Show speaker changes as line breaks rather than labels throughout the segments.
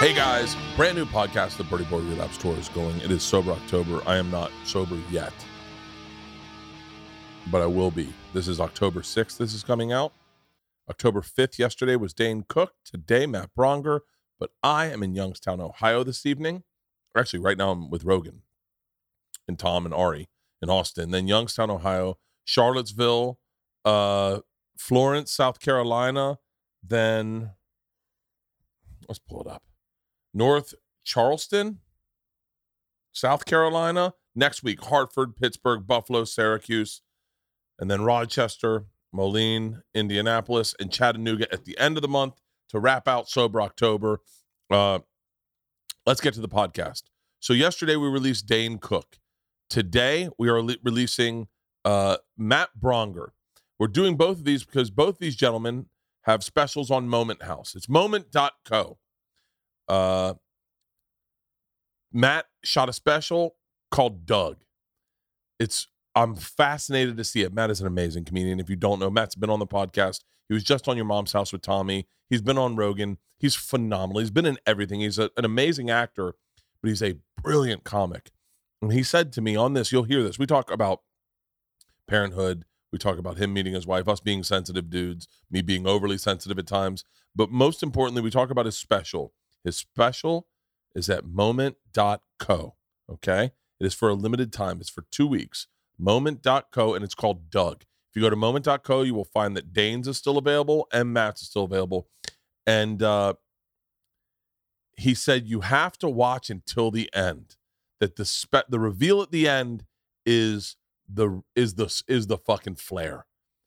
Hey guys, brand new podcast, The Birdie Board Relapse Tour is going. It is Sober October. I am not sober yet, but I will be. This is October 6th. This is coming out. October 5th, yesterday was Dane Cook. Today, Matt Bronger. But I am in Youngstown, Ohio this evening. Or actually, right now I'm with Rogan and Tom and Ari in Austin. Then Youngstown, Ohio, Charlottesville, uh, Florence, South Carolina. Then let's pull it up. North Charleston, South Carolina. Next week, Hartford, Pittsburgh, Buffalo, Syracuse, and then Rochester, Moline, Indianapolis, and Chattanooga at the end of the month to wrap out Sober October. Uh, let's get to the podcast. So, yesterday we released Dane Cook. Today we are le- releasing uh, Matt Bronger. We're doing both of these because both these gentlemen have specials on Moment House. It's moment.co. Uh, Matt shot a special called Doug. It's I'm fascinated to see it. Matt is an amazing comedian. If you don't know, Matt's been on the podcast. He was just on Your Mom's House with Tommy. He's been on Rogan. He's phenomenal. He's been in everything. He's a- an amazing actor, but he's a brilliant comic. And he said to me on this, you'll hear this. We talk about parenthood. We talk about him meeting his wife, us being sensitive dudes, me being overly sensitive at times. But most importantly, we talk about his special. His special is at moment.co. Okay. It is for a limited time, it's for two weeks. Moment.co, and it's called Doug. If you go to moment.co, you will find that Dane's is still available and Matt's is still available. And uh, he said, You have to watch until the end. That the spe- the reveal at the end is the is the is the fucking flare.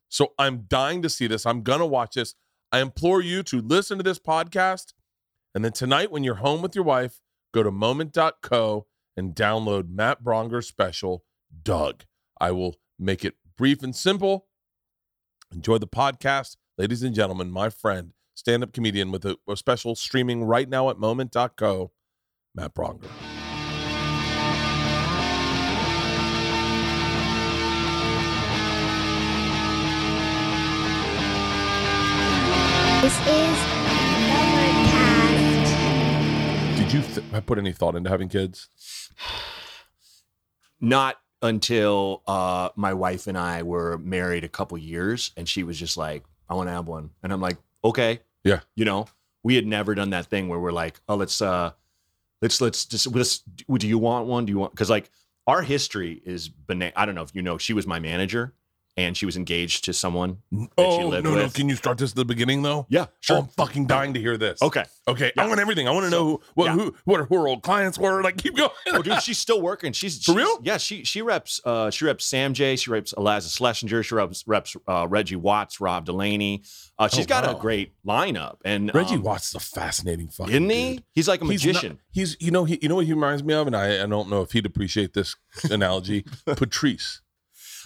So I'm dying to see this. I'm gonna watch this. I implore you to listen to this podcast, and then tonight when you're home with your wife, go to moment.co and download Matt Bronger's special, Doug. I will make it brief and simple. Enjoy the podcast, ladies and gentlemen. My friend, stand-up comedian with a, a special streaming right now at moment.co, Matt Bronger.
This is Overcast.
Did you th- put any thought into having kids?
not until uh my wife and I were married a couple years and she was just like, I want to have one. And I'm like, okay.
Yeah.
You know, we had never done that thing where we're like, oh, let's uh let's let's just let's do you want one? Do you want cuz like our history is bana- I don't know if you know, she was my manager and she was engaged to someone. you
Oh no,
live
no!
with.
Can you start this at the beginning though?
Yeah,
Oh, I'm fucking dying to hear this.
Um, Okay.
okay. I
Yeah.
want everything. I want to know who, what,
yeah.
who, what who her old clients were. Like, keep going.
Oh, dude, she's still working. She's
For
she's-
real?
Yeah, she she reps uh she reps Sam J, she reps Eliza Schlesinger, she reps reps uh, Reggie Watts, Rob Delaney. Uh she's
Oh,
got
wow.
a great lineup. And
Reggie
um,
Watts is a fascinating fucking.
isn't he?
dude.
He's like a
He's
magician.
not- He's, you know he you know what he reminds me of, and I, I don't know if he'd appreciate this analogy. Patrice,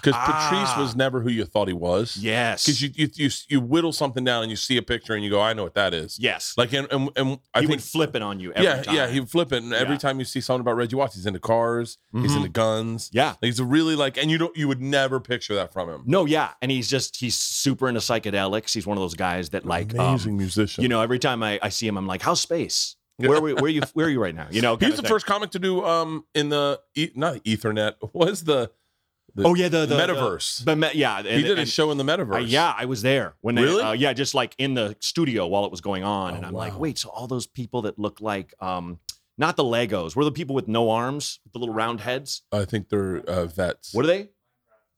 because
Ah.
Patrice was never who you thought he was.
yes.
Because you, you you you whittle something down and you see a picture and you go, I know what that is.
yes.
Like and and, and I
he
think
would flip it on you every
yeah,
time.
yeah, he would flip it. And every
Yeah.
time you see something about Reggie Watts, he's into cars, he's
Mhm.
into guns.
yeah.
Like, he's a really like, and you don't, you would never picture that from him.
No, yeah. And he's just he's super into psychedelics. He's one of those guys that like um,
amazing musician.
you know, every time I, I see him, I'm like, how's space?
Yeah.
Where, where, where you where are you right now? You know, kind
he's
of
the
thing.
first comic to do um in the e- not Ethernet was the the
Oh yeah, the, the
metaverse.
The, the, me- yeah, and,
he did a
and-
show in the metaverse.
Uh, yeah, I was there when they.
Really?
Uh, yeah, just like in the studio while it was going on,
Oh,
and I'm
wow.
like, wait, so all those people that look like, um, not the Legos, were the people with no arms, with the little round heads?
I think they're uh, vets.
What are they?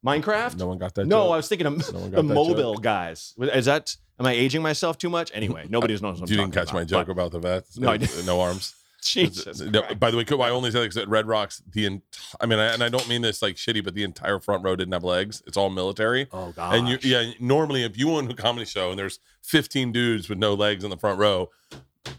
Minecraft?
No one got that.
No, I
joke?
was thinking of
No one got
the
that
mobile guys. Is that? Am I aging myself too much? Anyway, nobody's knows. What
you
I'm
didn't catch
talking
my
about,
joke about the vets.
No, I didn't.
no arms.
but- Jesus.
No,
Christ.
by the way, I only say that 'cause at Red Rocks, the ent- I mean, I, and I don't mean this like shitty, but the entire front row didn't have legs. It's all military.
oh God.
And you, yeah, normally if you own a comedy show and there's 15 dudes with no legs in the front row,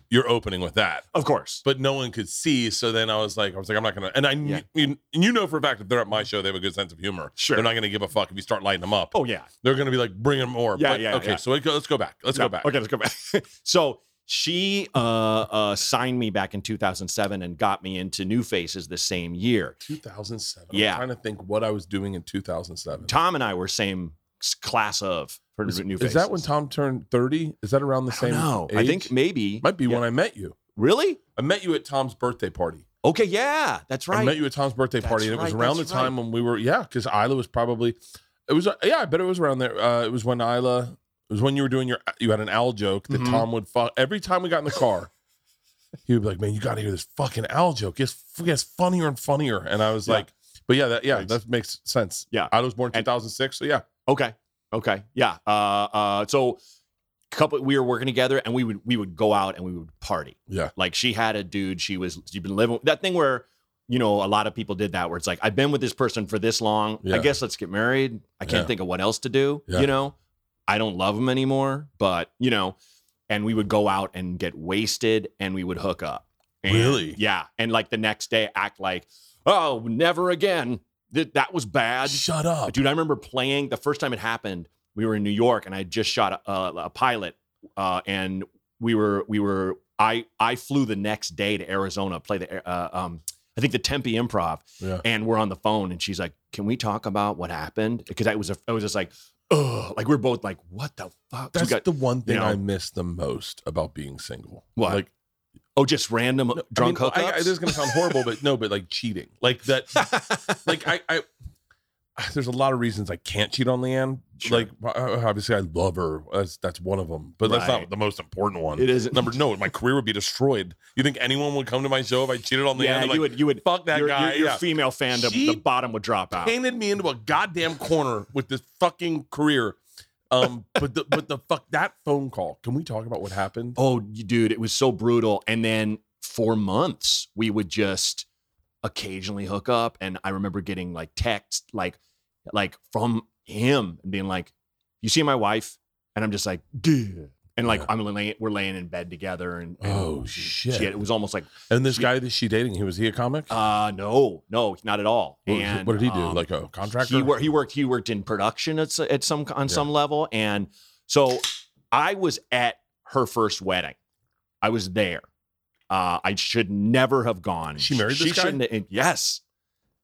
you're opening with that.
Of course.
But no one could see, so then I was like, I was like, I'm not gonna. And I, kn-
Yeah.
you, and you know for a fact if they're at my show, they have a good sense of humor.
Sure.
they're not gonna give a fuck if you start lighting them up.
Oh yeah.
They're gonna be like, bring them more.
Yeah,
But-
yeah,
Okay,
yeah.
so let's go, let's go back. Let's
No,
go back.
Okay, let's go back. so she uh, uh, signed me back in 2007 and got me into New Faces the same year.
2007.
Yeah.
I'm trying to think what I was doing in 2007.
Tom and I were same s- class of for
Is,
New
is
Faces.
that when Tom turned 30? Is that around the
I
same?
don't know. I
age?
think maybe
might be
Yeah.
when I met you.
Really?
I met you at Tom's birthday party.
Okay, yeah, that's
I
right.
met you at Tom's birthday
That's
party, and it was
right,
around the
that's
time when we were yeah, because Isla was probably it was uh, yeah, I bet it was around there. Uh, it was when Isla it was when you were doing your you had an owl joke that
Mhm.
Tom would fuck every time we got in the car. he would be like, "Man, you got to hear this fucking owl joke. It's it gets funnier and funnier." And I was
Yeah.
like, "But yeah, that yeah,
Thanks.
that makes sense."
Yeah.
I was born in
And-
2006, so yeah,
Okay. Okay. Yeah. Uh, uh, so couple we were working together and we would we would go out and we would party.
Yeah.
Like she had a dude she was she'd been living that thing where you know a lot of people did that where it's like I've been with this person for this long.
Yeah.
I guess let's get married. I can't
Yeah.
think of what else to do,
Yeah.
you know? I don't love him anymore, but you know, and we would go out and get wasted and we would hook up. And-
Really?
Yeah. And like the next day act like, "Oh, never again. Th- that was bad."
shut up.
Dude, I remember playing the first time it happened. We were in New York, and I had just shot a, a, a pilot, uh, and we were we were I I flew the next day to Arizona, play the uh, um I think the Tempe Improv,
Yeah.
and we're on the phone, and she's like, "Can we talk about what happened?" Because I was a, I was just like, "Ugh," like we're both like, "What the fuck?" So we
That's
got-
the one thing
know-
I miss the most about being single.
What?
Like
oh, just random
no, I
drunk
mean, I- I-
hookups.
this is gonna sound horrible, but no, but like cheating, like that like I, I there's a lot of reasons I can't cheat on Leanne.
Sure.
Like uh, obviously I love her. That's that's one of them, but that's not
Right.
the most important one.
it isn't
Number no, my career would be destroyed. You think anyone would come to my show if I cheated on Leanne?
Yeah,
They're
you
like,
would you would
fuck that
your,
guy.
your, your
yeah.
female fandom
She
the bottom would drop out.
painted me into a goddamn corner with this fucking career. Um, but the but the fuck that phone call. Can we talk about what happened?
Oh, you- dude, it was so brutal. And then for months, we would just occasionally hook up. And I remember getting like texts, like, like from him and being like, "You see my wife?" And I'm just like, "Dude." And like
Yeah.
I'm laying, we're laying in bed together, and, and
Oh, shit.
It was almost like,
and this guy that she dating, he was he a comic?
uh, no, no, not at all.
What was-
and
what did he do?
um,
like a contractor?
he, wor- he worked. He worked in production at, s- at some on
Yeah.
some level, and so I was at her first wedding. I was there. Uh, I should never have gone.
She married this guy?
shouldn't- and yes,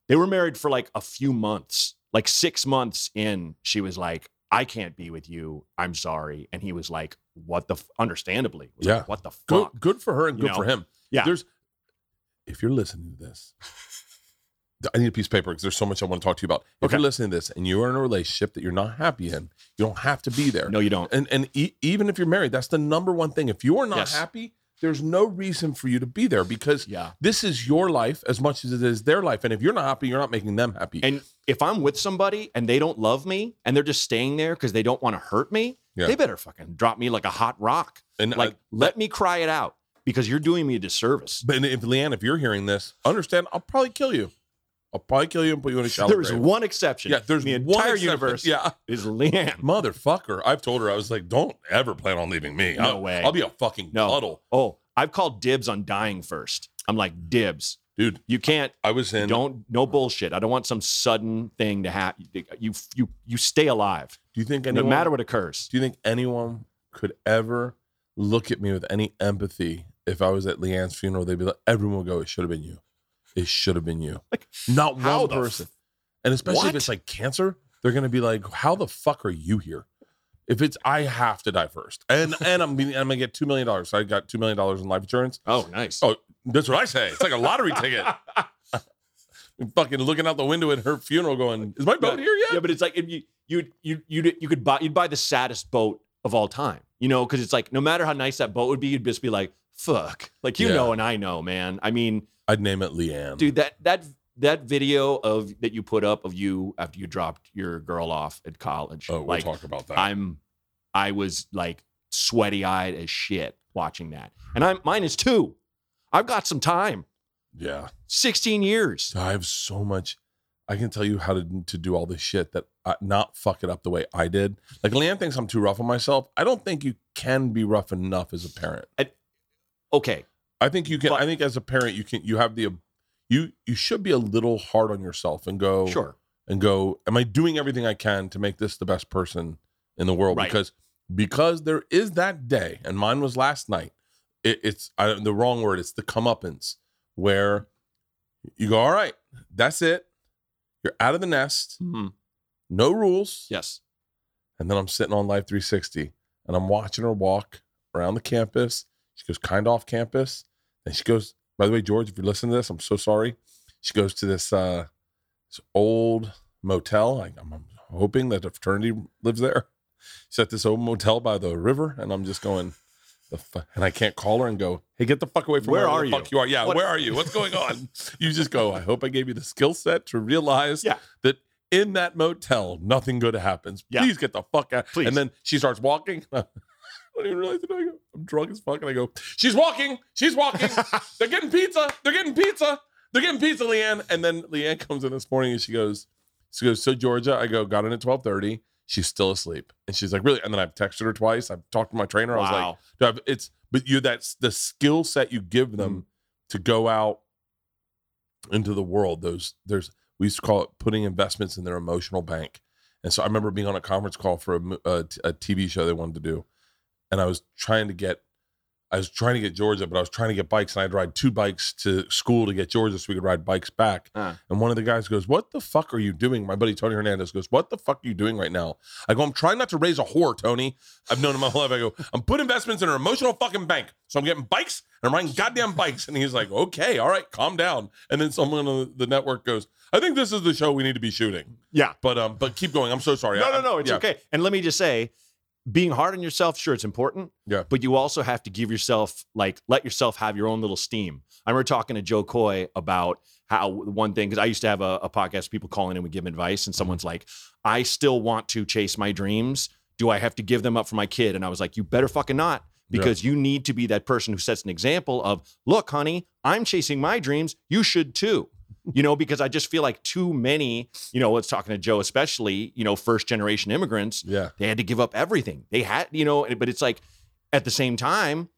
they were married for like a few months, like six months in. She was like, "I can't be with you. I'm sorry," and he was like, "What the? F-? Understandably, was like,
Yeah.
what the
good,
fuck?
good for her and
You
good
know?
for him.
Yeah.
There's, if you're listening to this, I need a piece of paper because there's so much I want to talk to you about. If
Okay.
you're listening to this and you are in a relationship that you're not happy in, you don't have to be there.
No, you don't.
And and e- even if you're married, that's the number one thing. If you are not
Yes.
happy, there's no reason for you to be there because
Yeah."
this is your life as much as it is their life. And if you're not happy, you're not making them happy.
And if I'm with somebody and they don't love me and they're just staying there because they don't want to hurt me,
Yeah.
they better fucking drop me like a hot rock.
And, uh,
Like, let me cry it out because you're doing me a disservice.
but if Leanne, if you're hearing this, understand I'll probably kill you. I'll probably kill you and put you in a shallow
There is
grave.
one exception.
yeah, there's
the
one
entire
exception.
universe
Yeah,
is Leanne.
motherfucker. I've told her I was like, don't ever plan on leaving me.
No
I'll,
way.
I'll be a fucking
No.
puddle,
Oh, I've called dibs on dying first. I'm like, dibs.
dude.
You can't.
I was in. Do
don't no bullshit. I don't want some sudden thing to happen. You you you stay alive
you think anyone?
no matter what occurs.
Do you think anyone could ever look at me with any empathy if I was at Leanne's funeral? They'd be like, everyone would go, it should have been you. It should have been you. Not
how
one
the f-
person. and especially if
What?
it's like cancer, they're gonna be like, how the fuck are you here? If it's I have to die first, and and I'm being- I'm gonna get two million dollars. I got two million dollars in life insurance.
Oh, nice.
Oh, That's what I say. It's like a lottery ticket. Fucking looking out the window at her funeral, going, "Is my boat here yet?"
Yeah, but it's like if you you you you you could buy you'd buy the saddest boat of all time, you know, because it's like no matter how nice that boat would be, you'd just be like, "Fuck!" Like you
Yeah.
know, and I know, man. I mean,
I'd name it Leanne.
dude, that that that video of that you put up of you after you dropped your girl off at college,
oh, we'll
like
talk about that.
I'm, I was like sweaty eyed as shit watching that, and I'm mine is two. I've got some time,
yeah,
sixteen years.
So I have so much. I can tell you how to to do all this shit that I, not fuck it up the way I did. Like Leanne thinks I'm too rough on myself. I don't think you can be rough enough as a parent.
Okay,
I think you can.
But-
I think as a parent, you can. You have the. You you should be a little hard on yourself and go.
sure,
and go, am I doing everything I can to make this the best person in the world?
Right.
Because because there is that day, and mine was last night. It, it's I, don't- the wrong word. It's the comeuppance where you go, all right, that's it. You're out of the nest,
Mhm.
no rules.
yes,
And then I'm sitting on Live 360 and I'm watching her walk around the campus. She goes kind of off campus. And she goes, by the way, George, if you're listening to this, I'm so sorry. She goes to this uh this old motel. I, I'm, I'm hoping that the fraternity lives there. She's at this old motel by the river, and I'm just going, the fu-, and I can't call her and go, hey, get the fuck away from
Where
wherever
are
the
you?
Fuck you are. Yeah,
What-
where are you? What's going on? you just go, I hope I gave you the skill set to realize
Yeah.
that in that motel, nothing good happens.
Yeah.
Please get the fuck out.
Please.
And then she starts walking. I don't even realize it. I go, I'm drunk as fuck. And I go, she's walking. She's walking. They're getting pizza. They're getting pizza. They're getting pizza, Leanne. And then Leanne comes in this morning and she goes, she goes, so Georgia, I go, got in at 1230. She's still asleep. And she's like, really? And then I've texted her twice. I've talked to my trainer. I was like,
wow.
do I have- it's but you that's the skill set you give them to go out into the world. Those there's we used to call it putting investments in their emotional bank. And so I remember being on a conference call for a, mo- a t- a TV show they wanted to do, and I was trying to get I was trying to get Georgia, but I was trying to get bikes, and I'd ride two bikes to school to get Georgia so we could ride bikes back.
Uh.
And one of the guys goes, "What the fuck are you doing?" My buddy Tony Hernandez goes, "What the fuck are you doing right now?" I go, "I'm trying not to raise a whore, Tony. I've known him my whole life." I go, "I'm putting investments in her emotional fucking bank, so I'm getting bikes and I'm riding goddamn bikes." And he's like, "Okay, all right, calm down." And then someone on the- the network goes, "I think this is the show we need to be shooting."
Yeah.
But um, but keep going. I'm so sorry.
No,
I-
no, no. It's
yeah.
okay. And let me just say, being hard on yourself, sure, it's important.
Yeah.
But you also have to give yourself, like, let yourself have your own little steam. I remember talking to Joe Coy about how one thing, because I used to have a, a podcast, people calling in and we give them advice,
Mm-hmm.
and someone's like, I still want to chase my dreams. Do I have to give them up for my kid? And I was like, you better fucking not.
Yeah.
Because you need to be that person who sets an example of, look, honey, I'm chasing my dreams. You should too. You know, because I just feel like too many, you know, let's talking to Joe, especially, you know, first generation immigrants,
Yeah.
they had to give up everything. They had, you know, but it's like at the same time,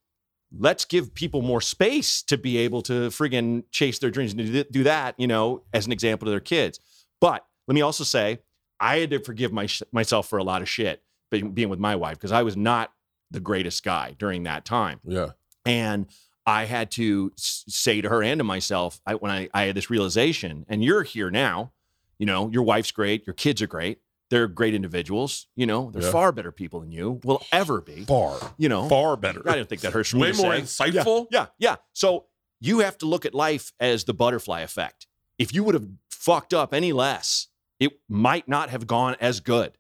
let's give people more space to be able to friggin' chase their dreams and do th- do that, you know, as an example to their kids. But let me also say, I had to forgive my, myself for a lot of shit being being with my wife because I was not the greatest guy during that time
Yeah.
and I had to s- say to her and to myself I, when I, I had this realization. And you're here now. You know, your wife's great. Your kids are great. They're great individuals. You know, they're
Yeah.
far better people than you will ever be.
Far,
You know,
far better.
Oh. I didn't think that hurts. for me
Way
to
more
say.
insightful.
Yeah, yeah. So you have to look at life as the butterfly effect. If you would have fucked up any less, it might not have gone as good.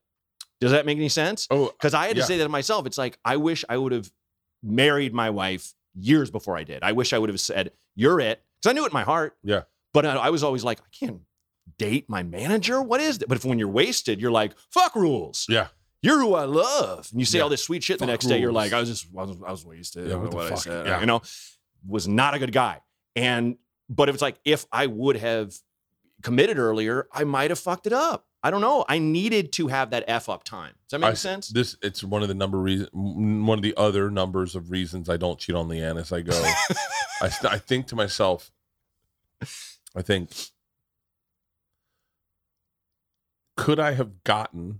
Does that make any sense?
Oh,
Because I had to
Yeah.
say that to myself. It's like, I wish I would have married my wife years before I did. I wish I would have said, You're it. Because I knew it in my heart.
Yeah.
But I, I was always like, I can't date my manager. What is that? But if when you're wasted, you're like, fuck rules.
Yeah.
You're who I love. And you say
Yeah.
all this sweet shit the
Fuck
next day. You're
rules.
like, I was just, I was, I was wasted.
Yeah,
I don't
what
know
the
what I
fuck?
said.
Yeah.
You know, was not a good guy. And, but if it's like, if I would have committed earlier, I might have fucked it up. I don't know. I needed to have that F up time. Does that make
I-
sense?
This it's one of the number reason m- one of the other numbers of reasons I don't cheat on Leanne is I go I, st- I think to myself I think could I have gotten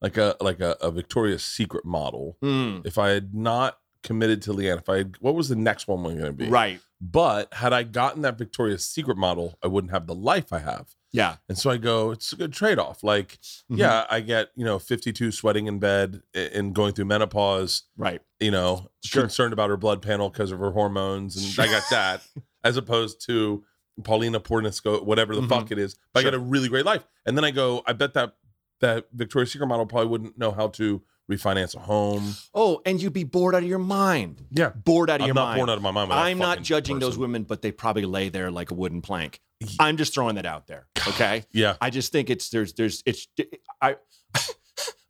like a like a, a Victoria's Secret model
Mm,
if I had not committed to Leanne if I had, what was the next one going to be
right.
but had I gotten that Victoria's Secret model I wouldn't have the life I have
Yeah.
and so I go it's a good trade off like
Mhm.
yeah i get you know 52 sweating in bed a- and going through menopause
Right.
you know
Sure.
concerned about her blood panel because of her hormones and i got that as opposed to paulina pornisco whatever the
Mhm.
fuck it is but i
Sure.
got a really great life and then i go i bet that that victoria's secret model probably wouldn't know how to refinance a home
Oh, and you'd be bored out of your mind.
yeah
Bored out of
i'm
your
not
mind.
born out of my mind with that
I'm not
fucking
judging those
person.
women, but they probably lay there like a wooden plank.
Ye-
I'm just throwing that out there. Okay.
yeah
I just think it's there's there's it's I I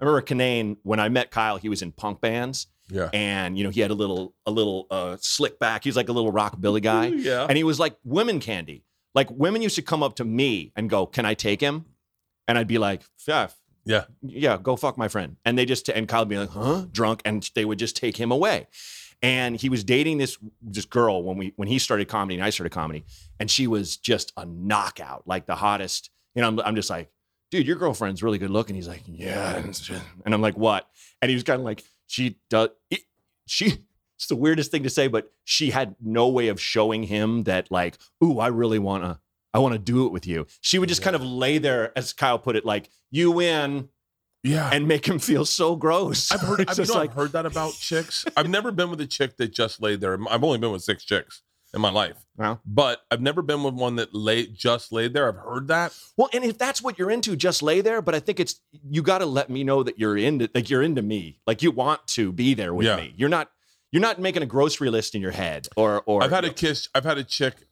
remember Kanane when I met Kyle, he was in punk bands
yeah
and you know he had a little a little uh slick back. He's like a little rockabilly guy.
yeah
And he was like women candy. Like women used to come up to me and go, "Can I take him?" And I'd be like, "Yeah,
Yeah.
yeah, go fuck my friend." And they just and Kyle would be like, "Huh?" Drunk, and they would just take him away. And he was dating this this girl when we when he started comedy and I started comedy, and she was just a knockout, like the hottest. You know, I'm, I'm just like, dude, your girlfriend's really good looking. He's like, yeah, and it's just- and I'm like, what? And he was kind of like, she does. It, she. It's the weirdest thing to say, but she had no way of showing him that, like, ooh, I really wanna, I wanna do it with you. She would just kind of lay there, as Kyle put it, like, you win.
Yeah.
and make him feel so gross.
I've heard,
It's
I've, you
just
know,
like,
I've heard that about chicks. I've never been with a chick that just laid there. I've only been with six chicks in my life.
Wow.
But I've never been with one that lay, just laid there. I've heard that.
well, and if that's what you're into, just lay there. But I think it's you got to let me know that you're into like you're into me, like you want to be there with
Yeah.
me. You're not you're not making a grocery list in your head or or
I've had
you
a kiss. I've had a chick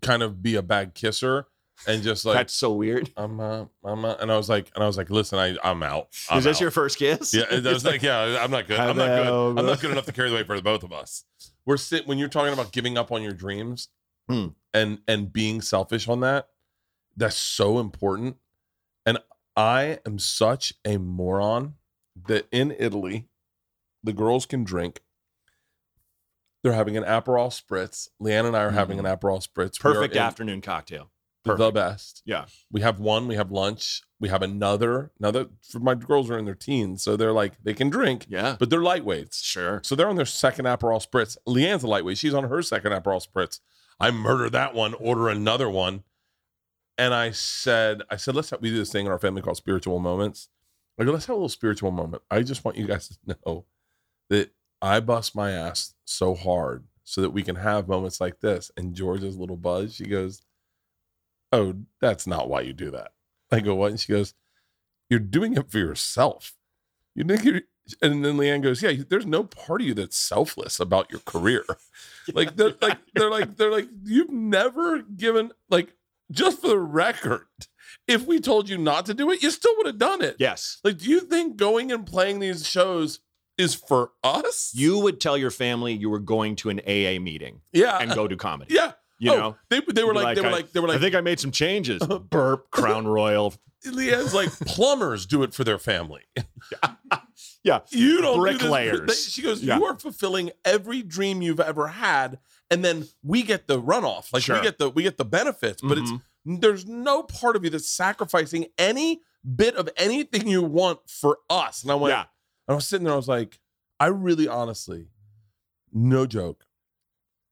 kind of be a bad kisser and just
know,
like
that's so weird.
I'm uh, I'm uh, and I was like and I was like listen I I'm out. I'm
Is this
out.
your first kiss?
Yeah, and I was like, yeah, I'm not good. I'm not
Hello.
good. I'm not good enough to carry the weight for the both of us. We're sit when you're talking about giving up on your dreams
Hmm.
and and being selfish on that. That's so important. And I am such a moron that in Italy, the girls can drink. They're having an aperol spritz. Leanne and I are having an aperol spritz. We are
Mm-hmm. perfect
in
afternoon cocktail.
the best.
Yeah.
We have one, we have lunch, we have another. Another for my girls are in their teens, so they're like they can drink,
Yeah,
but they're lightweights.
sure.
So they're on their second Aperol spritz. Leanne's a lightweight. She's on her second Aperol spritz. I murder that one, order another one. And I said, I said, let's have, we do this thing in our family called spiritual moments. I go, let's have a little spiritual moment. I just want you guys to know that I bust my ass so hard so that we can have moments like this. And George's little buzz, she goes, Oh, that's not why you do that. I go, What? And she goes, You're doing it for yourself. You think you're, and then Leanne goes, "Yeah, there's no part of you that's selfless about your career. Like, they're, like they're like they're like you've never given like just for the record. If we told you not to do it, you still would have done it.
Yes.
Like, do you think going and playing these shows is for us?
You would tell your family you were going to an AA meeting
yeah,
and go do comedy.
yeah.
You
Oh,
know,
they they were
You'd be
like, they were
I-
like they were like
I think I made some changes. Burp, Crown Royal,
Leanne's like plumbers do it for their family.
Yeah.
You don't do this-
Bricklayers.
they- She goes,
Yeah.
you are fulfilling every dream you've ever had, and then we get the runoff. Like
Sure.
we get the we get the benefits, but it's
Mhm.
there's no part of you that's sacrificing any bit of anything you want for us. And I went,
yeah.
and I was sitting there, I was like, I really honestly, no joke.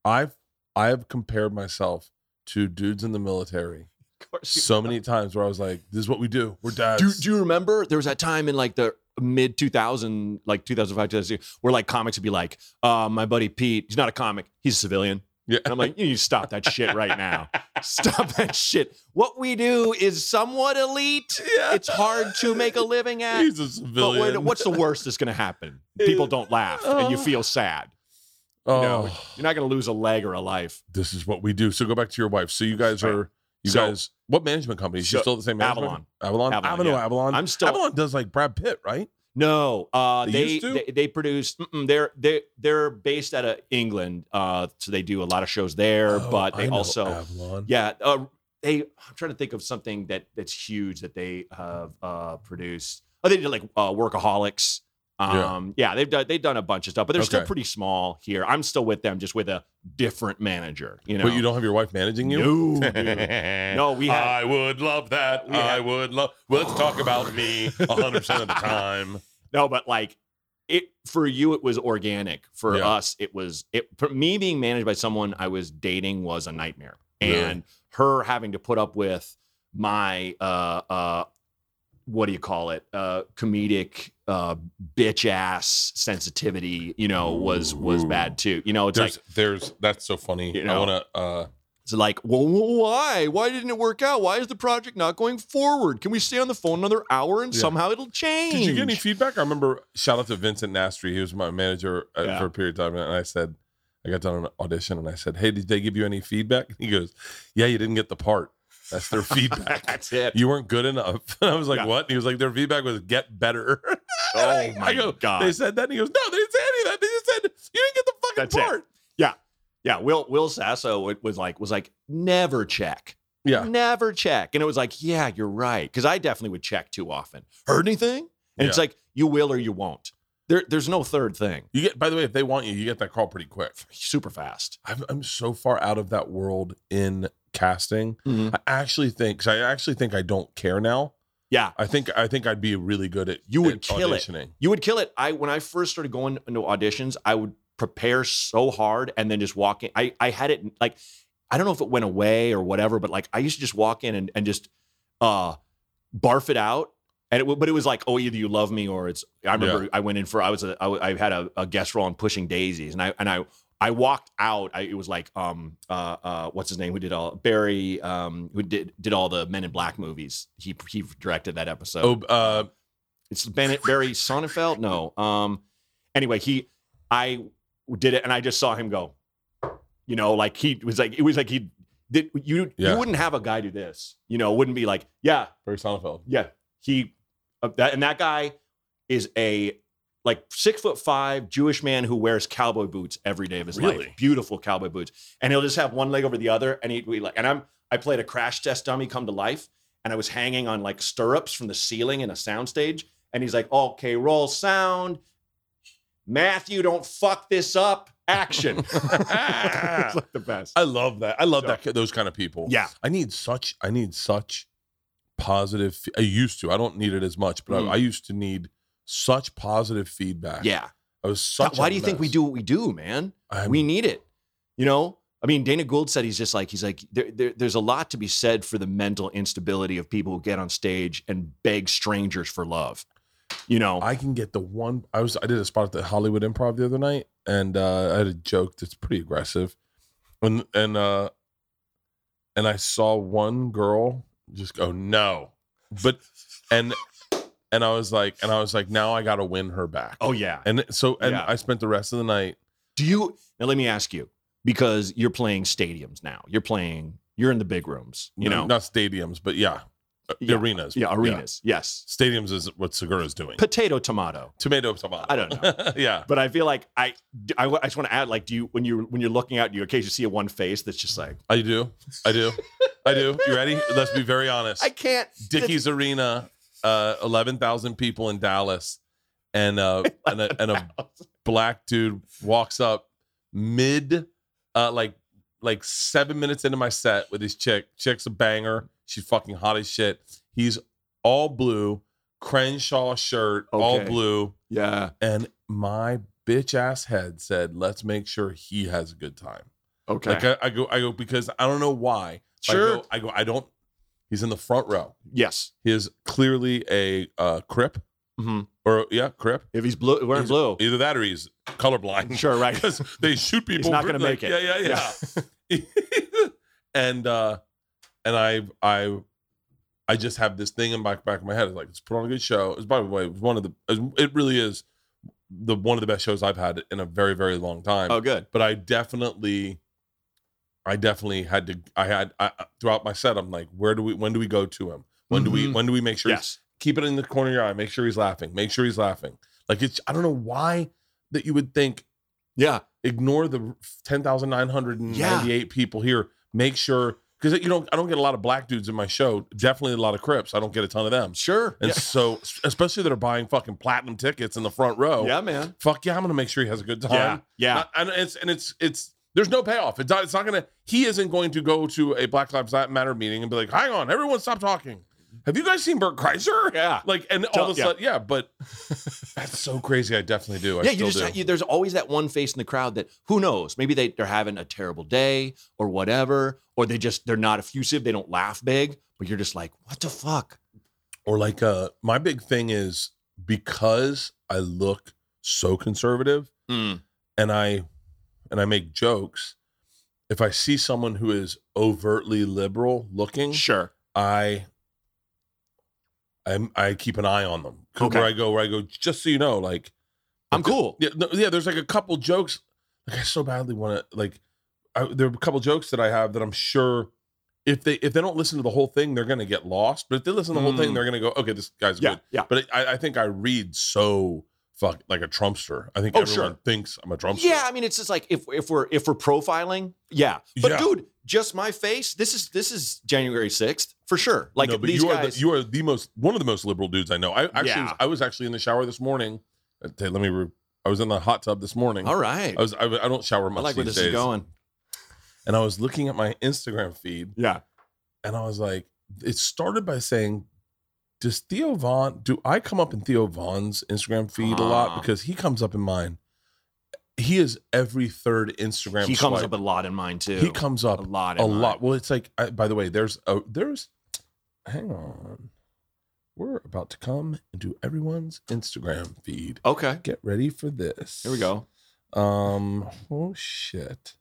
I've I have compared myself to dudes in the military
Of course. you-
so many times where I was like, this is what we do. We're dads.
do, do you remember there was that time in like the mid 2000 like 2005 2006 where like comics would be like uh my buddy pete he's not a comic he's a civilian
Yeah.
and i'm like you need to stop that shit right now stop that shit what we do is somewhat elite
yeah.
it's hard to make a living at
He's a
but
civilian.
when, what's the worst that's going to happen people don't laugh and you feel sad you
oh,
know? you're not going to lose a leg or a life
this is what we do. So go back to your wife. So you guys
Right.
are you
So-
guys what management company? Is she
So,
still at the same management?
Avalon.
Avalon.
Avalon,
Avalon.
yeah.
Avalon.
i'm still
Avalon does like Brad Pitt, right?
No, uh,
They
they,
used to?
they they produce. Mm-mm, they're they they're based out of England, uh, so they do a lot of shows there.
Oh,
but
I
they
know
also,
Avalon.
yeah, uh, they. I'm trying to think of something that that's huge that they have uh, produced. Oh, they did like uh, Workaholics.
Yeah.
Um, yeah. they've done they've done a bunch of stuff, but they're still
Okay.
pretty small here. I'm still with them, just with a different manager. You know,
But you don't have your wife managing you?
No, dude. no, we had
I would love that.
We had-
I would love. Well, let's talk about me 100% of the time.
No, but like it for you, it was organic. For
Yeah.
us, it was it for me being managed by someone I was dating was a nightmare,
Really?
and her having to put up with my uh uh what do you call it uh comedic uh bitch ass sensitivity you know was was
Ooh.
bad too you know it's
There's,
like
there's, that's so funny.
You
I
know.
want to, uh,
it's like well why why didn't it work out why is the project not going forward can we stay on the phone another hour and
Yeah.
somehow it'll change
Did you get any feedback? I remember shout out to Vincent Nastri. He was my manager uh,
Yeah.
for a period of time, and I said, I got done an audition, and I said, "Hey, did they give you any feedback?" And he goes, "Yeah, you didn't get the part. That's their feedback.
that's it
you weren't good enough." And I was like,
Yeah.
"What?" And he was like, "Their feedback was get better."
oh
I
my
go,
god
"They said that." And he goes, "No, they didn't say any of that. They just said you didn't get the fucking
That's it.
part."
Yeah, Will Will Sasso wa- was like was like never check,
Yeah,
never check, and it was like yeah, you're right because I definitely would check too often. Heard anything? And it's
Yeah.
like you will or you won't. There, there's no third thing.
you get. By the way, if they want you, you get that call pretty quick.
Super fast.
I'm, I'm so far out of that world in casting. I actually think, 'cause I actually think I don't care now.
Yeah,
I think I think I'd be really good at
You would
at
kill it.
auditioning.
you would kill it. I when I first started going into auditions, I would prepare so hard and then just walk in. I I had it like I don't know if it went away or whatever, but like I used to just walk in and and just uh barf it out And it, wa- but it was like, oh, either you love me or it's. I remember I went in for I was a, I, w- I had a, a guest role on Pushing Daisies, and I and I I walked out. I, it was like um uh uh what's his name who did all Barry um who did did all the Men in Black movies. He he directed that episode.
Oh, uh,
It's Bennett Barry Sonnenfeld. No. Um. Anyway, he, I did it, and I just saw him go. You know, like he was like it was like he did. You
Yeah.
you wouldn't have a guy do this. You know, it wouldn't be like yeah
Barry Sonnenfeld.
yeah he uh, that and that guy is a like six foot five Jewish man who wears cowboy boots every day of his
Really?
life. Beautiful cowboy boots, and he'll just have one leg over the other, and he'd be like, and I'm I played a crash test dummy come to life, and I was hanging on like stirrups from the ceiling in a soundstage, and he's like, okay, roll sound, Matthew, don't fuck this up, action. it's like the best.
I love that. I love
So-
that ki- those kind of people.
Yeah.
I need such. I need such positive. f- I used to. I don't need it as much, but
Mm.
I, I used to need such positive feedback.
Yeah.
I was such.
Why
a
do you think we
mess.
do what we do, man?
I'm-
we need it. You know, I mean, Dana Gould said he's just like he's like there, there, there's a lot to be said for the mental instability of people who get on stage and beg strangers for love. You know,
I can get the one. I was I did a spot at the Hollywood Improv the other night, and uh, I had a joke that's pretty aggressive, and and uh, and I saw one girl just go no, but and and I was like, and I was like, now I got to win her back.
oh yeah.
and so and
Yeah.
I spent the rest of the night.
Do you now? Let me ask you because you're playing stadiums now. You're playing. You're in the big rooms. You
no,
know,
not stadiums, but yeah, uh, the
Yeah.
arenas.
yeah, arenas. Yes,
Stadiums is what Segura's doing.
potato tomato.
Tomato, tomato.
I don't know.
yeah.
But I feel like I, I, I just want to add like, do you when you when you're looking out, do you occasionally see a one face that's just like,
I do. I do. I do. You ready? Let's be very honest.
I can't.
Dickies Arena, uh, eleven thousand people in Dallas, and uh, and a, and a black dude walks up mid, uh, like like seven minutes into my set with his chick. Chick's a banger. She's fucking hot as shit. He's all blue, Crenshaw shirt, all
Okay.
blue,
Yeah.
and my bitch ass head said, "Let's make sure he has a good time."
Okay.
Like I, I go, I go because I don't know why. I
Sure.
go- I go. I don't. He's in the front row.
Yes.
He is clearly a uh, Crip
Mhm.
or yeah, Crip.
If he's blue, wearing
He's-
blue,
Either that or he's colorblind
sure, right?
because they shoot people.
not gonna
like,
make it.
Yeah, yeah, yeah. and uh, and I I I just have this thing in my back of my head. It's like let's put on a good show. It's by the way, it was one of the it really is the one of the best shows I've had in a very very long time
Oh, good.
but I definitely, I definitely had to. I had I, I- throughout my set. I'm like, where do we? When do we go to him? When do we?
Mhm.
When do we make sure? he's-
Yes.
Keep it in the corner of your eye. Make sure he's laughing. Make sure he's laughing. Like it's. I don't know why that you would think
Yeah.
ignore the ten thousand nine hundred and ninety-eight people here. Make sure because you don't. I don't get a lot of black dudes in my show. Definitely a lot of Crips. I don't get a ton of them.
Sure.
And
Yeah.
so, especially that are buying fucking platinum tickets in the front row.
yeah, man.
Fuck yeah, I'm gonna make sure he has a good time.
Yeah. Yeah.
Not- and it's and it's it's there's no payoff. It's not, it's not gonna. He isn't going to go to a Black Lives Matter meeting and be like, "Hang on, everyone, stop talking." Have you guys seen Bert Kreischer?
Yeah.
Like, and all
Tell-
of a
yeah.
sudden, yeah. But that's so crazy. I definitely do. I
yeah,
still
you just
do.
you, there's always that one face in the crowd that who knows maybe they they're having a terrible day or whatever or they just they're not effusive they don't laugh big but you're just like what the fuck
or like, uh, my big thing is because I look so conservative Mm, and I, and I make jokes. If I see someone who is overtly liberal looking,
sure
I I'm, I keep an eye on them. 'Cause
Okay.
Where I go, where I go, just so you know, like
I'm cool
yeah, no, yeah. There's like a couple jokes. Like I so badly want to like. I, there are a couple jokes that I have that I'm sure if they if they don't listen to the whole thing, they're gonna get lost. But if they listen to the whole thing,
Mm.
they're gonna go, okay, this guy's
yeah
good.
yeah
But I, I think I read so fuck like a Trumpster. I think
Oh,
everyone
sure.
thinks I'm a Trumpster.
yeah I mean it's just like if if we're if we're profiling yeah but
Yeah.
dude just my face this is this is January 6th for sure like
No, but
these
you
guys
are the, you are the most one of the most liberal dudes I know. I actually
Yeah.
I was actually in the shower this morning. Uh, Let me. Re- I was in the hot tub this morning.
all right
I was I, I don't shower
I
much
like where
these
this
days.
is going
And I was looking at my Instagram feed
yeah
and I was like, it started by saying, Does Theo Vaughn do I come up in Theo Vaughn's Instagram feed a
Ah.
lot? Because he comes up in mine. He is every third Instagram.
he comes up
swipe.
a lot in mine too
he comes
a
up
lot in
a
mine.
lot. Well, it's like I, by the way, there's a there's hang on. We're about to come into everyone's Instagram feed.
Okay.
Get ready for this.
Here we go.
Um. Oh shit.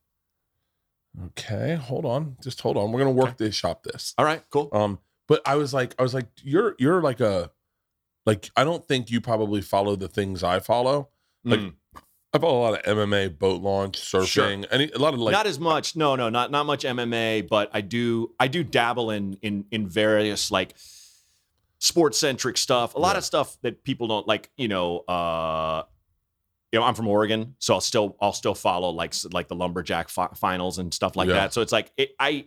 Okay, hold on. Just hold on. We're gonna work this shop this.
All right. Cool.
Um. But I was like, I was like, you're you're like a, like I don't think you probably follow the things I follow. like,
Mm.
I follow a lot of MMA, boat launch, surfing, any a lot of like
not as much. No, no, not not much MMA, but I do I do dabble in in in various like sports centric stuff. A lot
Yeah.
of stuff that people don't like. You know, uh, you know, I'm from Oregon, so I'll still I'll still follow like s- like the lumberjack fi- finals and stuff like
Yeah.
that. So it's like it, I.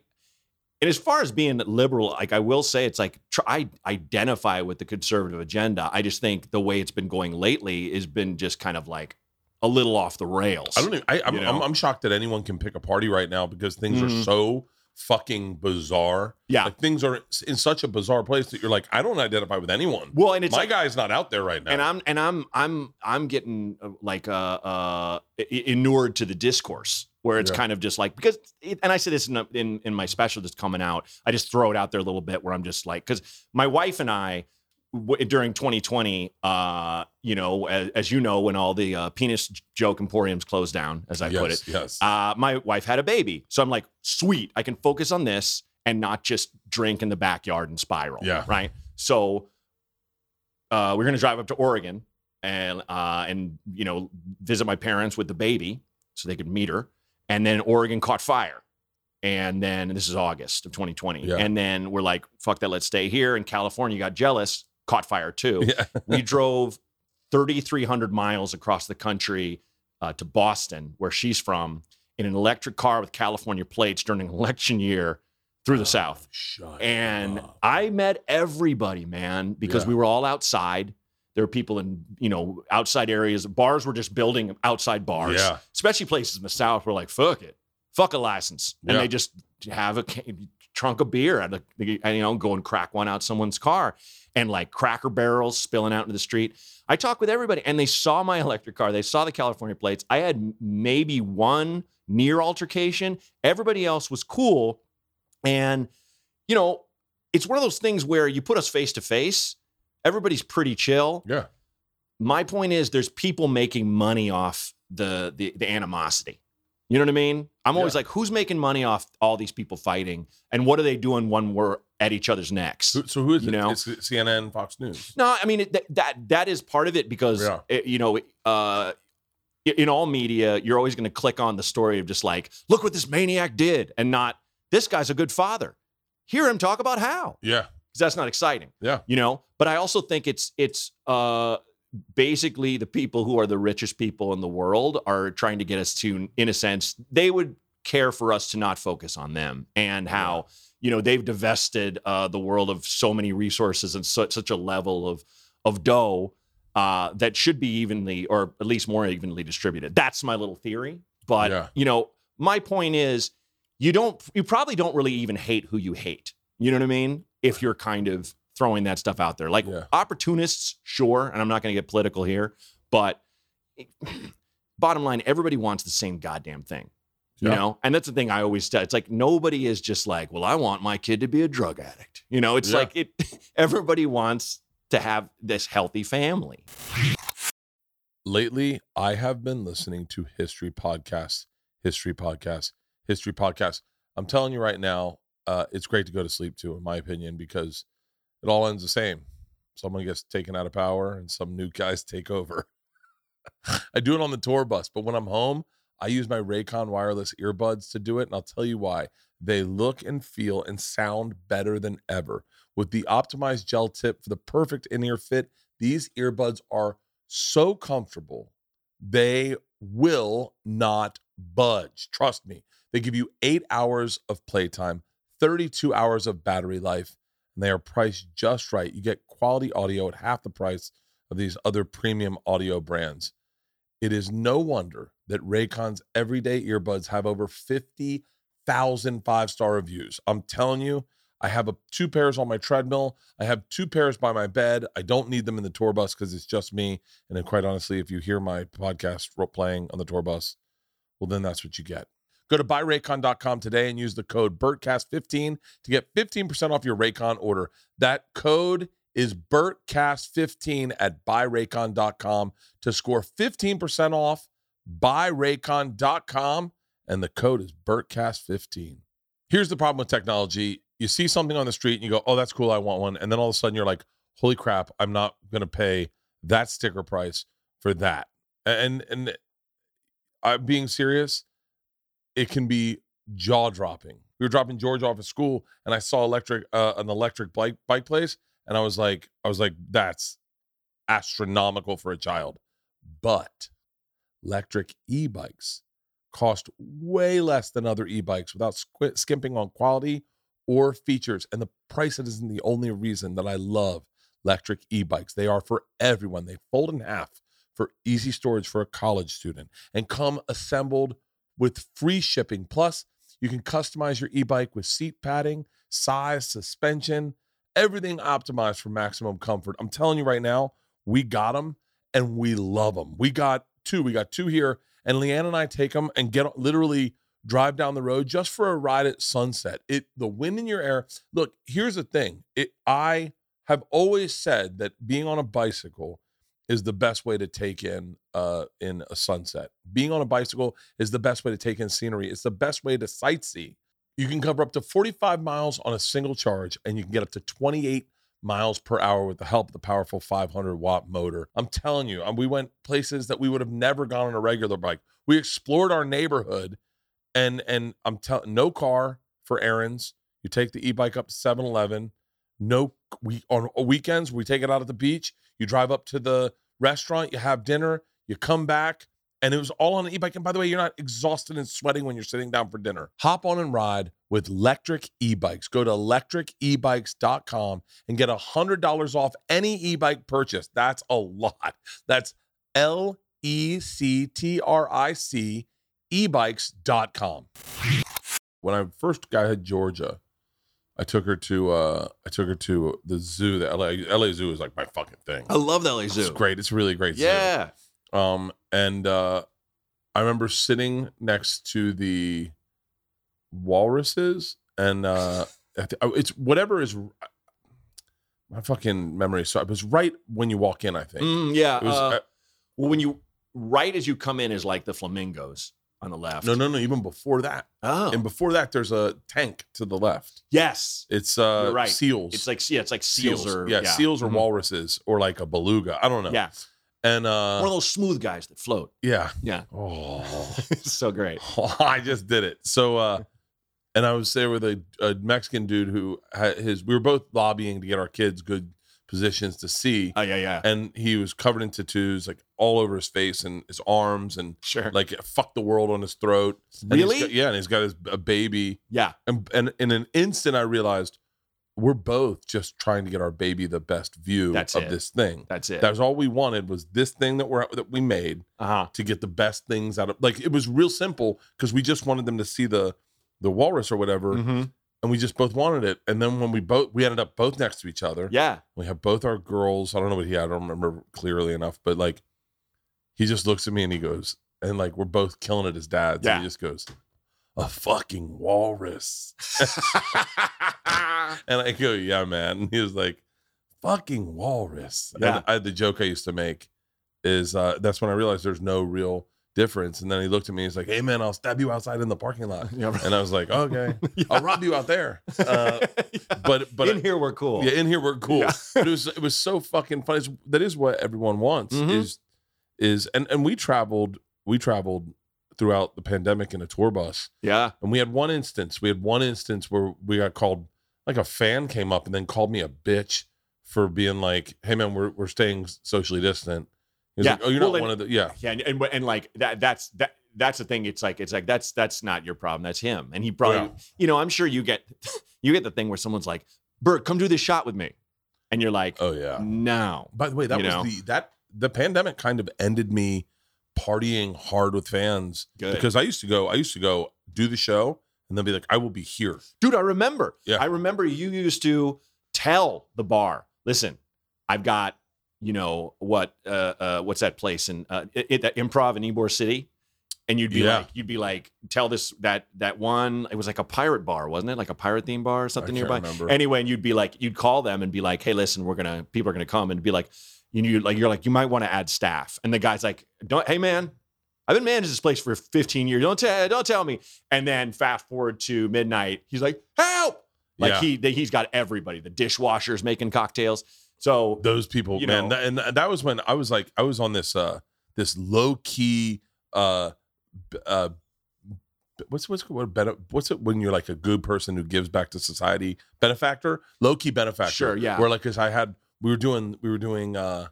And as far as being liberal, like I will say, it's like tr- I identify with the conservative agenda. I just think the way it's been going lately has been just kind of like a little off the rails.
I don't even. I, I'm,
You know?
I'm, I'm shocked that anyone can pick a party right now because things are
Mhm.
so fucking bizarre.
Yeah.
like things are in such a bizarre place that you're like, I don't identify with anyone.
well, and it's
My
like,
guy's not out there right now.
and I'm and I'm I'm I'm getting uh, like uh uh i- inured to the discourse where it's
Yeah.
kind of just like because it, and I said this in, a- in in my special that's coming out. I just throw it out there a little bit where I'm just like because my wife and I w- during 2020, uh, you know, as, as you know, when all the uh, penis j- joke emporiums closed down, as I
yes,
put it,
Yes.
uh, my wife had a baby, so I'm like, sweet, I can focus on this and not just drink in the backyard and spiral.
Yeah.
Right. So uh, we're gonna drive up to Oregon and uh, and you know visit my parents with the baby so they could meet her. And then Oregon caught fire. And then and this is August of 2020.
Yeah.
And then we're like, fuck that, let's stay here. And California got jealous, caught fire too.
yeah.
we drove 3,300 miles across the country uh, to Boston, where she's from, in an electric car with California plates during an election year through
Oh,
the South.
Shut
And
up.
I met everybody, man, because
oh. Yeah.
we were all outside. There were people in, you know, outside areas. Bars were just building outside bars,
Yeah.
especially places in the South were like, fuck it, fuck a license. And
Yeah.
they just have a ca- trunk of beer at the, you know, go and crack one out someone's car and like cracker barrels spilling out into the street. I talked with everybody and they saw my electric car. They saw the California plates. I had maybe one near altercation. Everybody else was cool. And, you know, it's one of those things where you put us face to face, everybody's pretty chill.
yeah.
My point is there's people making money off the the, the animosity. You know what I mean? I'm always
Yeah.
like, who's making money off all these people fighting, and what are they doing when we're at each other's necks?
Who- So who is
You
it?
know?
It's CNN, Fox News.
No, I mean it, that, that that is part of it because
Yeah.
it- you know uh, i- in all media you're always going to click on the story of just like look what this maniac did and not this guy's a good father. Hear him talk about how
Yeah.
because that's not exciting.
Yeah.
you know. But I also think it's it's uh, basically the people who are the richest people in the world are trying to get us to, in a sense, they would care for us to not focus on them and how you know they've divested uh, the world of so many resources and such such a level of of dough uh, that should be evenly or at least more evenly distributed. That's my little theory. But
Yeah.
you know, my point is, you don't, you probably don't really even hate who you hate. You know what I mean? If you're kind of throwing that stuff out there, like
Yeah.
opportunists, sure. And I'm not going to get political here, but bottom line, everybody wants the same goddamn thing. You
Yeah.
know, and that's the thing I always tell. It's like nobody is just like, well, I want my kid to be a drug addict. You know, it's
Yeah.
like it. Everybody wants to have this healthy family.
Lately, I have been listening to history podcasts, history podcasts, history podcasts. I'm telling you right now, uh, it's great to go to sleep to, in my opinion, because it all ends the same. Someone gets taken out of power and some new guys take over. I do it on the tour bus, but when I'm home, I use my Raycon wireless earbuds to do it, and I'll tell you why. They look and feel and sound better than ever. With the optimized gel tip for the perfect in ear fit, these earbuds are so comfortable, they will not budge. Trust me. They give you eight hours of playtime, 32 hours of battery life, and they are priced just right. You get quality audio at half the price of these other premium audio brands. It is no wonder that Raycon's everyday earbuds have over 50,000 five star reviews. I'm telling you, I have a, two pairs on my treadmill. I have two pairs by my bed. I don't need them in the tour bus because it's just me. And then, quite honestly, if you hear my podcast ro- playing on the tour bus, well, then that's what you get. Go to buyraycon.com today and use the code BERTCAST15 to get 15% off your Raycon order. That code is BurtCast15 at buyraycon.com to score 15% off buyraycon.com. And the code is BurtCast15. Here's the problem with technology you see something on the street and you go, oh, that's cool. I want one. And then all of a sudden you're like, holy crap, I'm not going to pay that sticker price for that. And, and I'm being serious, it can be jaw dropping. We were dropping George off at school, and I saw electric uh, an electric bike bike place, and I was like, I was like, that's astronomical for a child. But electric e-bikes cost way less than other e-bikes without squ- skimping on quality or features, and the price isn't the only reason that I love electric e-bikes. They are for everyone. They fold in half for easy storage for a college student and come assembled with free shipping. Plus, you can customize your e bike with seat padding, size, suspension, everything optimized for maximum comfort. I'm telling you right now, we got them and we love them. We got two, we got two here, and Leanne and I take them and get literally drive down the road just for a ride at sunset. It the wind in your hair. Look, here's the thing. It I have always said that being on a bicycle is the best way to take in uh in a sunset. Being on a bicycle is the best way to take in scenery. It's the best way to sightsee. You can cover up to 45 miles on a single charge and you can get up to 28 miles per hour with the help of the powerful 500 watt motor. I'm telling you, um, we went places that we would have never gone on a regular bike. We explored our neighborhood and and I'm telling no car for errands. You take the e-bike up to 7-Eleven. No we on weekends we take it out at the beach. You drive up to the restaurant, you have dinner, you come back, and it was all on an e-bike. And by the way, you're not exhausted and sweating when you're sitting down for dinner. Hop on and ride with electric e-bikes. Go to electricebikes.com and get $100 off any e-bike purchase. That's a lot. That's L E C T R I C ebikes.com. When I first got to Georgia, I took her to uh I took her to the zoo. The LA LA Zoo is like my fucking thing.
I love the LA
It's
Zoo.
great. It's a really great. zoo.
Yeah.
Um, and uh, I remember sitting next to the walruses, and uh, I thi- oh, it's whatever is my fucking memory. So it was right when you walk in. I think
Mm, yeah.
it was.
uh,
uh,
well, when you right as you come in is like the flamingos on the left.
no, no, no. Even before that,
Oh.
and before that, there's a tank to the left.
yes.
It's uh,
You're right.
seals.
It's like yeah, it's like seals, or
yeah, seals or
Mhm.
walruses or like a beluga. I don't know.
Yeah.
and uh,
One of those smooth guys that float.
yeah,
Yeah.
Oh.
it's so great.
I just did it. So, uh, and I was there with a, a Mexican dude who had his, we were both lobbying to get our kids good positions to see.
Oh yeah, yeah.
And he was covered in tattoos, like all over his face and his arms and
Sure.
like fuck the world on his throat. And he's
Really?
got- yeah. And he's got his, a baby.
yeah.
And, and in an instant, I realized we're both just trying to get our baby the best view
That's
of
it.
this thing.
That's it.
That was all we wanted was this thing that we're that we made
uh huh.
to get the best things out of like it was real simple because we just wanted them to see the the walrus or whatever
Mm-hmm.
and we just both wanted it and then when we both we ended up both next to each other
Yeah.
we have both our girls i don't know what he had i don't remember clearly enough but like he just looks at me and he goes and like we're both killing it as dads and
Yeah.
he just goes a fucking walrus and i go yeah man and he was like fucking walrus
Yeah.
and I, the joke i used to make is uh that's when i realized there's no real difference and then he looked at me and he's like hey man i'll stab you outside in the parking lot
yeah. right.
and i was like okay i'll rob you out there uh,
Yeah.
but but
in here we're cool.
yeah, in here we're cool.
Yeah.
But it was it was so fucking fun. It's, that is what everyone wants
Mhm.
is is and and we traveled we traveled throughout the pandemic in a tour bus,
yeah.
and we had one instance. We had one instance where we got called like a fan came up and then called me a bitch for being like, "Hey man, we're we're staying socially distant." He was
Yeah.
like, "Oh, you're
Well,
not
and-
one of the yeah."
Yeah, and, and and like that that's that that's the thing. It's like it's like that's that's not your problem. That's him. And he probably you know, I'm sure you get you get the thing where someone's like, Bert, come do this shot with me. And you're like,
Oh yeah.
no.
By the way, that
You
was
know?
the that the pandemic kind of ended me partying hard with fans
Good.
because I used to go, I used to go do the show and then be like, I will be here.
Dude, I remember.
Yeah.
I remember you used to tell the bar, listen, I've got, you know, what uh, uh what's that place in uh it, it- that improv in Ybor City? and you'd be
Yeah.
like, you'd be like, tell this that that one. It was like a pirate bar, wasn't it? Like a pirate theme bar or something
I can't
nearby.
remember.
Anyway, and you'd be like, you'd call them and be like, hey, listen, we're gonna people are gonna come and be like, you know, like you're like, you might want to add staff. And the guy's like, don't, hey man, I've been managing this place for 15 years. Don't tell, don't tell me. And then fast forward to midnight, he's like, help! Like
Yeah.
he they, he's got everybody. The dishwasher's making cocktails. So
those people
you
man
know.
that, and th- that was when i was like i was on this uh this low key uh b- uh b- what's what's what bene- what's it when you're like a good person who gives back to society benefactor low key benefactor
Sure, yeah.
where like because i had we were doing we were doing uh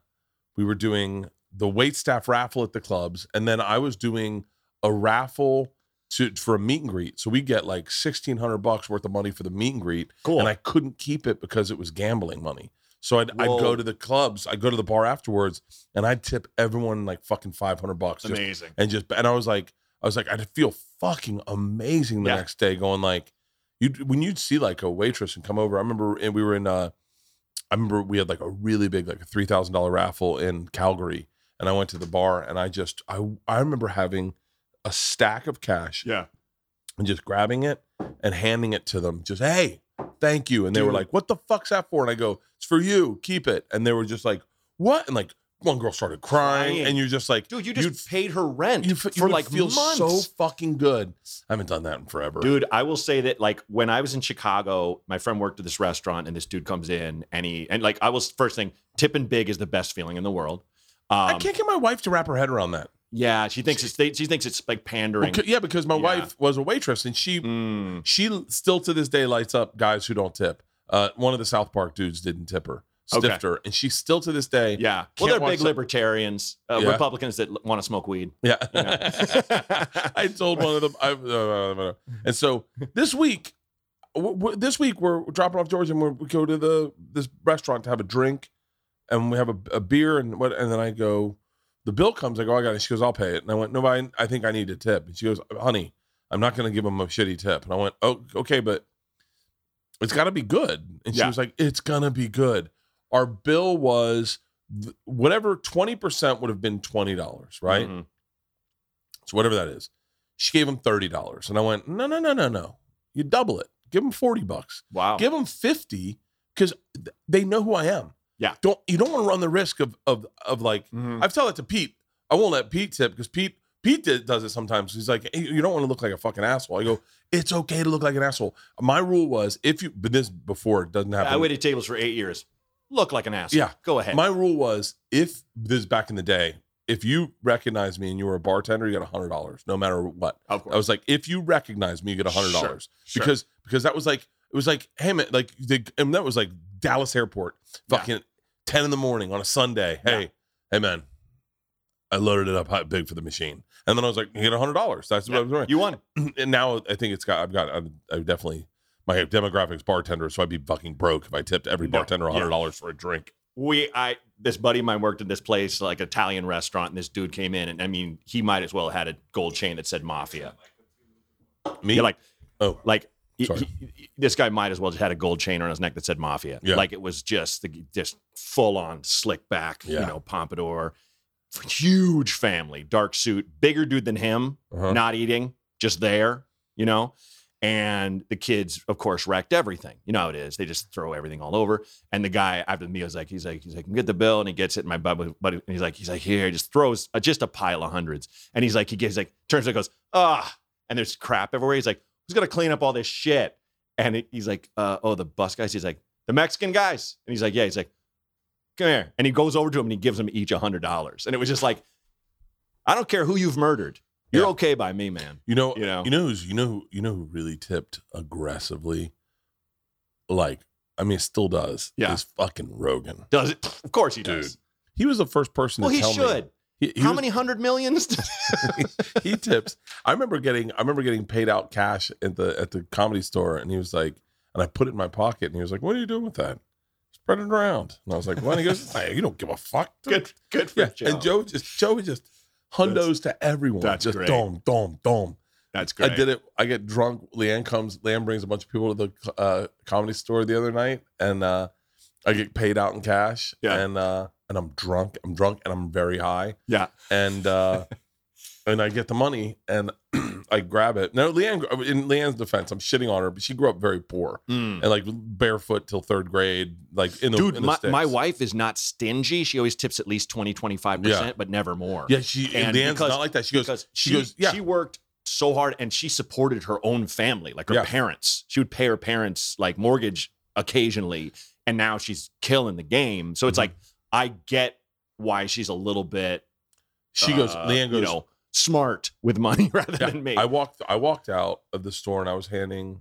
we were doing the wait staff raffle at the clubs and then i was doing a raffle to for a meet and greet so we get like 1600 bucks worth of money for the meet and greet
cool.
and I couldn't keep it because it was gambling money. So I'd, I'd
Whoa.
go to the clubs, I'd go to the bar afterwards, and I'd tip everyone like fucking five hundred bucks, just,
Amazing.
and just and I was like, I was like, I'd feel fucking amazing the
Yeah.
next day, going like, you when you'd see like a waitress and come over. I remember and we were in, uh, I remember we had like a really big like a three thousand dollar raffle in Calgary, and I went to the bar and I just I I remember having a stack of cash
Yeah.
and just grabbing it and handing it to them. Just hey, thank you. And they were
Dude.
like, "What the fuck's that for?" And I go, "It's for you. Keep it." And they were just like, "What?" And like one girl started crying,
Crying.
and you're just like,
Dude, you
You'd
just paid her rent
you, f- you
for
would
like
feel
months.
so fucking good. I haven't done that in forever.
Dude, I will say that like when I was in Chicago, my friend worked at this restaurant, and this dude comes in and he and like I was first thing tipping big is the best feeling in the world. Um,
I can't get my wife to wrap her head around that.
Yeah, she thinks it's they, she thinks it's like pandering.
Because- yeah, because my
Yeah.
wife was a waitress and she
Mm.
she still to this day lights up guys who don't tip. Uh, one of the South Park dudes didn't tip her, stiffed
Okay.
her, and she still to this day.
Yeah, well,
Can't
they're
watch
big
that.
libertarians, uh,
Yeah.
Republicans that want to smoke weed.
Yeah.
You know?
I told one of them. I, uh, and so this week, w- w- this week we're dropping off George, and we're, we go to the this restaurant to have a drink, and we have a, a beer, and what? And then I go, the bill comes. I go, I got it. She goes, I'll pay it. And I went, no, I, I think I need a tip. And she goes, honey, I'm not going to give him a shitty tip. And I went, oh, okay, but it's got to be good. And she
Yeah.
was like, it's going to be good. Our bill was th- whatever 20% would have been $20, right?
Mhm.
So whatever that is. She gave him thirty dollars, and I went, no, no, no, no, no. You double it. Give him forty bucks.
Wow.
Give him fifty because they know who I am.
Yeah.
Don't you don't want to run the risk of of of like
Mhm.
I've told that to Pete. I won't let Pete tip because Pete Pete did, does it sometimes. He's like, hey, you don't want to look like a fucking asshole. I go, it's okay to look like an asshole. My rule was if you, but this before it doesn't happen.
I waited tables for eight years. Look like an asshole.
Yeah.
go ahead.
My rule was if this is back in the day, if you recognize me and you were a bartender, you got hundred dollars, no matter what.
of
I was like, if you recognize me, you get a hundred dollars
Sure.
because because that was like it was like hey man like the, and that was like Dallas Airport
Yeah.
fucking ten in the morning on a Sunday.
Yeah.
Hey hey man, I loaded it up hot big for the machine, and then I was like, you get a hundred dollars. That's what I was doing.
you won.
and now I think it's got I've got I've, I've definitely my demographics bartender, so I'd be fucking broke if I tipped every
No.
bartender a
Yeah.
hundred dollars for a drink.
we I this buddy of mine worked at this place like Italian restaurant and this dude came in and I mean he might as well have had a gold chain that said mafia.
Me
You're like
oh
like he-
Sorry.
he- this guy might as well just had a gold chain on his neck that said mafia.
Yeah.
Like it was just the just full on slick back,
Yeah.
you know, pompadour, huge family, dark suit, bigger dude than him,
uh-huh.
not eating, just there, you know? And the kids, of course, wrecked everything. You know how it is. They just throw everything all over. And the guy after the meal is like, he's like, he's like, get the bill. And he gets it. And my buddy, buddy and he's like, he's like, here, he just throws uh, just a pile of hundreds. And he's like, he gets like, turns and goes, ah. And there's crap everywhere. He's like, who's going to clean up all this shit? And he- he's like, uh, oh, the bus guys. He's like, the Mexican guys. And he's like, yeah. He's like, come here. And he goes over to him and he gives them each a $100. And it was just like, I don't care who you've murdered. You're
Yeah.
okay by me, man.
you know
You know,
You know who's you know who- you know who really tipped aggressively? Like, I mean, still does.
Yeah.
Is fucking Rogan.
does it? Of course he does.
He was the first person
Well,
to
he
tell me.
should.
He, he
How
was-
many hundred millions?
he tips. I remember getting I remember getting paid out cash at the at the comedy store and he was like and I put it in my pocket and he was like, What are you doing with that? Spread it around. And I was like, What? And he goes, hey, you don't give a fuck.
good, good for
Yeah.
Joe.
And Joe just Joe would just hundos to everyone.
that's
just
great.
dom, dom, dom.
That's
I did it. I get drunk. Leanne comes. Leanne brings a bunch of people to the uh, comedy store the other night, and uh, I get paid out in cash.
Yeah.
And uh, and I'm drunk. I'm drunk, and I'm very high.
Yeah.
And uh, and I get the money and I grab it. Now, Leanne, in Leanne's defense, I'm shitting on her, but she grew up very poor
Mm.
and like barefoot till third grade, like in the
Dude,
in the
my,
sticks.
my wife is not stingy. She always tips at least 20, 25%,
Yeah.
but never more.
Yeah, she and
And
Leanne's
because-
not like that. She goes,
because
she
she,
goes, yeah.
she worked so hard and she supported her own family, like her
Yeah.
parents. She would pay her parents like mortgage occasionally, and now she's killing the game. So it's
Mhm.
like I get why she's a little bit.
she goes,
uh,
Leanne goes,
you know, smart with money rather
Yeah,
than me.
I walked I walked out of the store and I was handing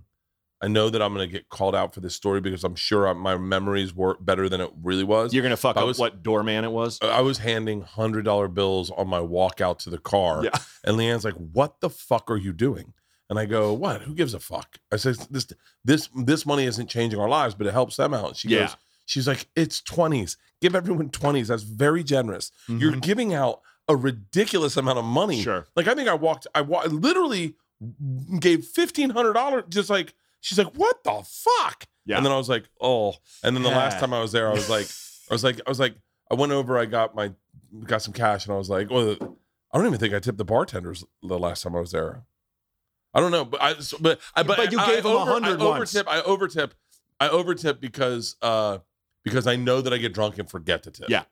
I know that I'm going to get called out for this story because I'm sure I, my memories were better than it really was.
You're gonna fuck
I
up
was-
what doorman it was.
I was handing $100 bills on my walk out to the car.
Yeah.
And Leanne's like, "What the fuck are you doing?" And I go, "What? Who gives a fuck?" I said, "This this this money isn't changing our lives, but it helps them out." And she
Yeah.
goes, she's like, "It's 20s. Give everyone 20s. That's very generous. You're
Mm-hmm.
giving out a ridiculous amount of money."
sure.
Like I think I walked, I wa- literally gave fifteen hundred dollars. Just like she's like, what the fuck?
Yeah.
And then I was like, oh. And then the last
Yeah.
time I was there, I was like, I was like, I was like, I went over, I got my, got some cash, and I was like, well, I don't even think I tipped the bartenders the last time I was there. I don't know, but I, so- but I, but,
But you
I-
gave
I
them
over-
100
I
once.
overtip, I overtip, I overtip because, uh, because I know that I get drunk and forget to tip.
Yeah.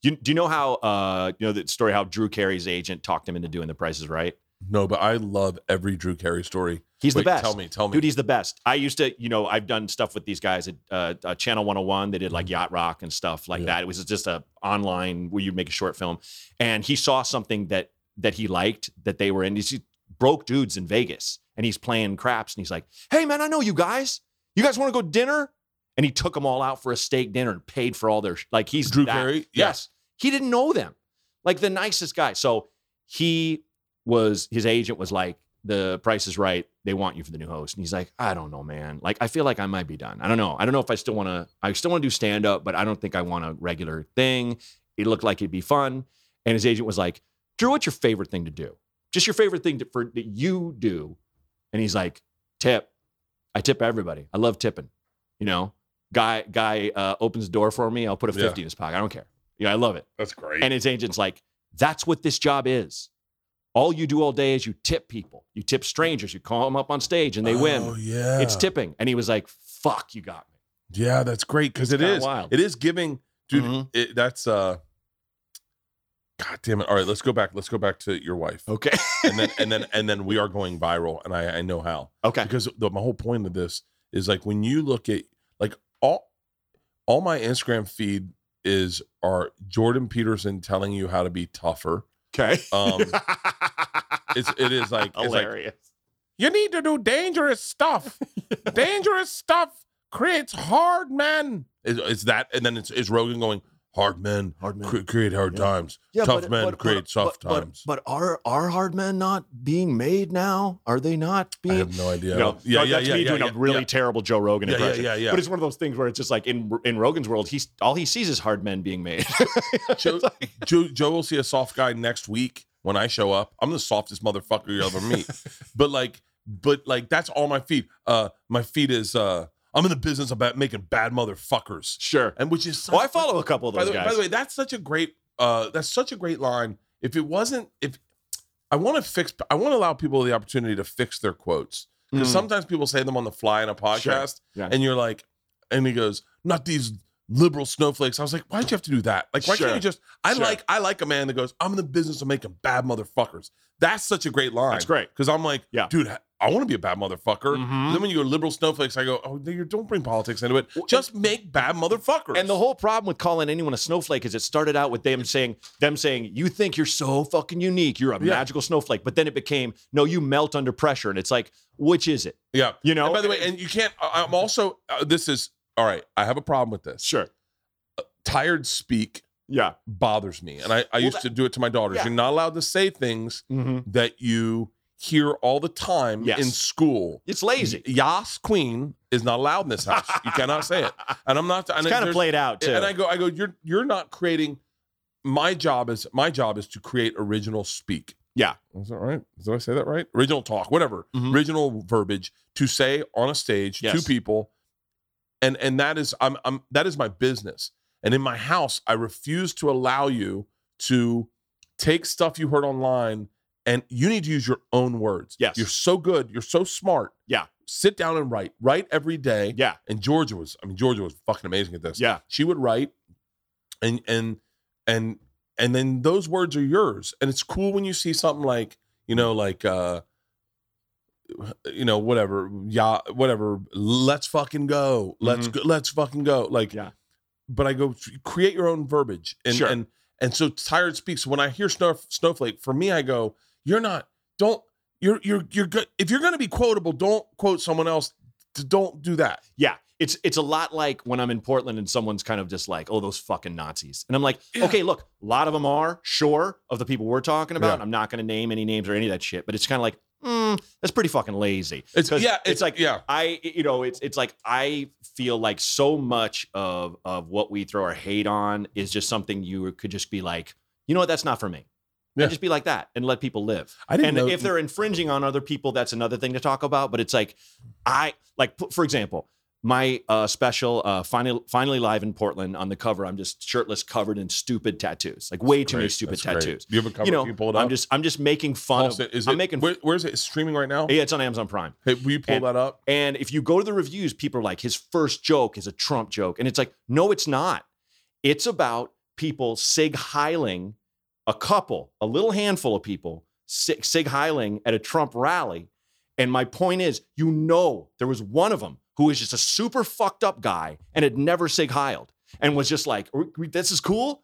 You, do you know how uh you know that story how Drew Carey's agent talked him into doing the prices right?
No, but I love every Drew Carey story.
He's
Wait,
the best.
Tell me, tell me.
Dude, he's the best. I used to, you know, I've done stuff with these guys at uh, uh, Channel 101. They did like Yacht Rock and stuff like
Yeah.
that. It was just a online where you'd make a short film. And he saw something that that he liked that they were in. He's, he broke dudes in Vegas and he's playing craps and he's like, hey, man, I know you guys. You guys want to go dinner? And he took them all out for a steak dinner and paid for all their, sh- like he's
Drew
that-
Carey? Yeah.
Yes. He didn't know them. Like the nicest guy. So he was his agent was like, the price is right. They want you for the new host. And he's like, I don't know, man. Like, I feel like I might be done. I don't know. I don't know if I still want to, I still want to do stand up, but I don't think I want a regular thing. It looked like it'd be fun. And his agent was like, Drew, what's your favorite thing to do? Just your favorite thing to, for, that you do. And he's like, tip. I tip everybody. I love tipping. You know, guy, guy uh, opens the door for me. I'll put a
Yeah.
50 in his pocket. I don't care. Yeah, I love it.
That's great.
And his agent's like, that's what this job is. All you do all day is you tip people. You tip strangers. You call them up on stage and they
Oh
win.
yeah,
It's tipping. And he was like, fuck, you got me.
Yeah, that's great because it
kinda
is.
wild.
It is giving, dude.
Mhm.
It, that's uh. God damn it! All right, let's go back. Let's go back to your wife,
Okay.
and then and then and then we are going viral, and I I know how
okay.
because the, my whole point of this is like when you look at like all all my Instagram feed is are Jordan Peterson telling you how to be tougher.
Okay.
Um, it's it is like it's like
hilarious.
You need to do dangerous stuff. dangerous stuff creates hard men. It's, it's that, and then it's, it's Rogan going hard men
hard
cre- create hard
Yeah.
times. tough men create soft
but,
times.
But, are are hard men not being made now? Are they not
I
being?
have no idea.
You know,
yeah,
no,
yeah,
that's
yeah,
me
yeah,
doing
yeah,
a really
yeah.
terrible Joe Rogan
Yeah, yeah,
impression.
yeah, yeah.
But it's one of those things where it's just like in in Rogan's world, he's all he sees is hard men being made. It's
Joe-
like-
Joe, Joe will see a soft guy next week when I show up. I'm the softest motherfucker you'll ever meet. but like, but like, that's all my feed. Uh, my feed is uh, I'm in the business about making bad motherfuckers,
sure.
and which is such
Well, I follow a couple of
by
those
the,
guys.
by the way, that's such a great uh that's such a great line. If it wasn't if I want to fix I want to allow people the opportunity to fix their quotes. Because
Mm.
sometimes people say them on the fly in a podcast
Yeah.
and you're like and he goes, "Not these liberal snowflakes." I was like, "Why'd you have to do that? Like why
Sure.
can't you just I
Sure.
like I like a man that goes, "I'm in the business of making bad motherfuckers." That's such a great line.
That's great.
Cuz I'm like,
Yeah.
dude, I want to be a bad motherfucker.
Mhm.
Then when you go liberal snowflakes, I go, "Oh, no, you don't bring politics into it.
Well,
Just make bad motherfuckers."
And the whole problem with calling anyone a snowflake is it started out with them saying them saying you think you're so fucking unique, you're a
Yeah.
magical snowflake, but then it became no, you melt under pressure, and it's like which is it?
yeah.
You know.
And by the way, and you can't. I- I'm also. Uh, this is all right. I have a problem with this.
sure,
Tired speak
yeah,
bothers me, and I, I
Well,
used
that-
to do it to my daughters.
yeah.
You're not allowed to say things
hmm
that you hear all the time
Yes.
in school.
it's lazy.
Yas Queen is not allowed in this house. You cannot say it. And I'm not.
It's
and
kind of
there's-
played out too.
And I go. I go. You're you're not creating. My job is my job is to create original speak.
Yeah.
Is that right? Did I say that right? Original talk, whatever.
Mhm.
Original verbiage to say on a stage to
Yes.
people. And and that is I'm I'm that is my business. And in my house, I refuse to allow you to take stuff you heard online and you need to use your own words.
Yes.
You're so good. You're so smart.
Yeah.
Sit down and write. Write every day.
Yeah.
And Georgia was, I mean, Georgia was fucking amazing at this.
Yeah.
She would write and and and and then those words are yours. And it's cool when you see something like, you know, like uh you know, whatever, yeah, whatever. Let's fucking go. Let's go, let's fucking go. Like,
Mm-hmm. Yeah.
But I go create your own verbiage, and
Sure.
and and so tired speaks. When I hear snow, snowflake, for me, I go, you're not. Don't you're you're you're good. If you're gonna be quotable, don't quote someone else. D- Don't do that.
Yeah. It's it's a lot like when I'm in Portland and someone's kind of just like, oh, those fucking Nazis. And I'm like,
Yeah.
okay, look, a lot of them are, sure, of the people we're talking about.
Yeah.
I'm not gonna name any names or any of that shit, but it's kind of like, mm, that's pretty fucking lazy.
It's
'Cause
yeah.
it's like-
yeah.
I you know, it's it's like I feel like so much of of what we throw our hate on is just something you could just be like, you know what, that's not for me.
Yeah.
And just be like that and let people live
I didn't
and
know
if they're infringing on other people that's another thing to talk about but it's like i like p- for example my uh, special uh, finally finally live in portland on the cover i'm just shirtless covered in stupid tattoos like way too many
Great.
stupid
That's great.
tattoos
Do you have a cover?
you know
Can you pull it up?
i'm just i'm just making fun
Pulse
of
it. Is
i'm
it-
making
where- where is it? It's streaming right now.
yeah it's on amazon prime
Hey, will you pull
And-
that up?
and if you go to the reviews, people are like, his first joke is a Trump joke. And it's like, no, it's not. It's about people sig heiling a couple, a little handful of people sig sig heiling at a Trump rally. And my point is, you know, there was one of them who was just a super fucked up guy and had never sig heiled and was just like, "We- we- this is cool.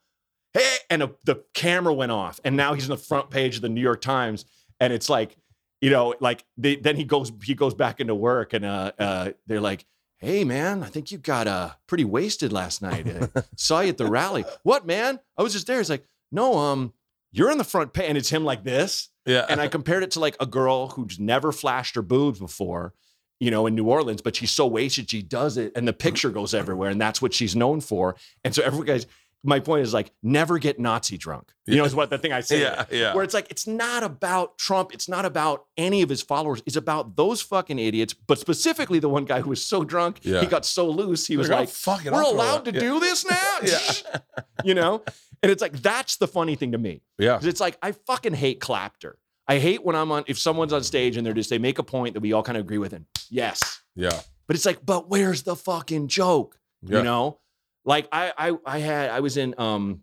Hey, and a, the camera went off. And now he's on the front page of the New York Times. And it's like, you know, like they, then he goes he goes back into work and uh, uh, they're like, "Hey man, I think you got uh, pretty wasted last night. I saw you at the rally. What man? I was just there." He's like, "No, um, you're in the front page," and it's him like this.
Yeah.
And I compared it to like a girl who's never flashed her boobs before, you know, in New Orleans, but she's so wasted she does it, and the picture goes everywhere, and that's what she's known for. And so every guy's my point is like never get Nazi drunk. You know, is what the thing I say
yeah. Yeah.
where it's like it's not about Trump, it's not about any of his followers, it's about those fucking idiots, but specifically the one guy who was so drunk,
Yeah.
he got so loose, he was
They're gonna
like,
fuck it
"We're
up for
allowed to
that."
do this now,"
Yeah.
you know. And it's like that's the funny thing to me
Yeah.
'Cause it's like I fucking hate clapter. I hate when I'm on if someone's on stage and they're just they make a point that we all kind of agree with, and yes,
Yeah.
but it's like, but where's the fucking joke?
Yeah.
you know like I, I i had i was in um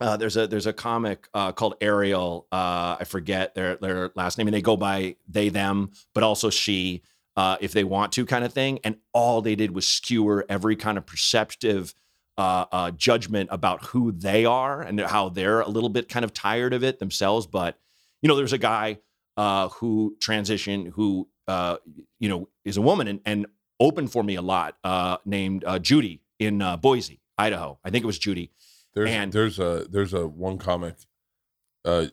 uh, there's a there's a comic uh, called Ariel. Uh, I forget their their last name, and they go by they them, but also she, uh, if they want to, kind of thing. And all they did was skewer every kind of perceptive uh, uh, judgment about who they are and how they're a little bit kind of tired of it themselves. But you know, there's a guy uh, who transitioned who uh, you know is a woman and, and opened for me a lot uh, named uh, Judy in uh, Boise, Idaho. I think it was Judy.
There's
And-
there's a there's a one comic uh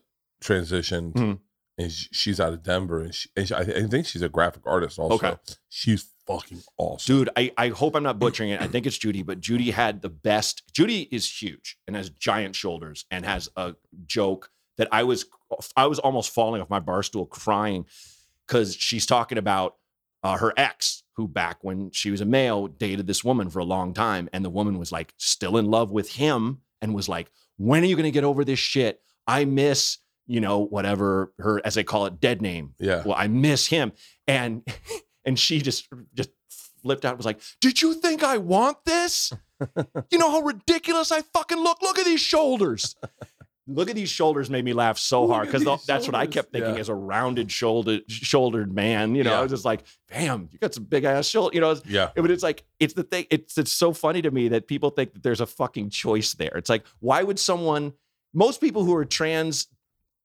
transitioned
Mhm.
and sh- she's out of Denver and, she, and she, I I think she's a graphic artist also.
Okay.
She's fucking awesome.
Dude, I, I hope I'm not butchering it. I think it's Judy, but Judy had the best. Judy is huge and has giant shoulders and has a joke that I was I was almost falling off my bar stool crying because she's talking about uh, her ex who back when she was a male dated this woman for a long time and the woman was like still in love with him and was like, when are you gonna get over this shit? I miss you know whatever her as they call it dead name
Yeah.
well i miss him and and she just just flipped out and was like did you think i want this you know how ridiculous i fucking look look at these shoulders look at these shoulders made me laugh so
Look
hard
at
because
these
that's what i
shoulders.
kept thinking
Yeah.
as a rounded shouldered shouldered man you know
Yeah.
i was just like damn you got some big ass shoulder you know it's-
Yeah.
but it's like it's the thing it's it's so funny to me that people think that there's a fucking choice there it's like why would someone most people who are trans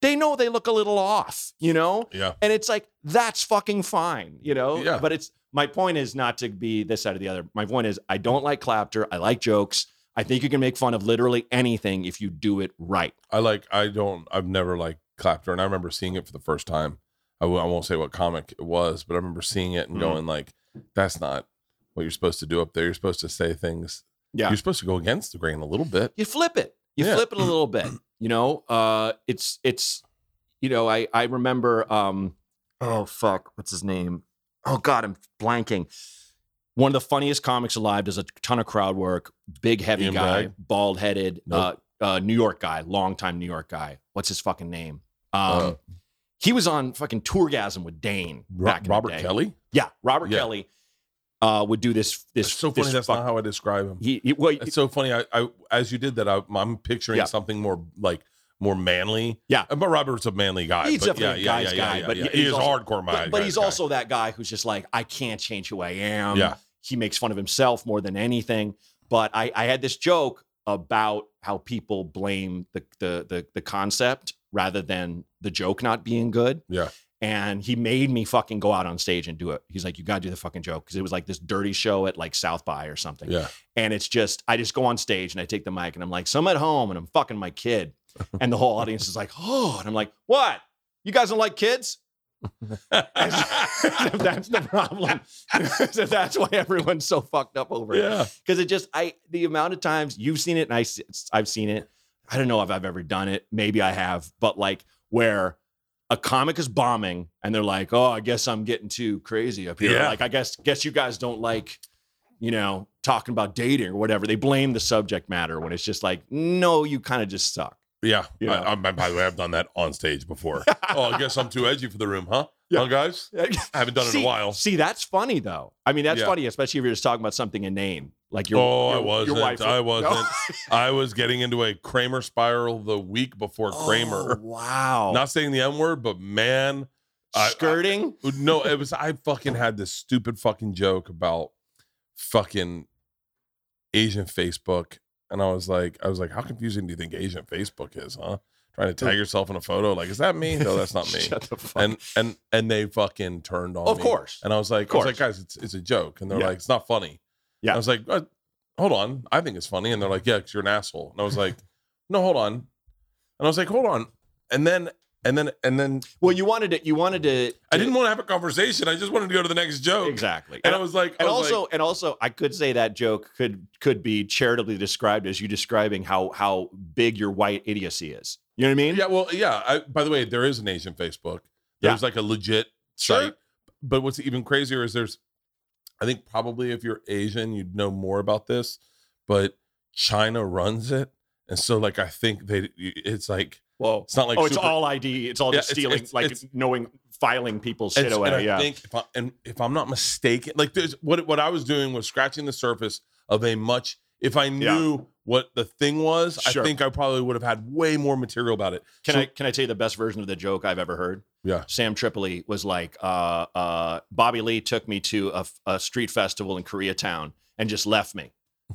they know they look a little off you know
Yeah.
and it's like, that's fucking fine, you know?
Yeah.
But it's my point is not to be this side or the other. My point is I don't like clapter. I like jokes. I think you can make fun of literally anything if you do it right.
I like I don't I've never like clapped her and I remember seeing it for the first time. I w- I won't say what comic it was, but I remember seeing it and
Mhm.
going like that's not what you're supposed to do up there. You're supposed to say things.
Yeah.
You're supposed to go against the grain a little bit.
You flip it. You
Yeah.
flip it a little bit. You know, uh, it's it's you know, I I remember um oh fuck, what's his name? Oh god, I'm blanking. One of the funniest comics alive does a ton of crowd work, big heavy
Ian
guy,
Bragg?
bald headed,
Nope.
uh, uh New York guy, longtime New York guy. What's his fucking name? Um
Uh,
He was on fucking Tourgasm with Dane
Ro-
back in the
Robert
day.
Kelly.
Yeah, Robert
Yeah.
Kelly uh, would do this. This
It's so funny.
this
That's
fuck-
not how I describe him.
he, he- well,
It's so funny. I, I as you did that, I, I'm picturing
Yeah.
something more like more manly. Uh,
Yeah.
but Robert's a manly guy.
He's
but
definitely a guy's guy, but he-
he
he's
is
also-
hardcore. My
but, but he's
guy.
also um, that guy who's just like, I can't change who I am.
yeah.
He makes fun of himself more than anything. But I, I had this joke about how people blame the, the the the concept rather than the joke not being good.
Yeah.
And he made me fucking go out on stage and do it. He's like, you gotta do the fucking joke. Cause it was like this dirty show at like South by or something.
Yeah.
And it's just, I just go on stage and I take the mic and I'm like, so I'm at home and I'm fucking my kid. And the whole audience is like, oh, and I'm like, what? You guys don't like kids? that's the problem. so that's why everyone's so fucked up over it.
yeah.
Because it just, I the amount of times you've seen it and I, s- I've seen it. I don't know if I've ever done it. Maybe I have, but like where a comic is bombing and they're like, "Oh, I guess I'm getting too crazy up here.
Yeah.
Like, I guess guess you guys don't like, you know, talking about dating or whatever." They blame the subject matter when it's just like, "No, you kind of just suck."
Yeah.
You know.
I, I, by the way, I've done that on stage before. oh, I guess I'm too edgy for the room, huh?
Yeah.
Huh, guys? I haven't done it
see,
in a while.
See, that's funny though. I mean, that's
Yeah.
funny, especially if you're just talking about something inane, like your.
oh, I
your-
wasn't.
Your wife.
I wasn't.
No?
I was getting into a Kramer spiral the week before Kramer.
Oh, wow.
Not saying the M word, but man, I-
skirting.
no, it was I fucking had this stupid fucking joke about fucking Asian Facebook, and I was like, I was like, how confusing do you think Asian Facebook is, huh? Trying to tag yourself in a photo, like, is that me? No, that's not me.
Shut the fuck.
and and and they fucking turned on
of
me.
course.
And I was like,
Of
I was like,
course.
guys, it's it's a joke. And they're
Yeah.
like, it's not funny.
Yeah.
I was like, uh, hold on, I think it's funny. And they're like, yeah, because you're an asshole. And I was like, no, hold on. And I was like, hold on. And then and then and then
Well, you wanted to. You wanted to.
I didn't want to have a conversation. I just wanted to go to the next joke.
exactly.
And I was like, I
and
was
also,
like,
and also, I could say that joke could could be charitably described as you describing how how big your white idiocy is. You know what I mean?
yeah, well, yeah. I, by the way, there is an Asian Facebook. There's like a legit
Sure.
site. But what's even crazier is there's, I think probably if you're Asian, you'd know more about this, but China runs it, and so like I think they, it's like
Whoa.
it's not like
oh, it's
super-
all ID. It's all
Yeah,
just
it's-
stealing,
it's-
like
it's-
knowing, filing people's shit
It's-
away.
And I
yeah.
think if I, and if I'm not mistaken, like there's what what I was doing was scratching the surface of a much. If I knew what the thing was,
Sure.
I think I probably would have had way more material about it.
Can
So-
I can I tell you the best version of the joke I've ever heard?
Yeah.
Sam Tripoli was like, uh, uh, Bobby Lee took me to a, f- a street festival in Koreatown and just left me,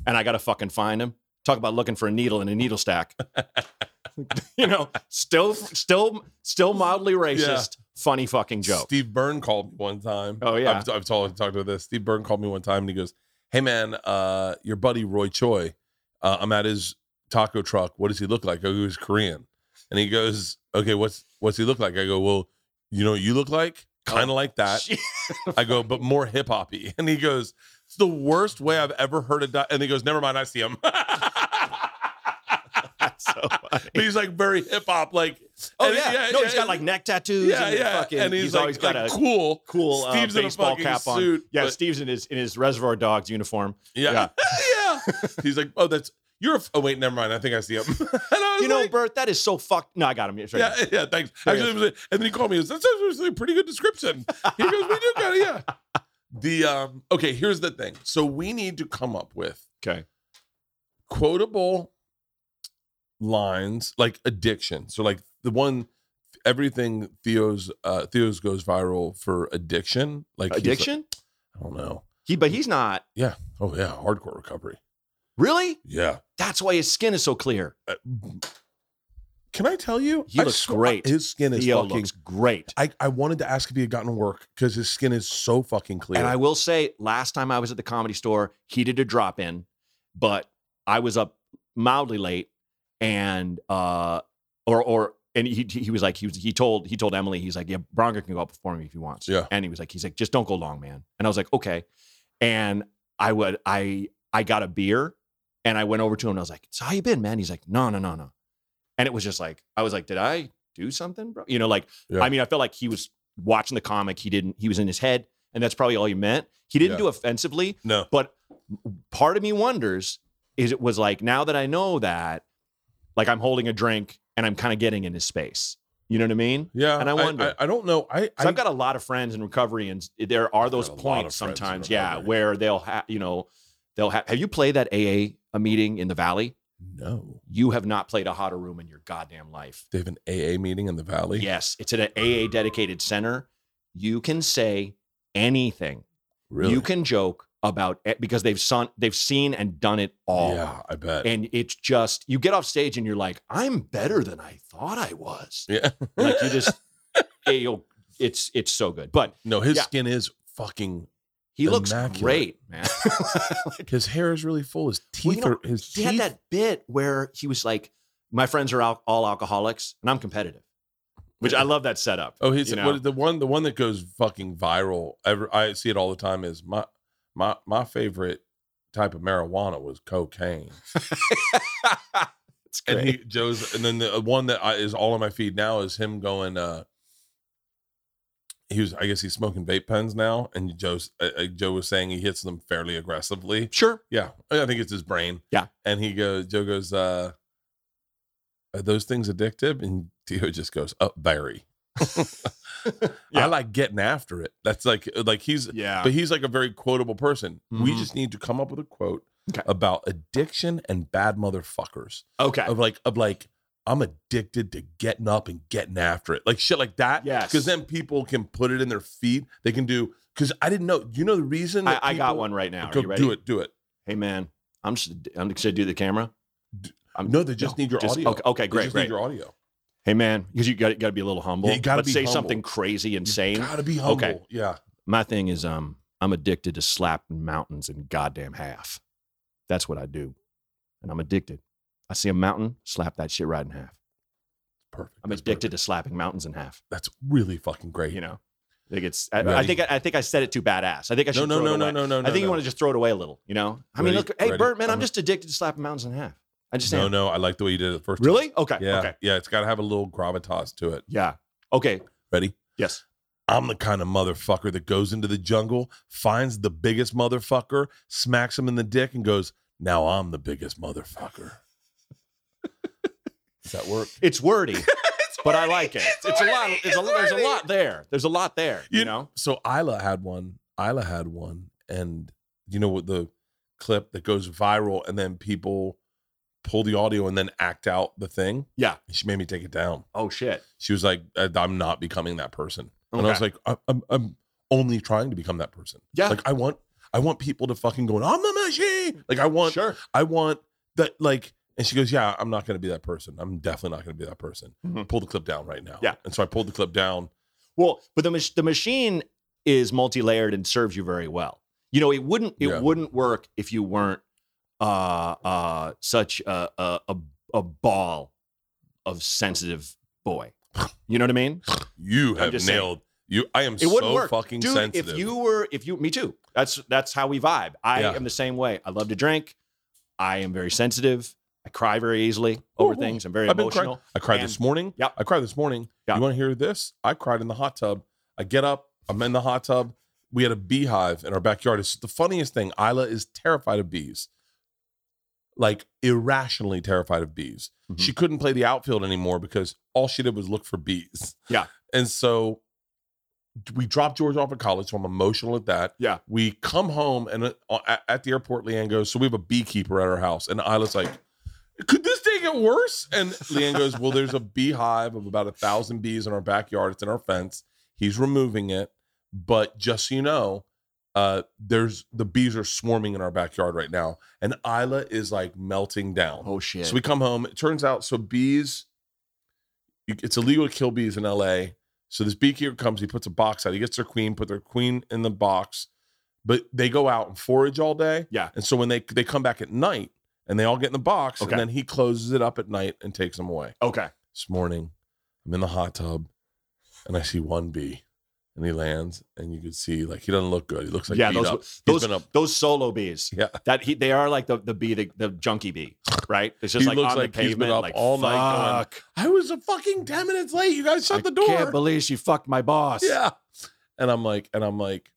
and I got to fucking find him. Talk about looking for a needle in a needle stack. you know, still, still, still mildly racist. Funny fucking joke.
Steve Byrne called me one time.
Oh, yeah.
I've, I've told, talked about this. Steve Byrne called me one time and he goes, "Hey man, uh, your buddy Roy Choi, uh, I'm at his taco truck. What does he look like? I go, he's Korean." And he goes, "Okay, what's what's he look like?" I go, "Well, you know, what you look like kind of like that."
Oh, Shit.
I go, "But more hip hoppy." And he goes, "It's the worst way I've ever heard it." Di-. And he goes, "Never mind, I see him."
That's so funny.
But he's like very hip hop, like
Oh
and-
yeah. no, he's got like neck tattoos.
yeah,
and
yeah,
Fucking,
and he's, like,
always got
like,
a
cool.
cool uh,
Steve's in a
baseball
fucking
cap on.
suit,
yeah,
but-
Steve's in his in his Reservoir Dogs uniform.
Yeah. Yeah. He's like, oh, that's, you're, a f- oh, wait, never mind. I think I see him. and I was
You know,
like,
Bert, that is so fucked. No, I got him. It's right
yeah,
here.
yeah, thanks.
Yeah.
Actually, it was- and then he called me. He goes, That's actually a pretty good description. He goes, we do got it. Yeah. The, um, okay, here's the thing. So we need to come up with
Okay.
quotable lines like addiction. So like the one, everything Theo's, uh, Theo's goes viral for addiction. Like he's like-
Addiction?
I don't know.
He, but he's not
Oh yeah. Hardcore recovery.
really.
Yeah.
That's why his skin is so clear.
Uh, Can I tell you?
He
I
looks
swear-
great.
His skin is
Theo
fucking.
looks great.
I, I wanted to ask if he had gotten work because his skin is so fucking clear.
And I will say, last time I was at the comedy store, he did a drop in, but I was up mildly late, and uh, or or and he he was like he was he told he told Emily he's like yeah Bronger can go up for me if he wants.
yeah.
And he was like, he's like, just don't go long, man. And I was like, okay. And I would, I, I got a beer and I went over to him and I was like, so how you been, man? He's like, no, no, no, no. And it was just like, I was like, did I do something, bro? You know, like,
Yeah.
I mean, I felt like he was watching the comic. He didn't, he was in his head and that's probably all he meant. He didn't
Yeah.
do offensively,
No.
but part of me wonders is it was like, now that I know that, like I'm holding a drink and I'm kind of getting in his space. You know what I mean?
Yeah,
And I wonder.
I, don't know. I,
So
I
I've got a lot of friends in recovery, and there are those
got a lot
points
of friends in
sometimes, yeah,
recovery.
where they'll have, you know, they'll have. Have you played that AA a meeting in the Valley?
no.
You have not played a hotter room in your goddamn life.
They have an AA meeting in the valley.
Yes, it's at an AA dedicated center. You can say anything.
really.
You can joke about it because they've son- they've seen and done it all.
Yeah, I bet.
And it's just you get off stage and you're like, I'm better than I thought I was.
yeah.
Like you just, you'll, it's it's so good. But
no, his
Yeah.
skin is fucking.
he looks
Immaculate.
great, man.
His hair is really full. His teeth
Well, you know,
are. His
he
teeth.
had that bit where he was like, "My friends are al- all alcoholics, and I'm competitive," which I love that setup.
oh, he's
you know?
what, the one. The one that goes fucking viral. Ever I see it all the time. Is my my my favorite type of marijuana was cocaine.
it's
and he Joe's and then the uh, one that I, is all on my feed now is him going uh he was I guess he's smoking vape pens now and Joe's uh, uh, Joe was saying he hits them fairly aggressively.
sure.
Yeah, I think it's his brain.
Yeah.
And he goes Joe goes uh are those things addictive and Tio just goes up very. I
Yeah.
like getting after it. That's like uh, like he's
Yeah.
but he's like a very quotable person. We
Mhm.
just need to come up with a quote
Okay.
about addiction and bad motherfuckers
okay.
of like of like I'm addicted to getting up and getting after it, like shit like that.
Yes.
because then people can put it in their feet. They can do because I didn't know. You know the reason
I,
that
I got
people-
one right now. Are
Go
you ready?
do it, do it.
Hey, man. I'm just. I'm just gonna do the camera. I'm-
No, they just need your audio.
Okay. Okay.
They
Great.
just
Great.
need your audio.
hey, man. Because you got to be a little humble.
Yeah, you gotta
Let's
be
say
humble.
something crazy, insane.
Gotta be humble.
Okay.
Yeah,
My thing is, um, I'm addicted to slapping mountains in goddamn half. That's what I do, and I'm addicted. I see a mountain, slap that shit right in half.
perfect.
I'm
That's
addicted
perfect.
to slapping mountains in half.
That's really fucking great.
You know, like it's. I,
Ready?
I think. I think I said it too badass. I think
no,
I should.
no,
throw
no,
it
no,
away.
no, no.
I think you want to just throw it away a little. You know. I mean,
Ready?
look. Hey,
Ready?
Bert, man, I'm
I'm-
just addicted to slapping mountains in half. I just
No,
am.
no, I like the way you did it the first. time.
Really? Okay.
Yeah,
Okay.
yeah. It's got to have a little gravitas to it.
Yeah. Okay.
Ready?
Yes.
I'm the kind of motherfucker that goes into the jungle, finds the biggest motherfucker, smacks him in the dick, and goes, Now I'm the biggest motherfucker. Does that work?
It's wordy, but I like it. It's, a lot. It's, a, there's a lot there. There's a lot there. You,
You-
know.
So Isla had one. Isla had one. And you know what the clip that goes viral and then people pull the audio and then act out the thing?
Yeah.
She made me take it down.
Oh shit.
She was like, "I- I'm not becoming that person. And I
Okay.
was like, "I- I'm, I'm only trying to become that person.
Yeah.
Like I want I want people to fucking go, I'm the machine. Like I want
sure.
I want that like and she goes, Yeah, I'm not gonna be that person. I'm definitely not gonna be that person.
Mhm.
Pull the clip down right now.
Yeah.
And so I pulled the clip down.
Well, but the mach- the machine is multi-layered and serves you very well. You know, it wouldn't it
Yeah.
wouldn't work if you weren't uh uh such a a a, a ball of sensitive boy. You know what I mean?
You
I'm
have nailed
just saying.
you I am
It wouldn't
so
work.
fucking
Dude,
sensitive.
if you were if you me too. That's that's how we vibe. I
Yeah.
am the same way. I love to drink. I am very sensitive. I cry very easily over
Ooh,
things. I'm very
I've been crying.
emotional.
I cried
and-
this morning.
Yep.
I cried this morning.
Yeah.
You wanna hear this? I cried in the hot tub. I get up, I'm in the hot tub. We had a beehive in our backyard. It's the funniest thing. Isla is terrified of bees. Like irrationally terrified of bees.
Mhm.
She couldn't play the outfield anymore because all she did was look for bees.
Yeah.
And so we dropped George off at college, so I'm emotional at that.
Yeah.
We come home and uh, at, at the airport, Leanne goes, So we have a beekeeper at our house. And Isla's like, Could this day get worse? And Leanne goes, Well, there's a beehive of about a thousand bees in our backyard. It's in our fence. He's removing it. But just so you know, uh, there's the bees are swarming in our backyard right now. And Isla is like melting down.
Oh shit.
So we come home. It turns out so bees, you- it's illegal to kill bees in L.A. So this beekeeper comes. He puts a box out. He gets their queen. Put their queen in the box. But they go out and forage all day.
Yeah.
And so when they they come back at night and they all get in the box
Okay.
and then he closes it up at night and takes them away.
okay.
This morning, I'm in the hot tub and I see one bee and he lands and you can see like he doesn't look good. He looks like
yeah,
beat
those
up. He's
those
been up.
those solo bees.
Yeah.
That he, they are like the the bee, the, the junkie bee, right? It's just
He
like
looks
on
like
the
he's been
pavement,
up
like
all
all
night
night.
going, I was a fucking ten minutes late. You guys shut the door.
Can't believe she fucked my boss.
Yeah. And I'm like, and I'm like,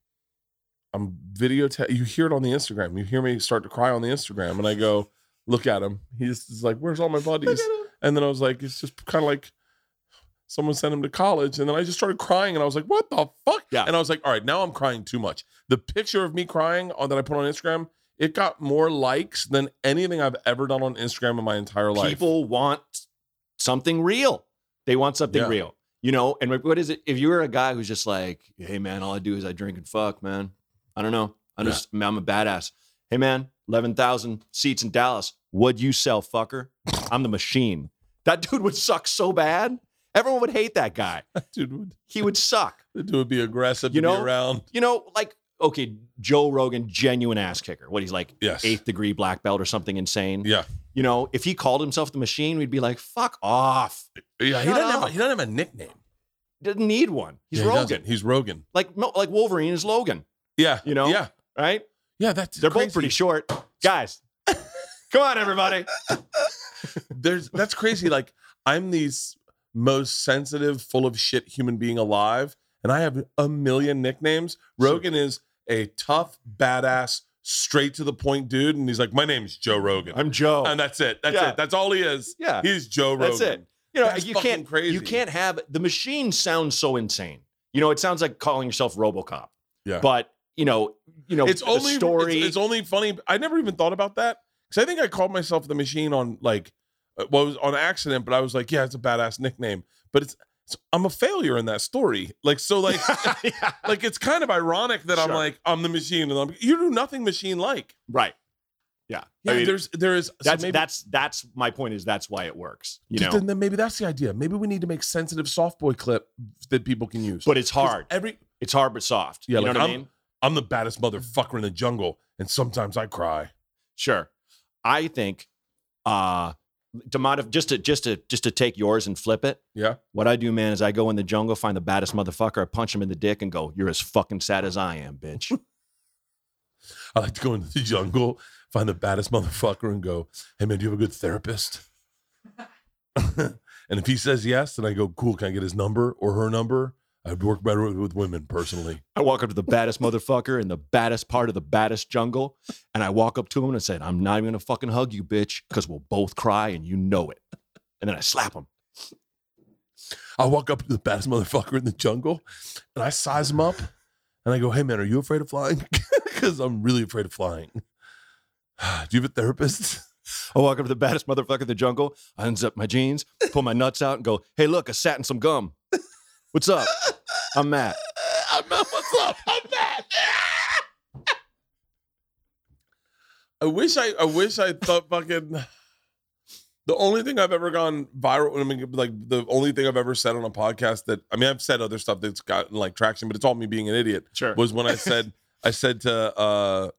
I'm videotape. You hear it on the Instagram. You hear me start to cry on the Instagram, and I go, look at him. He's just like, where's all my buddies? And then I was like, it's just kind of like, someone sent him to college. And then I just started crying and I was like, what the fuck?
Yeah.
And I was like, all right, now I'm crying too much. The picture of me crying on, that I put on Instagram, it got more likes than anything I've ever done on Instagram in my entire life.
People want something real. They want something
Yeah.
real. You know, and what is it? If you're a guy who's just like, hey man, all I do is I drink and fuck, man. I don't know. I
Yeah.
just I'm a badass. Hey man, eleven thousand seats in Dallas. What'd you sell, fucker? I'm the machine. That dude would suck so bad. Everyone would hate that guy.
Dude, would,
He would suck.
dude would be aggressive
You
to
know?
be around.
You know, like, okay, Joe Rogan, genuine ass kicker. What he's like,
Yes.
eighth degree black belt or something insane.
Yeah.
You know, if he called himself the machine, we'd be like, fuck off.
Yeah, he
Shut
doesn't, have a,
up.
he doesn't have a nickname.
Didn't need one. He's
Yeah, he
Rogan.
doesn't. He's Rogan.
like no, like Wolverine is Logan,
Yeah.
You know?
Yeah.
right?
Yeah. That's
They're
crazy.
both pretty short. Guys, come on, everybody.
there's that's crazy. Like I'm the s- most sensitive, full of shit human being alive, and I have a million nicknames. Rogan is a tough, badass, straight to the point dude, and he's like, "My name's Joe Rogan,"
I'm Joe.
and that's it. That's
Yeah.
it. That's all he is.
yeah.
He's Joe Rogan.
That's it. You know,
That's
you
fucking
can't
crazy.
you can't have the machine sounds so insane. You know, it sounds like calling yourself RoboCop.
Yeah.
But, you know, you know,
It's
the
only
story.
It's, it's only funny. I never even thought about that because I think I called myself the machine on like, uh, well, it was on accident, but I was like, yeah, it's a badass nickname, but it's, it's I'm a failure in that story. Like so, like.
Yeah.
like it's kind of ironic that I'm
Sure.
like I'm the machine and I'm you do nothing machine like.
Right. Yeah.
Yeah,
I mean,
there's there is so
that's
maybe,
that's that's my point is that's why it works. You know.
then, then maybe that's the idea. Maybe we need to make sensitive soft boy clip that people can use.
But it's
'Cause
hard.
Every
It's hard but soft.
Yeah,
you
like,
know what i
I'm-
mean?
I'm the baddest motherfucker in the jungle, and sometimes I cry.
Sure. I think uh to modif- just to just to just to take yours and flip it.
Yeah.
What I do, man, is I go in the jungle, find the baddest motherfucker, I punch him in the dick and go, You're as fucking sad as I am, bitch.
I like to go into the jungle, find the baddest motherfucker, and go, "Hey man, do you have a good therapist?" and if he says yes, then I go, "Cool, can I get his number or her number?" I work better with- with women personally.
I walk up to the baddest motherfucker in the baddest part of the baddest jungle, and I walk up to him and I said, I'm not even gonna fucking hug you, bitch, because we'll both cry and you know it. And then I slap him.
I walk up to the baddest motherfucker in the jungle and I size him up and I go, Hey man, are you afraid of flying? Because I'm really afraid of flying. Do you have a therapist?
I walk up to the baddest motherfucker in the jungle. I unzip my jeans, pull my nuts out, and go, "Hey, look, I sat in some gum. What's up? I'm Matt.
I'm what's up? I'm mad. I wish I I wish I thought fucking the only thing I've ever gone viral, I mean, like the only thing I've ever said on a podcast that I mean, I've said other stuff that's gotten like traction, but it's all me being an idiot.
Sure.
was when I said I said to uh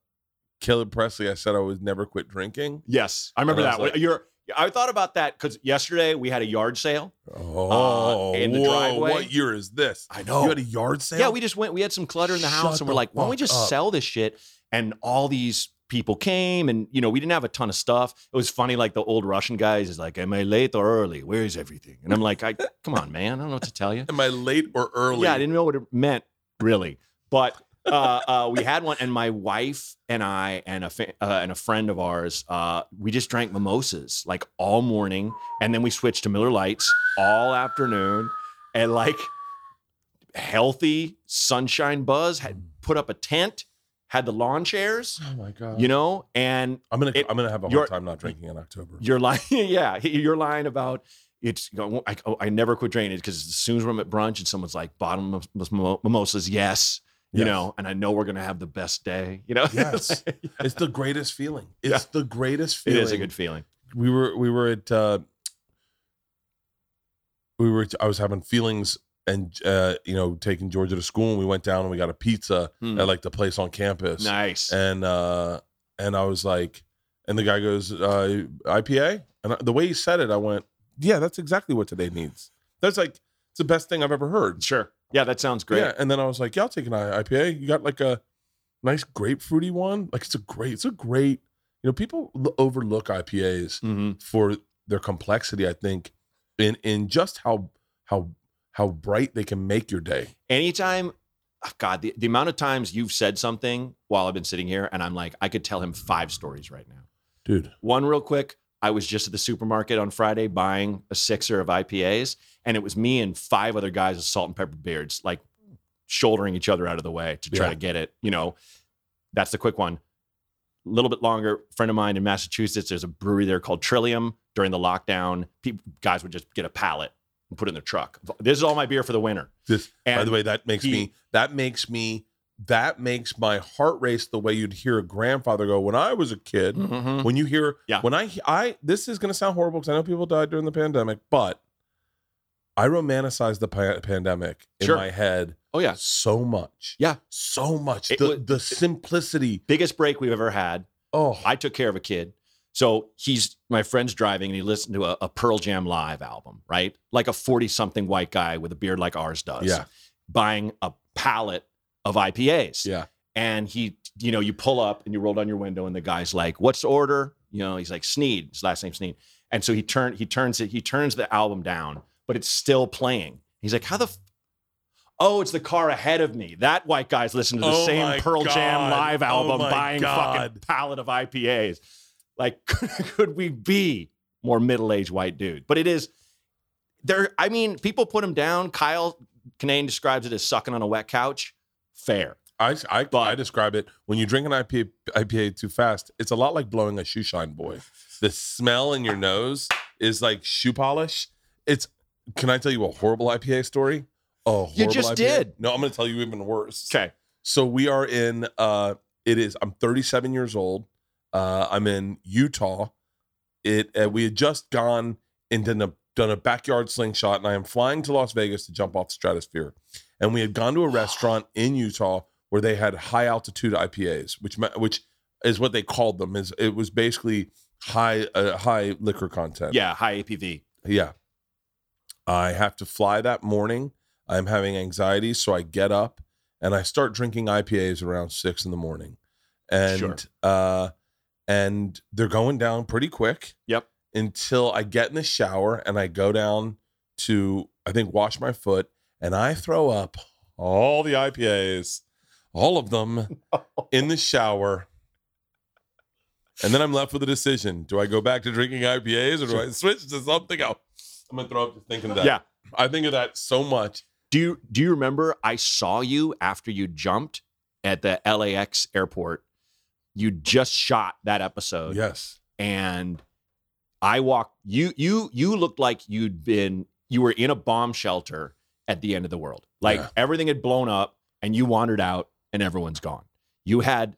Caleb Presley, I said I would never quit drinking.
yes, I remember
And I
that.
was like-
You're. I thought about that because yesterday we had a yard sale.
Oh,
in the
whoa,
driveway?
what year is this?
I
You had a yard sale?
Yeah, we just went. We had some clutter in the house,
Shut
and we're
the
like, why don't we
fuck
just
up.
sell this shit? And all these people came, and you know, we didn't have a ton of stuff. It was funny, like the old Russian guys is like, "Am I late or early? Where is everything?" And I'm like, "I come on, man. I don't know what to tell you."
Am I late or early?
Yeah, I didn't know what it meant really, but uh, uh, we had one, and my wife and I and a fa- uh, and a friend of ours, uh, we just drank mimosas like all morning, and then we switched to Miller Lights all afternoon, and like healthy sunshine buzz had put up a tent, had the lawn chairs,
Oh my god.
you know, and
I'm gonna
it-
I'm gonna have a
you're-
hard time not drinking in October.
you're lying, yeah, you're lying about. It's I, I never quit drinking it because as soon as we're at brunch and someone's like bottomless mimo- mimosas, yes, you
Yes.
know, and I know we're gonna have the best day, you know.
Yes. It's the greatest feeling. It's the greatest
it
feeling.
is a good feeling.
we were we were at uh we were I was having feelings and uh you know taking Georgia to school and we went down and we got a pizza
Hmm.
at like the place on campus.
Nice.
and uh and I was like, and the guy goes, uh, IPA, and I, the way he said it, I went, yeah, that's exactly what today needs. That's like it's the best thing I've ever heard.
sure. Yeah, that sounds great.
Yeah, and then I was like, yeah, I'll take an I- IPA. You got like a nice grapefruity one. Like it's a great, it's a great. You know, people l- overlook IPAs
hmm
for their complexity. I think in in just how how how bright they can make your day.
Anytime, oh, God, the, the amount of times you've said something while I've been sitting here, and I'm like, I could tell him five stories right now.
Dude,
One real quick. I was just at the supermarket on Friday buying a sixer of IPAs, and it was me and five other guys with salt and pepper beards, like shouldering each other out of the way to try
Yeah.
to get it. You know, that's the quick one. A little bit longer, friend of mine in Massachusetts, there's a brewery there called Trillium. During the lockdown, people, guys would just get a pallet and put it in their truck. This is all my beer for the winter.
This-
and
By the way, that makes
he-
me that makes me that makes my heart race the way you'd hear a grandfather go when I was a kid.
Mhm.
When you hear
Yeah.
when I I this is going to sound horrible cuz I know people died during the pandemic, but I romanticized the pa- pandemic in
Sure.
my head
oh yeah,
so much.
Yeah.
So much.
It
the
was-
the simplicity.
biggest break we've ever had.
Oh,
I took care of a kid. So he's my friend's driving and he listened to a, a Pearl Jam live album, right? Like a 40 something white guy with a beard like ours does.
yeah.
Buying a pallet of IPAs.
Yeah.
And he, you know, you pull up and you roll down your window and the guy's like, What's the order? You know, he's like Sneed, his last name Sneed. And so he turn he turns it, he turns the album down, but it's still playing. He's like, How the f- Oh, it's the car ahead of me. That white guy's listening to the
Oh my
same Pearl Jam
God.
live
Oh
album,
my
buying fucking
God.
pallet of IPAs. Like, could we be more middle-aged white dude? But it is there. I mean, people put him down. Kyle Kinane describes it as sucking on a wet couch. Fair.
I I, I describe it when you drink an IPA, IPA too fast. It's a lot like blowing a shoe shine boy. The smell in your nose is like shoe polish. It's. Can I tell you a horrible IPA story? Oh,
You just did.
No, I'm going to tell you even worse.
Okay.
So we are in. uh It is. I'm 37 years old. Uh I'm in Utah. It. Uh, we had just gone and done a done a backyard slingshot, and I am flying to Las Vegas to jump off the stratosphere. And we had gone to a restaurant in Utah where they had high altitude IPAs, which me- which is what they called them. Is it was basically high uh, high liquor content.
Yeah. High APV.
Yeah. I have to fly that morning. I'm having anxiety, so I get up and I start drinking IPAs around six in the morning, and
Sure.
uh, and they're going down pretty quick.
Yep.
Until I get in the shower and I go down to I think wash my foot and I throw up all the IPAs, all of them, in the shower. And then I'm left with a decision: Do I go back to drinking IPAs or do I switch to something else? I'm gonna throw up just thinking that.
Yeah.
I think of that so much.
Do you do you remember I saw you after you jumped at the LAX airport? You just shot that episode.
Yes.
and I walked you you you looked like you'd been you were in a bomb shelter at the end of the world. Like
Yeah.
everything had blown up and you wandered out and everyone's gone. You had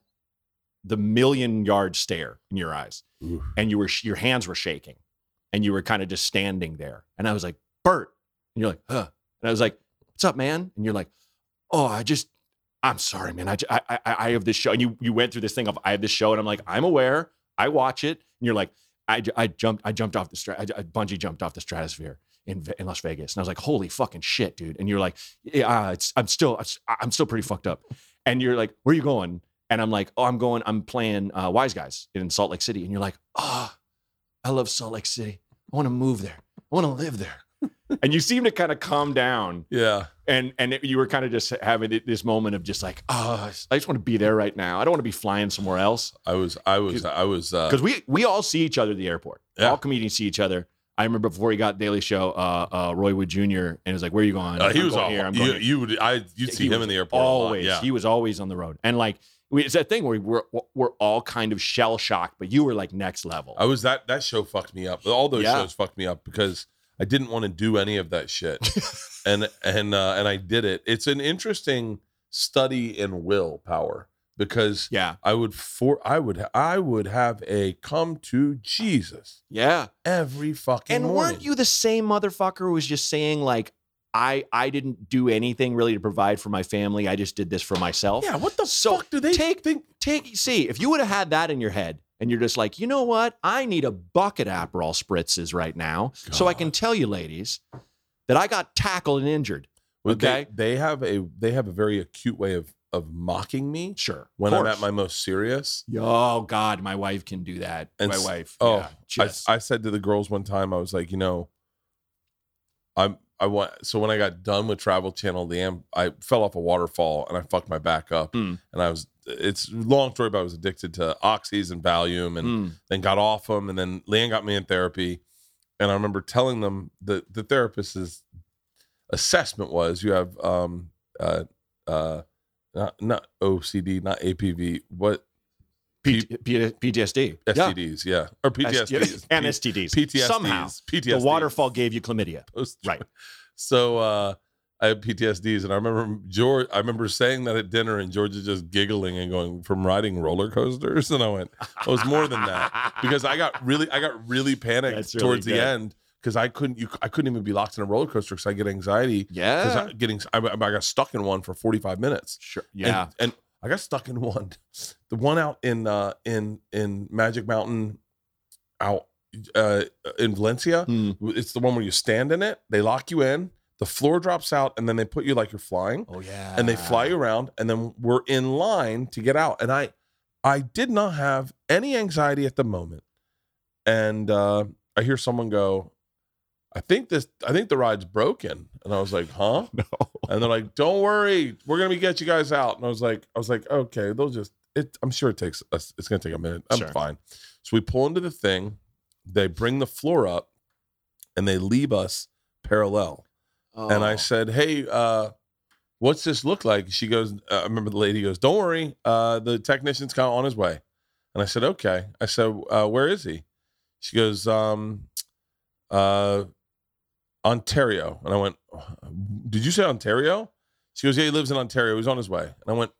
the million yard stare in your eyes
Oof.
and you were your hands were shaking and you were kind of just standing there and I was like, "Bert." And you're like, "Huh." And I was like, "What's up, man?" And you're like, "Oh, I just I'm sorry, man. I, j- I, I- I have this show. And you, you went through this thing of, I have this show. And I'm like, I'm aware. I watch it. And you're like, I, j- I jumped, I jumped off the, stra- I, j- I bungee jumped off the stratosphere in, Ve- in Las Vegas. And I was like, holy fucking shit, dude. And you're like, yeah, uh, it's, I'm still, it's- I'm still pretty fucked up. And you're like, where are you going? And I'm like, oh, I'm going, I'm playing uh, Wise Guys in Salt Lake City. And you're like, ah, I love Salt Lake City. I want to move there. I want to live there. and you seem to kind of calm down
Yeah.
and and it- you were kind of just having it- this moment of just like oh i just want to be there right now i don't want to be flying somewhere else
I was. I was. I was. Uh,
because we we all see each other at the airport
Yeah.
all comedians see each other i remember before he got daily show uh uh roy wood jr and it was like where are you going
Uh, he
I'm
was
going
all
here i'm
you,
going here."
you would I you'd see
He
him
was
in the airport a lot,
always
yeah.
he was always on the road and like we, it's that thing where we're we're all kind of shell shocked but you were like next level
I was that that show fucked me up. All those
Yeah.
shows fucked me up because I didn't want to do any of that shit, and and uh, and I did it. It's an interesting study in willpower because
yeah
I would for I would I would have a come to Jesus
yeah
every fucking
and
morning.
weren't you the same motherfucker who was just saying like I I didn't do anything really to provide for my family. I just did this for myself.
Yeah, what the
So,
fuck do they
take-
think?
Take see if you would have had that in your head and you're just like, you know what? I need a bucket of Aperol spritzes right now, so I
God.
can tell you, ladies, that I got tackled and injured.
Well,
Okay.
they, they have a they have a very acute way of of mocking me
Sure. of
when I'm at
course.
my most serious.
Oh God, my wife can do that.
And
my
s-
wife.
oh,
yeah,
I,
just
I said to the girls one time, I was like, you know, I'm I want so when I got done with Travel Channel, the am I fell off a waterfall and I fucked my back up,
Mm.
and I was it's long story, but I was addicted to oxys and Valium, and
Mm.
then got off them, and then Leanne got me in therapy, and I remember telling them that the therapist's assessment was you have um uh uh not, not OCD, not APV, what
P- P- PTSD. Yeah.
STDs, yeah, or
S- yeah.
PTSDs,
and STDs.
PTSDs,
Somehow
PTSD.
the waterfall gave you chlamydia.
post
Right.
So uh, I had PTSDs, and I remember George. I remember saying that at dinner, and Georgia just giggling and going from riding roller coasters, and I went, "It was more than that," because I got really, I got really panicked
That's really
towards
good.
the end because I couldn't, you, I couldn't even be locked in a roller coaster because I get anxiety because
yeah,
I getting, I, I got stuck in one for forty five minutes.
sure,
And-
yeah.
and, I got stuck in one, the one out in uh, in in Magic Mountain, out uh, in Valencia
Hmm.
it's the one where you stand in it they lock you in the floor drops out and then they put you like you're flying
Oh yeah,
and they fly you around and then we're in line to get out and i i did not have any anxiety at the moment and uh i hear someone go i think this i think the ride's broken and i was like huh
No,
and they're like don't worry we're gonna be get you guys out and i was like i was like okay they'll just it i'm sure it takes us it's gonna take a minute i'm
Sure.
fine so we pull into the thing they bring the floor up and they leave us parallel and i
Oh.
said hey uh what's this look like she goes uh, i remember the lady goes don't worry uh the technician's kind of on his way and i said okay i said uh where is he she goes um uh Ontario. And I went, Did you say Ontario? She goes, Yeah, he lives in Ontario. He's on his way. And I went,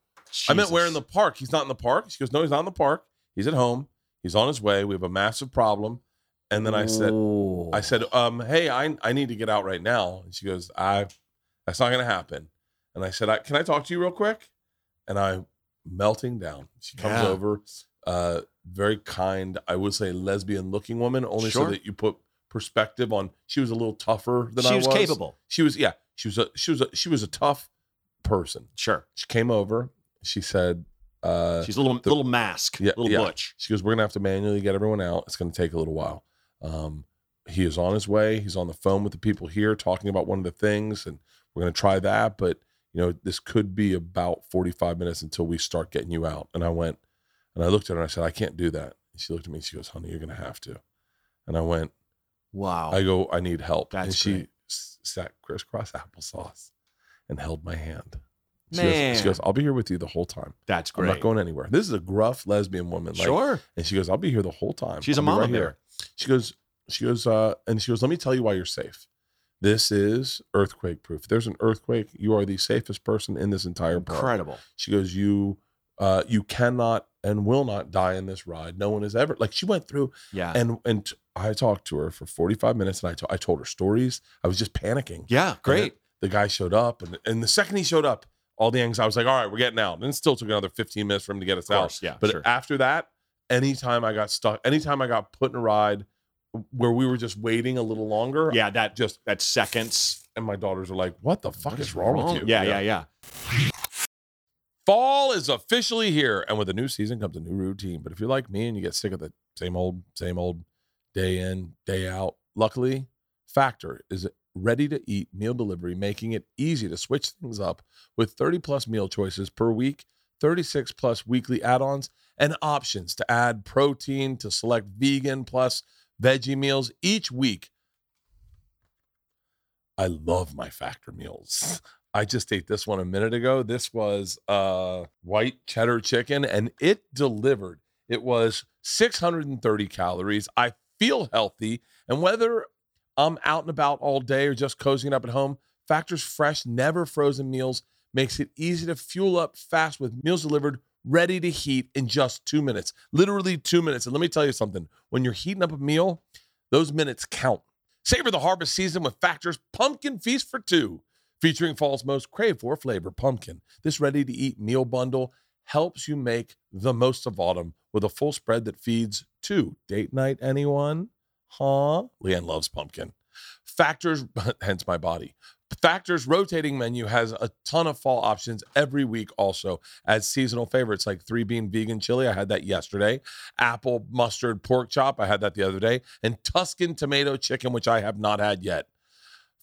I meant where in the
Jesus.
park? He's not in the park. She goes, No, he's not in the park. He's at home. He's on his way. We have a massive problem. And then I said,
Ooh.
I said, um, hey, I, I need to get out right now. And she goes, I, that's not going to happen. And I said, I, can I talk to you real quick? And I melting down. She comes
Yeah.
over, uh, very kind. I would say lesbian looking woman, only
Sure.
so that you put perspective on. She was a little tougher than
she
I
was,
was.
capable.
She was, yeah. She was a she was a she was a tough person.
Sure,
She came over. She said, uh,
she's a little
the-
little mask,
Yeah,
little
yeah.
butch.
she goes, We're gonna have to manually get everyone out. It's gonna take a little while. Um, he is on his way. He's on the phone with the people here talking about one of the things, and we're gonna try that. But you know, this could be about 45 minutes until we start getting you out. And I went and I looked at her and I said, I can't do that. And she looked at me and she goes, Honey, you're gonna have to. And I went,
Wow.
I go, I need help. and
That's
she
great.
s- sat crisscross applesauce and held my hand. She
Man.
goes, she goes, I'll be here with you the whole time.
That's
I'm not
great.
going anywhere. This is a gruff lesbian woman. Like,
sure.
and she goes, I'll be here the whole time.
She's a
I'll be
mama
right
bear.
She goes, she goes, uh, and she goes, let me tell you why you're safe. This is earthquake proof. If there's an earthquake, you are the safest person in this entire park.
Incredible.
She goes, you, uh, you cannot and will not die in this ride. No one has ever like she went through
Yeah.
and and t- I talked to her for 45 minutes and I to- I told her stories. I was just panicking.
yeah. Great.
The guy showed up and and the second he showed up, all the anxiety. I was like, all right, we're getting out. And it still took another 15 minutes for him to get us
Of
out.
course. Yeah.
But
sure.
after that, anytime I got stuck, anytime I got put in a ride where we were just waiting a little longer,
yeah. That
just
that seconds.
and my daughters are like, "What the fuck
What
is wrong, with you?"
Yeah. Yeah. Yeah.
Fall is officially here, and with a new season comes a new routine. But if you're like me and you get sick of the same old, same old, day in, day out, luckily, Factor is ready to eat meal delivery, making it easy to switch things up with 30 plus meal choices per week, 36 plus weekly add ons, and options to add protein to select vegan plus veggie meals each week. I love my Factor meals. I just ate this one a minute ago. This was uh, white cheddar chicken, and it delivered. It was 630 calories. I feel healthy, and whether I'm out and about all day or just cozying up at home, Factor's fresh, never frozen meals makes it easy to fuel up fast with meals delivered ready to heat in just two minutes. Literally two minutes. And let me tell you something when you're heating up a meal, those minutes count. Savor the harvest season with Factor's Pumpkin Feast for Two featuring fall's most crave for flavor pumpkin. This ready to eat meal bundle helps you make the most of autumn with a full spread that feeds two date night anyone. Huh? Leanne loves pumpkin. Factors, hence my body. Factors rotating menu has a ton of fall options every week, also as seasonal favorites like three bean vegan chili. I had that yesterday. Apple mustard pork chop. I had that the other day. And Tuscan tomato chicken, which I have not had yet.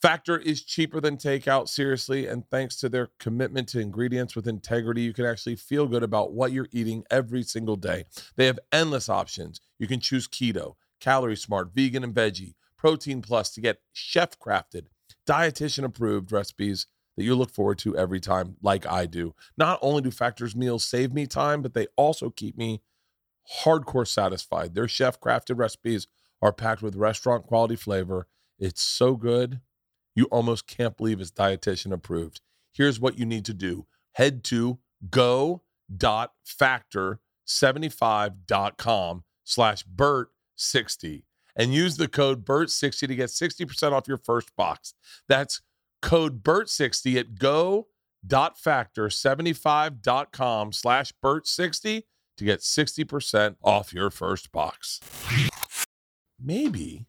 Factor is cheaper than takeout, seriously, and thanks to their commitment to ingredients with integrity, you can actually feel good about what you're eating every single day. They have endless options. You can choose keto, calorie smart, vegan and veggie, protein plus to get chef crafted, dietitian approved recipes that you look forward to every time, like I do. Not only do Factor's meals save me time, but they also keep me hardcore satisfied. Their chef crafted recipes are packed with restaurant quality flavor. It's so good, you almost can't believe it's dietitian approved. Here's what you need to do head to go.factor75.com slash BERT60 and use the code BERT60 to get 60% off your first box. That's code BERT60 at go.factor75.com slash BERT60 to get 60% off your first box. Maybe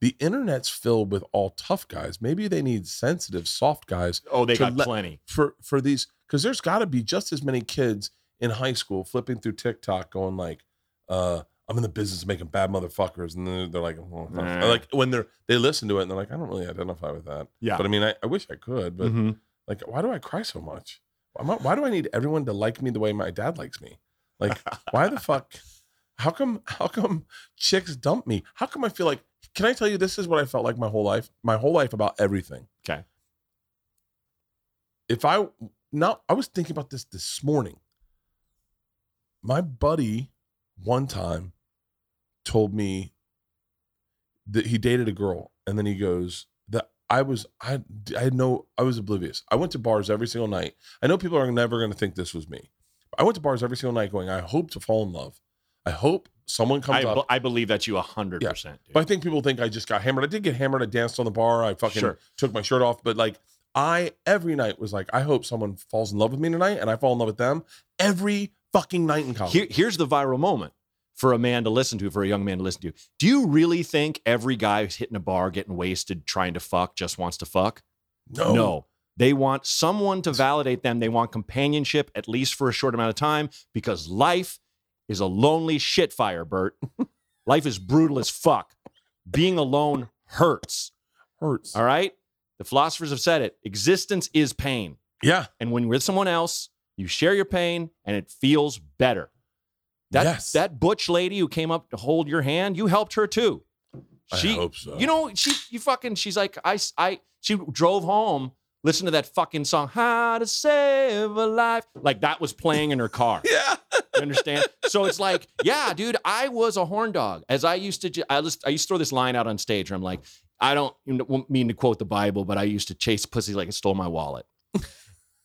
the internet's filled with all tough guys. Maybe they need sensitive, soft guys
Oh, they
To
got
let-
plenty.
for for these because there's got to be just as many kids in high school flipping through TikTok going like, uh, "I'm in the business of making bad motherfuckers," and then they're like, oh, fuck.
Nah.
like when they're they listen to it and they're like, "I don't really identify with that,"
Yeah.
but I mean, I, I wish I could, but
Mhm.
like, why do I cry so much? Why, am I- why do I need everyone to like me the way my dad likes me? Like, why the fuck? How come? How come chicks dump me? How come I feel like? Can I tell you this is what I felt like my whole life? My whole life about everything.
Okay.
If I now, I was thinking about this this morning. My buddy, one time, told me that he dated a girl, and then he goes that I was I I had no I was oblivious. I went to bars every single night. I know people are never going to think this was me. I went to bars every single night, going, I hope to fall in love. I hope someone comes
I,
up.
be- I believe that's you 100%. dude.
But I think people think I just got hammered. I did get hammered. I danced on the bar. I fucking
Sure.
took my shirt off. But like I every night was like, I hope someone falls in love with me tonight, and I fall in love with them every fucking night in college.
Here, here's the viral moment for a man to listen to, for a young man to listen to. Do you really think every guy who's hitting a bar, getting wasted, trying to fuck, just wants to fuck?
no,
No. They want someone to validate them. They want companionship, at least for a short amount of time, because life is a lonely shit fire, Bert. life is brutal as fuck. Being alone hurts.
hurts.
All right? The philosophers have said it. Existence is pain.
Yeah.
And when you're with someone else, you share your pain and it feels better. That,
Yes.
that butch lady who came up to hold your hand, you helped her too.
I
She,
hope so.
you know, she, you fucking, she's like, I, I, she drove home, listened to that fucking song, How to Save a Life. Like that was playing in her car.
Yeah.
You understand? so it's like, yeah, dude, I was a horn dog. As I used to, ju- I just, I used to throw this line out on stage where I'm like, I don't mean to quote the Bible, but I used to chase pussy like it stole my wallet.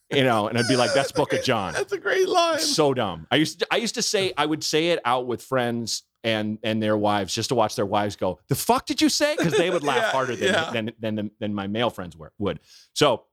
You know, and I'd be like, that's Book of John.
That's a great line.
So dumb. I used to, I used to say, I would say it out with friends and and their wives just to watch their wives go, the fuck did you say? Because they would laugh
Yeah,
harder than,
yeah.
than than than than my male friends were would. So,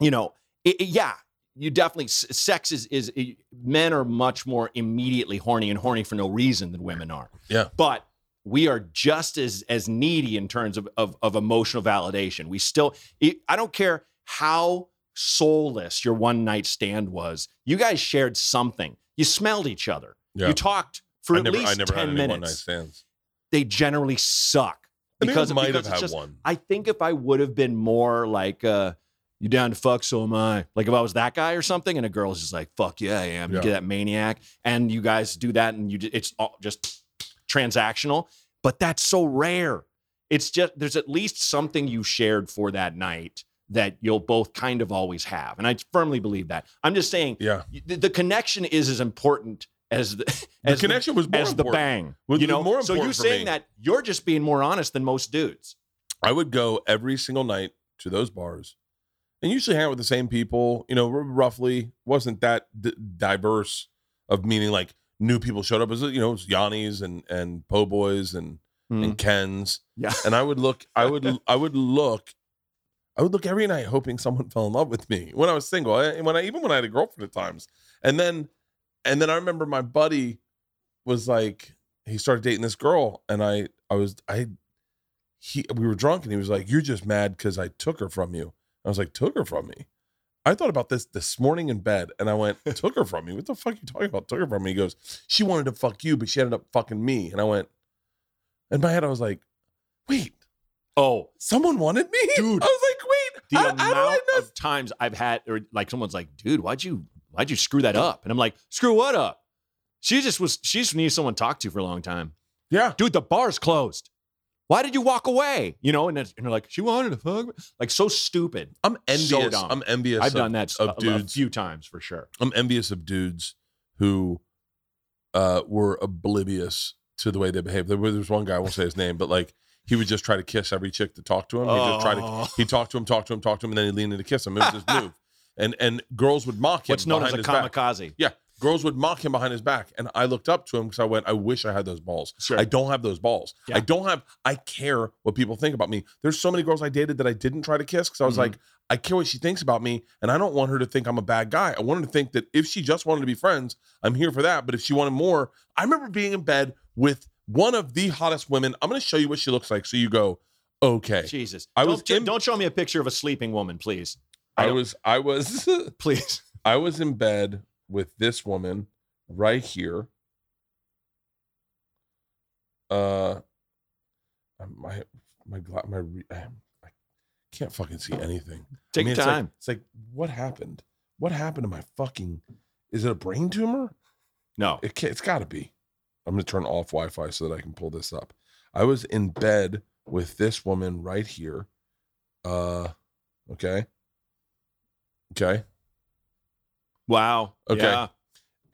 you know, it, it- yeah, you definitely s- sex is is eh, men are much more immediately horny and horny for no reason than women are.
Yeah.
but we are just as as needy in terms of of, of emotional validation. We still, it, I don't care how soulless your one night stand was. You guys shared something. You smelled each other.
Yeah.
You talked for
I
at
never,
least
I never had
ten
any one night
minutes.
stands.
They generally suck
I think
Because-
I might
because it's
have had
just-
one.
I think if I would have been more like, uh, you down to fuck, so am I. Like if I was that guy or something, and a girl's just like, fuck yeah, I am.
Yeah.
You get that maniac, and you guys do that, and you ju- it's all just transactional. But that's so rare. It's just there's at least something you shared for that night that you'll both kind of always have, and I firmly believe that. I'm just saying
yeah.
the, the connection is as important as the
The
as the-
connection was more
as the
important.
bang.
Was-
you
was
know,
more
so you
important for me.
saying that you're just being more honest than most dudes.
I would go every single night to those bars and usually hang out with the same people. You know, r- roughly wasn't that d- diverse of meaning like new people showed up. It was, you know, it was Yanni's and, and Po' Boys and, and Ken's.
Yeah.
And I would look, I would, I would look, I would look every night hoping someone fell in love with me when I was single. I- And when I, even when I had a girlfriend at times. And then, and then I remember my buddy was like, he started dating this girl and I, I was, I, he, we were drunk and he was like, you're just mad because I took her from you. I was like, took her from me. I thought about this this morning in bed and I went, took her from me. What the fuck are you talking about? Took her from me. He goes, she wanted to fuck you, but she ended up fucking me. And I went, in my head, I was like, wait,
Oh,
someone wanted me?
Dude.
I was
the
How- how
amount
do I know-
of times I've had, or like someone's like, dude, why'd you, why'd you screw that up? And I'm like, screw what up? She just was, she just needed someone to talk to for a long time.
Yeah.
Dude, the bar's closed. Why did you walk away? You know, and, it's- and they're like, she wanted to fuck me. Like, so stupid.
I'm envious.
So dumb.
I'm envious.
I've
of-
done that
of
a, a
dudes.
few times for sure.
I'm envious of dudes who uh, were oblivious to the way they behave. There was there was one guy, I won't say his name, but like he would just try to kiss every chick to talk to him. He just try to
Oh.
he talked to him, talked to him, talked to him, and then he leaned in to kiss him. It was his move. And and girls would mock him.
What's known as
behind
a
his back.
kamikaze.
Girls would mock him behind his back. And I looked up to him because I went, I wish I had those balls.
Sure.
I don't have those balls.
Yeah.
I don't have, I care what people think about me. There's so many girls I dated that I didn't try to kiss because I was
Mhm.
like, I care what she thinks about me. And I don't want her to think I'm a bad guy. I want her to think that if she just wanted to be friends, I'm here for that. But if she wanted more, I remember being in bed with one of the hottest women. I'm going to show you what she looks like. So you go, okay.
Jesus.
I
don't,
was
ju-
in-
don't show me a picture of a sleeping woman, please. I
I
don't-
was, I was.
Please.
I was in bed with this woman right here. Uh, I'm- my my gla- my re- I can't fucking see anything. I
Take
mean,
your
it's like-
time.
It's like, what happened? What happened to my fucking? Is it a brain tumor?
No.
It can't, it's got to be. I'm gonna turn off Wi-Fi so that I can pull this up. I was in bed with this woman right here. Uh, okay, okay,
Wow.
Okay.
Yeah.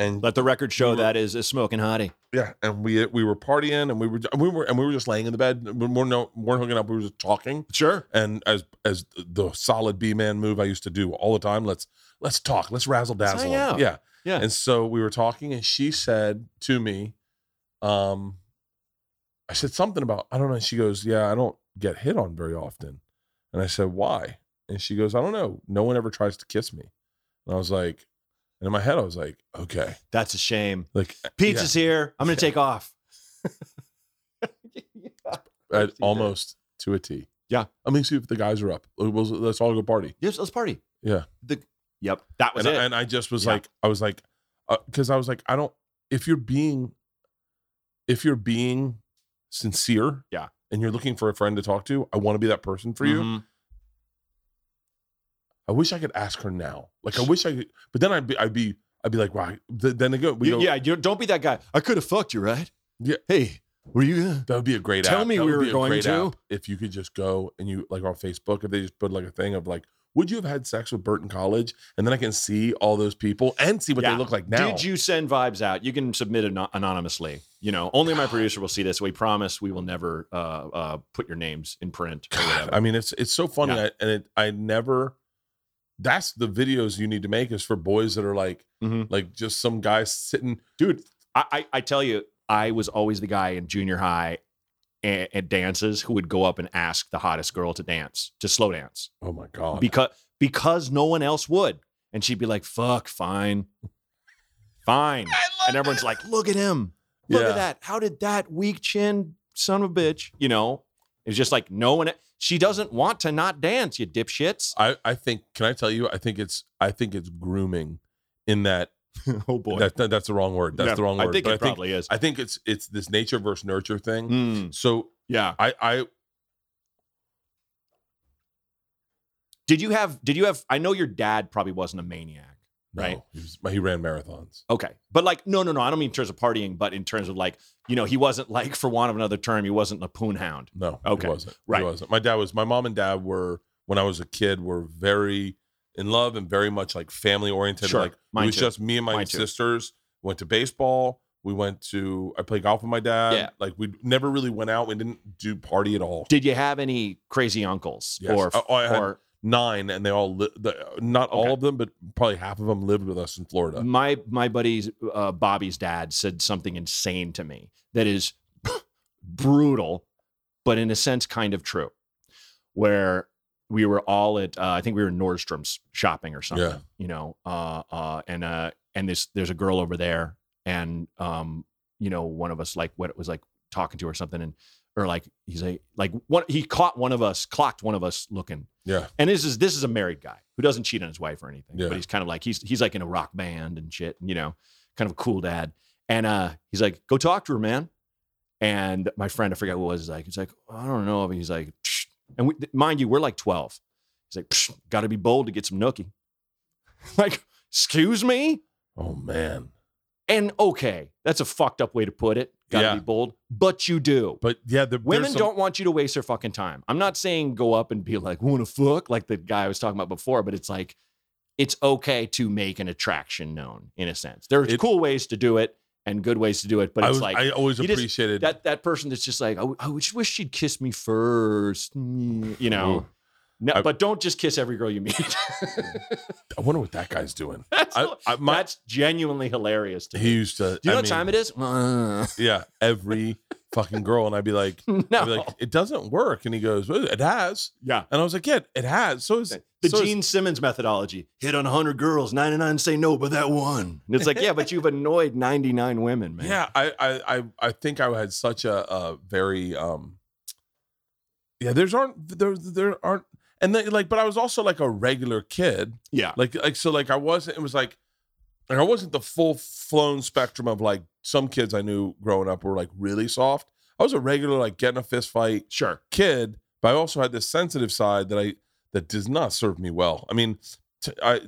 and
Let the record show
We were-
that is a smoking hottie.
Yeah, and we we were partying, and we were we were and we were just laying in the bed. We were no we weren't hooking up. We were just talking.
Sure.
And as as the solid B man move I used to do all the time. Let's let's talk. Let's razzle
Let's
dazzle.
hang out.
Yeah,
Yeah.
And so we were talking, and she said to me, um, I said something about I don't know. She goes, Yeah, I don't get hit on very often. And I said, Why? And she goes, I don't know. No one ever tries to kiss me. And I was like, and in my head I was like, Okay,
That's a shame.
like
Pizza's here. I'm going to take off.
at
Pepsi
almost to a T.
Yeah.
I mean, see if the guys are up. We'll- we'll- Let's all go party.
Yes, let's party.
Yeah.
The Yep. That was
and,
it.
I, and I just was
Yeah.
like, I was like, because I was like, I don't. If you're being, if you're being sincere,
Yeah.
and you're looking for a friend to talk to, I want to be that person for you.
Mhm.
I wish I could ask her now. Like I wish I could, but then I'd be, I'd be, I'd be like, wow. Th- Then again, we
You-
go,
yeah, you don't be that guy. I could have fucked you, right?
Yeah.
Hey, were you? uh,
That would be a great
Tell
app.
me
That
we
would
were
be a
going
great
to.
app If you could just go and you like on Facebook, if they just put like a thing of like, would you have had sex with Bert in college? And then I can see all those people and see what
Yeah.
they look like now.
Did you send vibes out? You can submit ano- anonymously. You know, only my producer will see this. We promise we will never uh, uh, put your names in print. or
God,
whatever.
I mean, it's it's so funny,
Yeah.
I, and it, I never. That's the videos you need to make is for boys that are like
Mhm.
like just some guy sitting.
dude. I, I I tell you, I was always the guy in junior high and, and dances who would go up and ask the hottest girl to dance to slow dance
Oh my god!
because because no one else would, and she'd be like, "Fuck, fine, fine," and everyone's like, "Look at him, look
Yeah.
at that! How did that weak chin son of a bitch?" You know, it's just like no one. e, She doesn't want to not dance, you dipshits.
I I think can I tell you? I think it's I think it's grooming, in that
oh boy,
that, that- that's the wrong word. That's
Yeah,
the wrong word.
I think
But
it probably is.
I think it's it's this nature versus nurture thing.
Mm,
So
yeah.
I I
Did you have? Did you have? I know your dad probably wasn't a maniac. Right.
no, he, was- he ran marathons.
Okay, but like, no, no, no. I don't mean in terms of partying, but in terms of like, you know, he wasn't like, for want of another term, he wasn't a poon hound.
No,
Okay,
he wasn't.
right.
he wasn't. My dad was. My mom and dad were when I was a kid were very in love and very much like family oriented.
Sure,
Like
mine
it was
too.
just me and my
Mine too.
sisters went to baseball. We went to I played golf with my dad.
Yeah.
Like we never really went out. We didn't do party at all.
Did you have any crazy uncles
Yes.
or
Oh, I had-
or
Nine and they all li- the, not
Okay. Mm.
all of them, but probably half of them lived with us in Florida.
my my buddy's uh, Bobby's dad said something insane to me that is brutal, but in a sense kind of true. Where we were all at, uh, I think we were in Nordstrom's shopping or something,
Yeah.
you know, uh, uh, and uh, and this there's a girl over there, and um, you know, one of us like what was like talking to her or something, and or like he's like like one he caught one of us, clocked one of us looking
Yeah,
and this is this is a married guy who doesn't cheat on his wife or anything
Yeah.
but he's kind of like he's he's like in a rock band and shit you know kind of a cool dad and uh he's like go talk to her man and my friend i forget who it was is like he's like i don't know he's like "Shh." and we, mind you we're like 12 He's like, got to be bold to get some nookie. like, excuse me?
Oh man.
And okay, that's a fucked up way to put it. Got to
Yeah.
be bold, but you do.
But yeah, the, there's
Women
some-
don't want you to waste their fucking time. I'm not saying go up and be like, want to fuck, like the guy I was talking about before, but it's like, it's okay to make an attraction known in a sense. There's
It-
cool ways to do it and good ways to do it, but
I,
it's
was,
like
I always
you just-
appreciated
that that person that's just like, I, w- I just wish she'd kiss me first, Mm, you know.
Ooh.
No,
I-
but don't just kiss every girl you meet.
I wonder what that guy's doing.
that's,
I, I, my,
that's genuinely hilarious to me.
he used to.
Do you know
I
what time it is? no.
mean, Yeah, every fucking girl, and I'd be like, I'd be like, it doesn't work, and he goes, well, it has,
yeah.
and I was like, yeah, it has. So is
The
so is-
Gene Simmons methodology. Hit on 100 girls, 99 say no, but that one. And it's like, yeah, but you've annoyed 99 women, man.
Yeah, I, I I I think I had such a, a very um yeah. There's aren't there there aren't and then like, but I was also like a regular kid,
Yeah.
like like so like I wasn't. It was like like I wasn't the full flown spectrum of like some kids I knew growing up were like really soft. I was a regular like getting a fist fight
Sure.
kid, but I also had this sensitive side that I that does not serve me well. I mean, t- I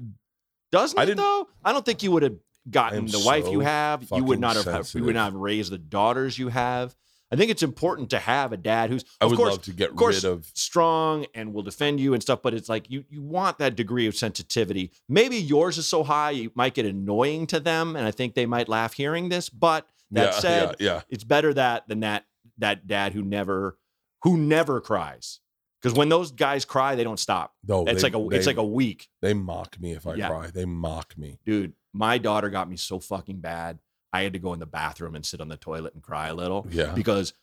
Doesn't
I
it
didn't-
though? I don't think you would have gotten
am
the wife you
so
have. You
fucking
would not have you would
sensitive.
not have raised the daughters you have. I think it's important to have a dad who's
I
of
would
course
love to get
course,
rid of
strong and will defend you and stuff, but it's like you you want that degree of sensitivity. Maybe yours is so high you might get annoying to them, and I think they might laugh hearing this, but that
yeah,
said,
yeah, yeah.
it's better that than that that dad who never who never cries. Because when those guys cry, they don't stop.
No,
it's
Oh, they-
like a
they-
it's like a week.
They mock me if I
Yeah.
cry. They mock me.
Dude, my daughter got me so fucking bad. I had to go in the bathroom and sit on the toilet and cry a little
Yeah.
because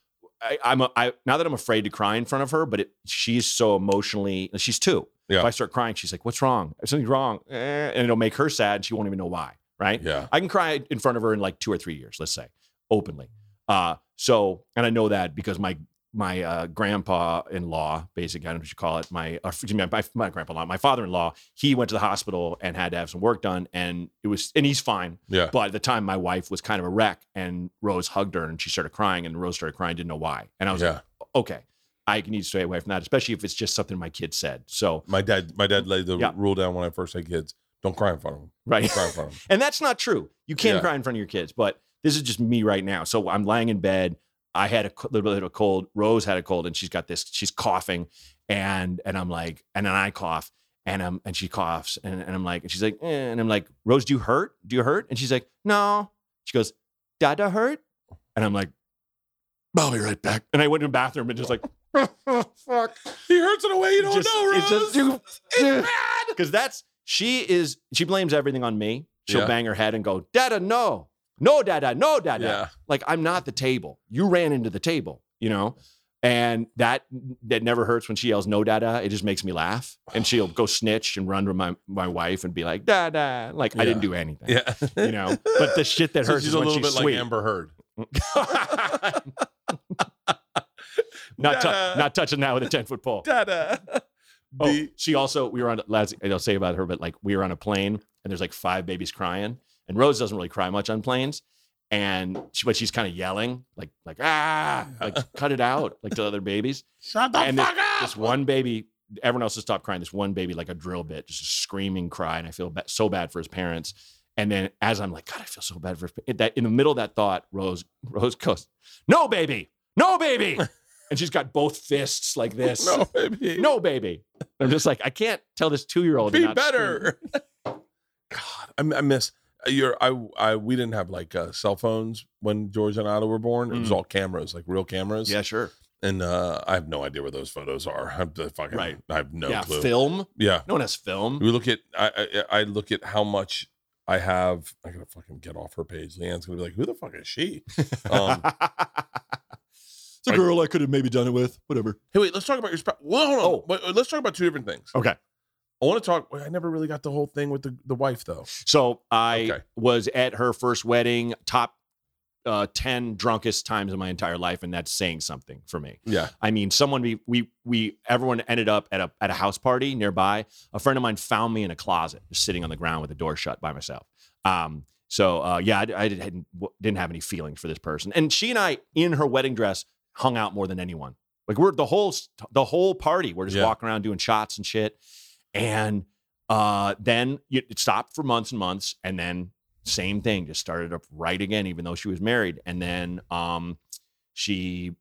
I, I'm a, I now that I'm afraid to cry in front of her, but it, she's so emotionally she's two.
Yeah.
If I start crying, she's like, "What's wrong? Something's wrong," Eh, and it'll make her sad, and she won't even know why. Right?
Yeah.
I can cry in front of her in like two or three years, let's say, openly. Uh, so, and I know that because my my uh, grandpa-in-law, basically, I don't know what you call it, my uh, excuse me, my, my grandpa-in-law, my father-in-law, he went to the hospital and had to have some work done, and it was, and he's fine.
Yeah.
But at the time, my wife was kind of a wreck, and Rose hugged her, and she started crying, and Rose started crying, didn't know why, and I was
yeah.
like, okay, I need to stay away from that, especially if it's just something my kid said. So,
my dad, my dad laid the
Yeah.
rule down when I first had kids. Don't cry in front of them.
right,
Don't cry in front of them.
And that's not true. You can
Yeah.
cry in front of your kids, but this is just me right now. So I'm lying in bed. I had a co- little bit of a cold. Rose had a cold, and she's got this. She's coughing, and and I'm like, and then I cough, and I'm and she coughs, and, and I'm like, and she's like, eh, and I'm like, Rose, do you hurt? Do you hurt? And she's like, no. She goes, Dada hurt, and I'm like, I'll be right back. And I went to the bathroom and just like, fuck,
He hurts in a way you don't
Just-
know, Rose.
it's just too-
It's bad.
because that's she is she blames everything on me. She'll
Yeah.
bang her head and go, Dada, no, no, Dada, no, Dada.
Yeah.
Like I'm not the table. You ran into the table, you know. And that that never hurts when she yells no dada. It just makes me laugh. And she'll go snitch and run to my my wife and be like dada. Like I didn't do anything.
Yeah.
You know. But the shit that
So
hurts
she's
is
a
when
little
she's
bit
sweet.
like Amber Heard.
not tou-
Dada.
not touching that with a ten foot pole.
Dada.
Oh,
The-
she also we were on last I'll say about her, but like we were on a plane and there's like five babies crying, and Rose doesn't really cry much on planes, and she, but she's kind of yelling like like ah like cut it out like to other babies.
Shut the
and
fuck up.
This one baby, everyone else has stopped crying. This one baby like a drill bit, just a screaming cry, and I feel ba- so bad for his parents. And then as I'm like God, I feel so bad for his pa-" that in the middle of that thought, Rose Rose goes, no baby, no baby, and she's got both fists like this
no, baby.
no baby. I'm just like, I can't tell this two year old.
be better. God, I, I miss uh, your. I, I, we didn't have like uh, cell phones when George and Otto were born. It was
Mm.
all cameras, like real cameras.
Yeah, sure.
and uh, I have no idea where those photos are. I'm the fucking,
Right.
I have no
yeah,
clue.
film.
yeah,
No one has film.
we look at. I, I I look at how much I have. I gotta fucking get off her page. Leanne's gonna be like, "Who the fuck is she?" Um,
it's
I-
girl I could have maybe done it with. Whatever.
hey, wait, let's talk about your spouse. Well, hold on.
Oh.
Wait, wait, let's talk about two different things.
Okay.
I want to talk. wait, I never really got the whole thing with the, the wife though.
So I
Okay.
was at her first wedding, top uh, 10 drunkest times in my entire life. And that's saying something for me.
Yeah,
I mean, someone we we we everyone ended up at a at a house party nearby. A friend of mine found me in a closet, just sitting on the ground with the door shut by myself. Um, so uh, yeah, I, I didn't didn't have any feelings for this person, and she and I in her wedding dress hung out more than anyone. Like we're the whole the whole party. We're just
Yeah.
walking around doing shots and shit. And uh, then it stopped for months and months, and then same thing, just started up right again, even though she was married. And then um, she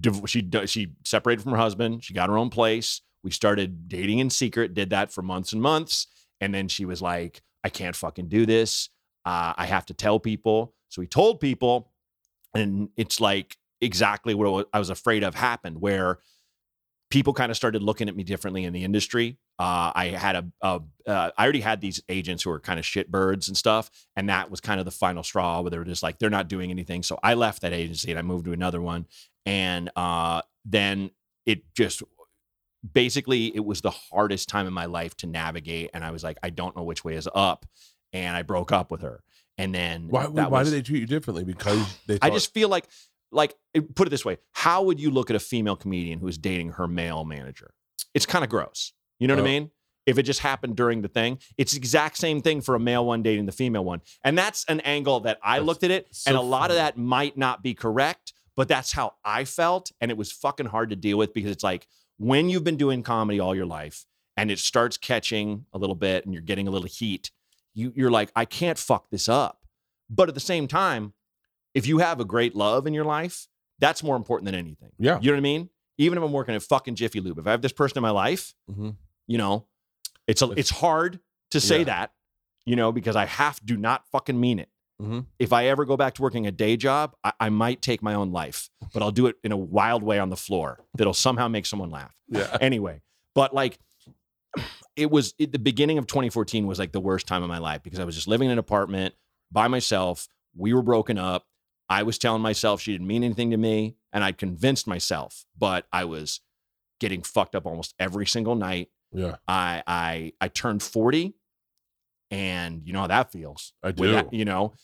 div- she d- she separated from her husband. She got her own place. We started dating in secret. Did that for months and months, and then she was like, "I can't fucking do this. Uh, I have to tell people." So he told people, and it's like exactly what I wa- I was afraid of happened, where people kind of started looking at me differently in the industry. Uh, I had a, a uh, I already had these agents who were kind of shitbirds and stuff, and that was kind of the final straw where they were just like they're not doing anything. So I left that agency and I moved to another one, and uh, then it just basically it was the hardest time in my life to navigate, and I was like I don't know which way is up, and I broke up with her, and then
Why,
that
why
was-
do they treat you differently? Because they
I
thought-
just feel like, like, it- put it this way: How would you look at a female comedian who is dating her male manager? It's kind of gross. You know what
Oh.
I mean? If it just happened during the thing, it's the exact same thing for a male one dating the female one, and that's an angle that I
That's
looked at it,
so
and a lot of
funny.
that might not be correct, but that's how I felt, and it was fucking hard to deal with because it's like when you've been doing comedy all your life and it starts catching a little bit and you're getting a little heat, you, you're like, I can't fuck this up. But at the same time, if you have a great love in your life, that's more important than anything.
Yeah.
You know what I mean? Even if I'm working at fucking Jiffy Lube, if I have this person in my life,
Mhm.
you know, it's a,
If-
it's hard to say
Yeah.
that, you know, because I have do not fucking mean it.
Mhm.
If I ever go back to working a day job, I, I might take my own life, but I'll do it in a wild way on the floor that'll somehow make someone laugh
yeah.
anyway, but like it was it, the beginning of 2014 was like the worst time of my life because I was just living in an apartment by myself. We were broken up. I was telling myself she didn't mean anything to me, and I'd convinced myself, but I was getting fucked up almost every single night.
Yeah.
I I I turned 40, and you know how that feels.
I
With
do. Mm-hmm.
that- you know,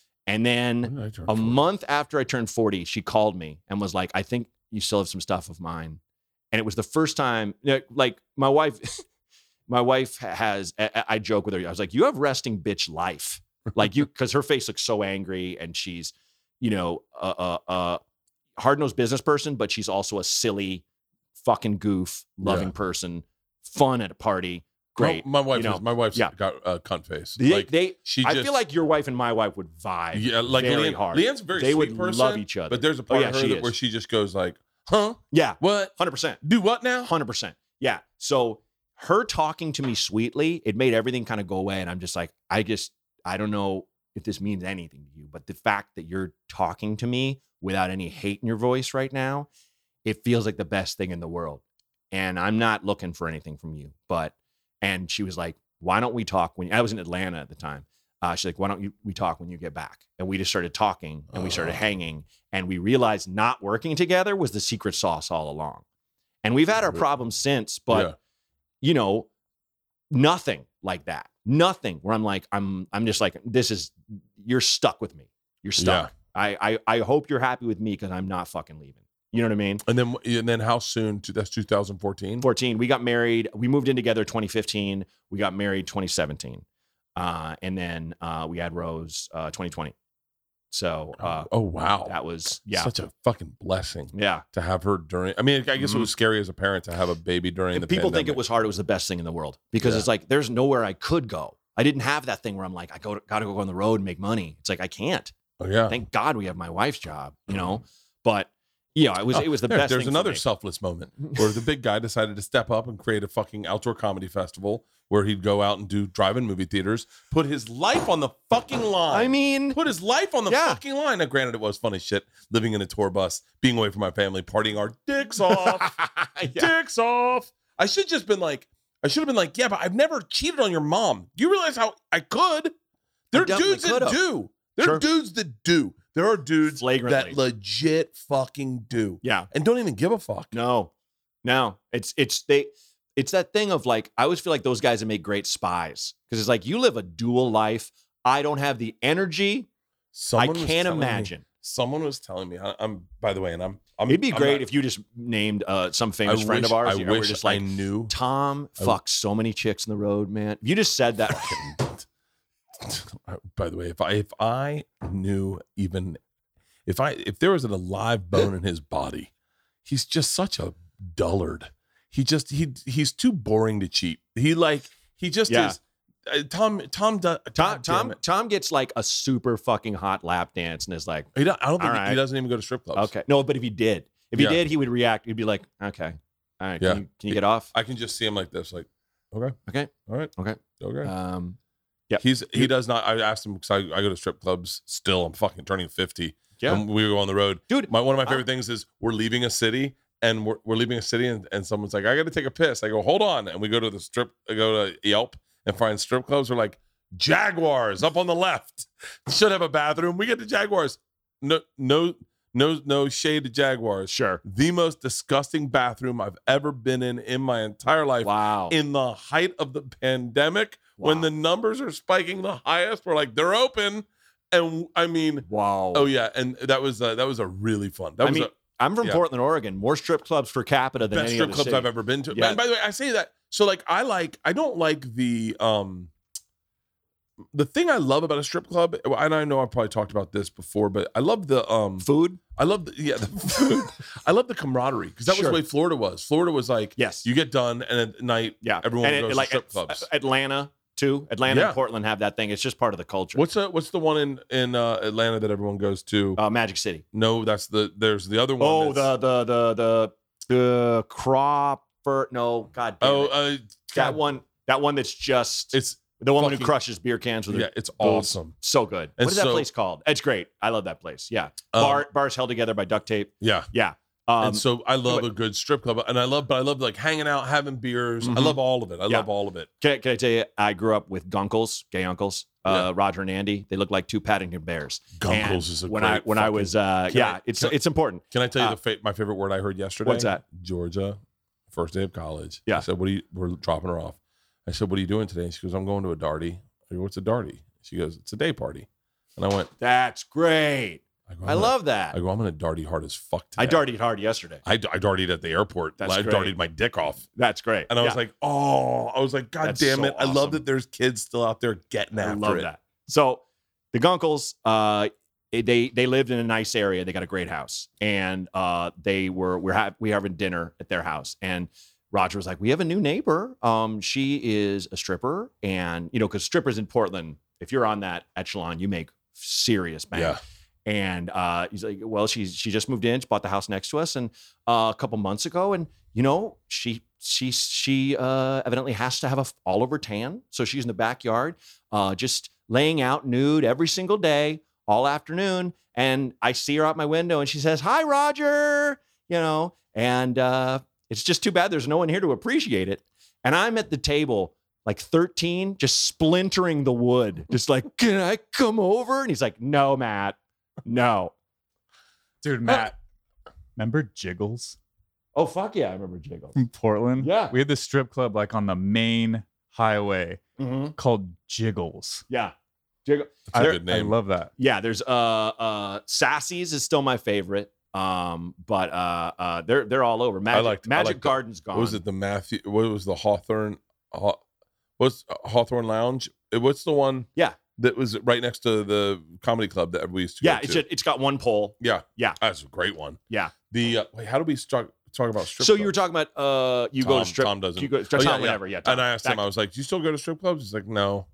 When
and then
did I turn
a
40?
month after I turned 40, she called me and was like, I think you still have some stuff of mine. And it was the first time, you know, like my wife, my wife has, I- I I joke with her. I was like, you have resting bitch life. Like you, cause her face looks so angry and she's, you know, a, a, a hard nosed business person, but she's also a silly fucking goof loving
Yeah.
person, fun at a party.
No,
Great.
my wife.
you know,
is, my wife's
yeah.
got a uh, cunt face.
They,
like
they,
she.
I
Just,
feel like your wife and my wife would vibe
yeah, like
very
Leanne-
hard.
Leanne's a very
they
sweet
would
person,
love each other. Oh,
but there's a part
yeah,
of her
she
that
is.
where she just goes like, "Huh?
yeah.
What?
Hundred percent.
Do what now?"
Hundred percent. Yeah. So her talking to me sweetly, it made everything kind of go away. And I'm just like, I just, I don't know if this means anything to you, but the fact that you're talking to me without any hate in your voice right now, it feels like the best thing in the world. And I'm not looking for anything from you. But and she was like, Why don't we talk when I was in Atlanta at the time? Uh, she's like, Why don't you we talk when you get back? And we just started talking and we started
Oh.
hanging. And we realized not working together was the secret sauce all along. And we've had our
Re-
problems since, but you know, nothing like that. Nothing where I'm like, I'm I'm just like, this is you're stuck with me. You're stuck. I, I I hope you're happy with me because I'm not fucking leaving. You know what I mean?
yeah. And then and then how soon? To, that's 2014.
14. We got married. We moved in together 2015. We got married 2017. Uh, and then uh, we had Rose uh, 2020. So uh,
oh wow,
that was, yeah.
such a fucking blessing
yeah.
to have her during. I mean, I guess it was scary as a parent to have a baby during the.
If Mm-hmm. people think it
pandemic.
was hard. It was the best thing in the world because
Yeah.
it's like there's nowhere I could go. I didn't have that thing where I'm like, I go gotta go on the road and make money. It's like I can't.
Oh, yeah.
Thank God we have my wife's job, you know. But yeah, it was
Mm-hmm. Oh,
it was the
There-
best.
There's
thing for
another
me.
selfless moment where the big guy decided to step up and create a fucking outdoor comedy festival where he'd go out and do drive-in movie theaters, put his life on the fucking line.
I mean,
put his life on the
Yeah.
fucking line. Now, granted, it was funny shit living in a tour bus, being away from my family, partying our dicks off,
Yeah.
dicks off. I should just been like, I should have been like, yeah, but I've never cheated on your mom. Do you realize how I could? There are
definitely
dudes that
could've.
do. There are
Sure.
dudes that do. There are dudes
Flagrantly.
that legit fucking do
yeah.
and don't even give a fuck.
No, no. It's it's they. It's that thing of like I always feel like those guys that make great spies because it's like you live a dual life. I don't have the energy.
Someone
I
was
can't
telling me-
imagine.
someone was telling me. I, am by the way, and I'm. I'm
It'd be
I'm
great
not-
if you just named uh, some
I
famous friend
wish-
of ours.
I
you know, we're
wish
just like
I knew.
Tom
I-
fucks so many chicks in the road, man. If You just said that.
I- Oh, by the way, if I if I knew even if I if there was an alive bone in his body, he's just such a dullard. he just he he's too boring to cheat. He like he just
Yeah.
is. Uh, Tom Tom do,
Tom
God damn
Tom
it.
Tom gets like a super fucking hot lap dance and is like,
He don't, I don't think
All
he-
right.
he doesn't even go to strip clubs.
okay, no, but if he did, if he
Yeah.
did, he would react. He'd be like, okay, all right,
Yeah.
can, you, can you get off?
I can just see him like this, like okay,
Okay.
all right,
Okay.
okay.
Um,
He's he does not. I asked him because I, I go to strip clubs still. I'm fucking turning fifty.
yeah,
And we go on the road.
dude,
My one of my
I-
favorite things is we're leaving a city and we're, we're leaving a city and, and someone's like, I got to take a piss. I go, hold on, and we go to the strip. I go to Yelp and find strip clubs. We're like Jaguars up on the left. Should have a bathroom. We get to Jaguars. No no no no shade to Jaguars.
sure.
The most disgusting bathroom I've ever been in in my entire life
Wow.
in the height of the pandemic when
Wow.
the numbers are spiking the highest we're like they're open and i mean
wow.
oh yeah and that was uh, that was a really fun that
I
was
mean,
the
I'm from
yeah.
Portland, Oregon. More strip clubs per capita than
best
any
strip
other
clubs
city.
i've ever been to
Yeah.
and by the way i say that so like i like i don't like the um the thing i love about a strip club and i know i probably talked about this before but i love the um
Food?
i love the yeah the food i love the camaraderie because that was
Sure.
the way florida was florida was like
Yes.
you get done and at night
yeah.
everyone
and
goes to
like
strip
at-
clubs.
Atlanta too. Atlanta
Yeah.
and Portland have that thing. It's just part of the culture.
What's the what's the one in in uh, Atlanta that everyone goes to?
uh, Magic City?
no, that's the there's the other one.
Oh,
that's-
the the the the the Crawford. No, God damn
oh
it.
uh,
that
God,
one. That one that's just
It's
the woman who
fucking-
crushes beer cans with her.
yeah, it's awesome.
So good.
And
what is that
so-
place called? It's great. I love that place. Yeah.
Um,
Bar bars held together by duct tape.
yeah,
Um,
and so I love
but-
a good strip club, and I love but I love like hanging out, having beers. I
Mhm.
love all of it. I
Yeah.
love all of it.
Can, I- can I tell you, I grew up with gunkles, gay uncles, uh, Roger and Andy. They look like two Paddington bears. And
Gunkles is a
when
great
I when I
fucking-
was uh,
Can I-
yeah, it's
can I-
it's important.
Can I tell you
uh,
the fa- my favorite word I heard yesterday?
What's that?
Georgia, first day of college.
Yeah.
I said, "What are you?" We're dropping her off. I said, "What are you doing today?" And she goes, "I'm going to a darty." I go, "What's a darty?" She goes, "It's a day party." And I went,
That's great.
"I, go,
I
"I'm gonna-
love that.
I go, I'm gonna darty hard as fuck today.
I darted hard yesterday.
I, I darted at the airport.
That's
I
great.
darted my dick off,
That's great.
and I was
Yeah,
like, oh, I was like, god
That's
damn
so
it! I love
awesome.
that there's kids still out there getting
I
after
love
it.
that. So the gunkles, uh, it- they they lived in a nice area. They got a great house, and uh, they were we're ha- we having dinner at their house, and. Roger was like, "We have a new neighbor. Um, she is a stripper, and you know, because strippers in Portland, if you're on that echelon, you make serious bank.
Yeah,
And uh, he's like, well, she's she just moved in, she bought the house next to us, and uh, a couple months ago, and you know, she she she uh, evidently has to have a all over tan, so she's in the backyard, uh, just laying out nude every single day, all afternoon, and I see her out my window, and she says, "Hi, Roger," you know, and uh, it's just too bad there's no one here to appreciate it, and I'm at the table. Like 13, just splintering the wood, just like, can I come over? And he's like, no, Matt, no.
Dude, Matt, remember Jiggles
Oh fuck yeah, I remember Jiggle.
from Portland?
Yeah.
We had this strip club like on the main highway
Mm-hmm.
called Jiggles.
Yeah, Jiggle.
that's a
I-
good name.
I love that.
Yeah, there's uh uh Sassy's is still my favorite. Um, but uh uh they're they're all over. Magic,
liked- I
Magic
liked-
Garden's gone.
what was it? The Matthew? What was the Hawthorne? Haw, what's Hawthorne Lounge? Uh, What's the one?
Yeah.
that was right next to the comedy club that we used to.
Yeah,
go
it's
to.
just, it's got one pole.
yeah,
yeah.
That's a great one.
Yeah.
The uh, wait, how do we talk talk about strip?
so you were
clubs?
talking about uh you go
Tom-
to strip
Tom doesn't.
you go to strip
Oh, yeah,
Tom,
yeah.
whatever yeah. Tom.
And I asked him, I was like, "Do you still go to strip clubs?" He's like, "No."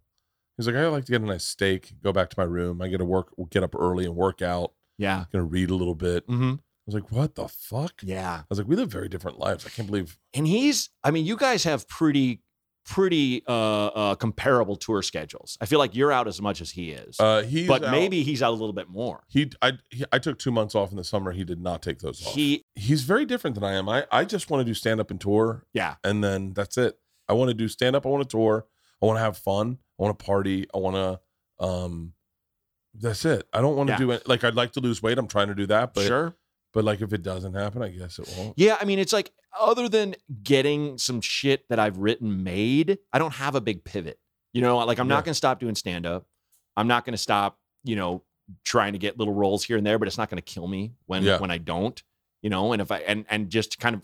He's like, "I like to get a nice steak, go back to my room. I get to work, get up early and work out.
yeah
Gonna read a little bit." I
mm-hmm.
was like, "What the fuck?" I
yeah.
was like, "We live very different lives. I can't believe."
and he's i mean you guys have pretty pretty uh, uh comparable tour schedules i feel like you're out as much as he is
Uh, he's
but
out-
maybe he's out a little bit more
he I he, I took two months off in the summer. He did not take those off.
he
He's very different than I am. I I just want to do stand up and tour,
yeah
and then that's it. I want to do stand up. I want to tour. I want to have fun. I want to party. I want to um. That's it. I don't want to
Yeah.
do it. Like I'd like to lose weight. I'm trying to do that, but
sure
But like, if it doesn't happen, I guess it won't.
Yeah, I mean, it's like other than getting some shit that I've written made, I don't have a big pivot. You know, like I'm
Yeah.
not going to stop doing stand up. I'm not going to stop, you know, trying to get little roles here and there, but it's not going to kill me when
Yeah.
when I don't, you know, and if I and and just kind of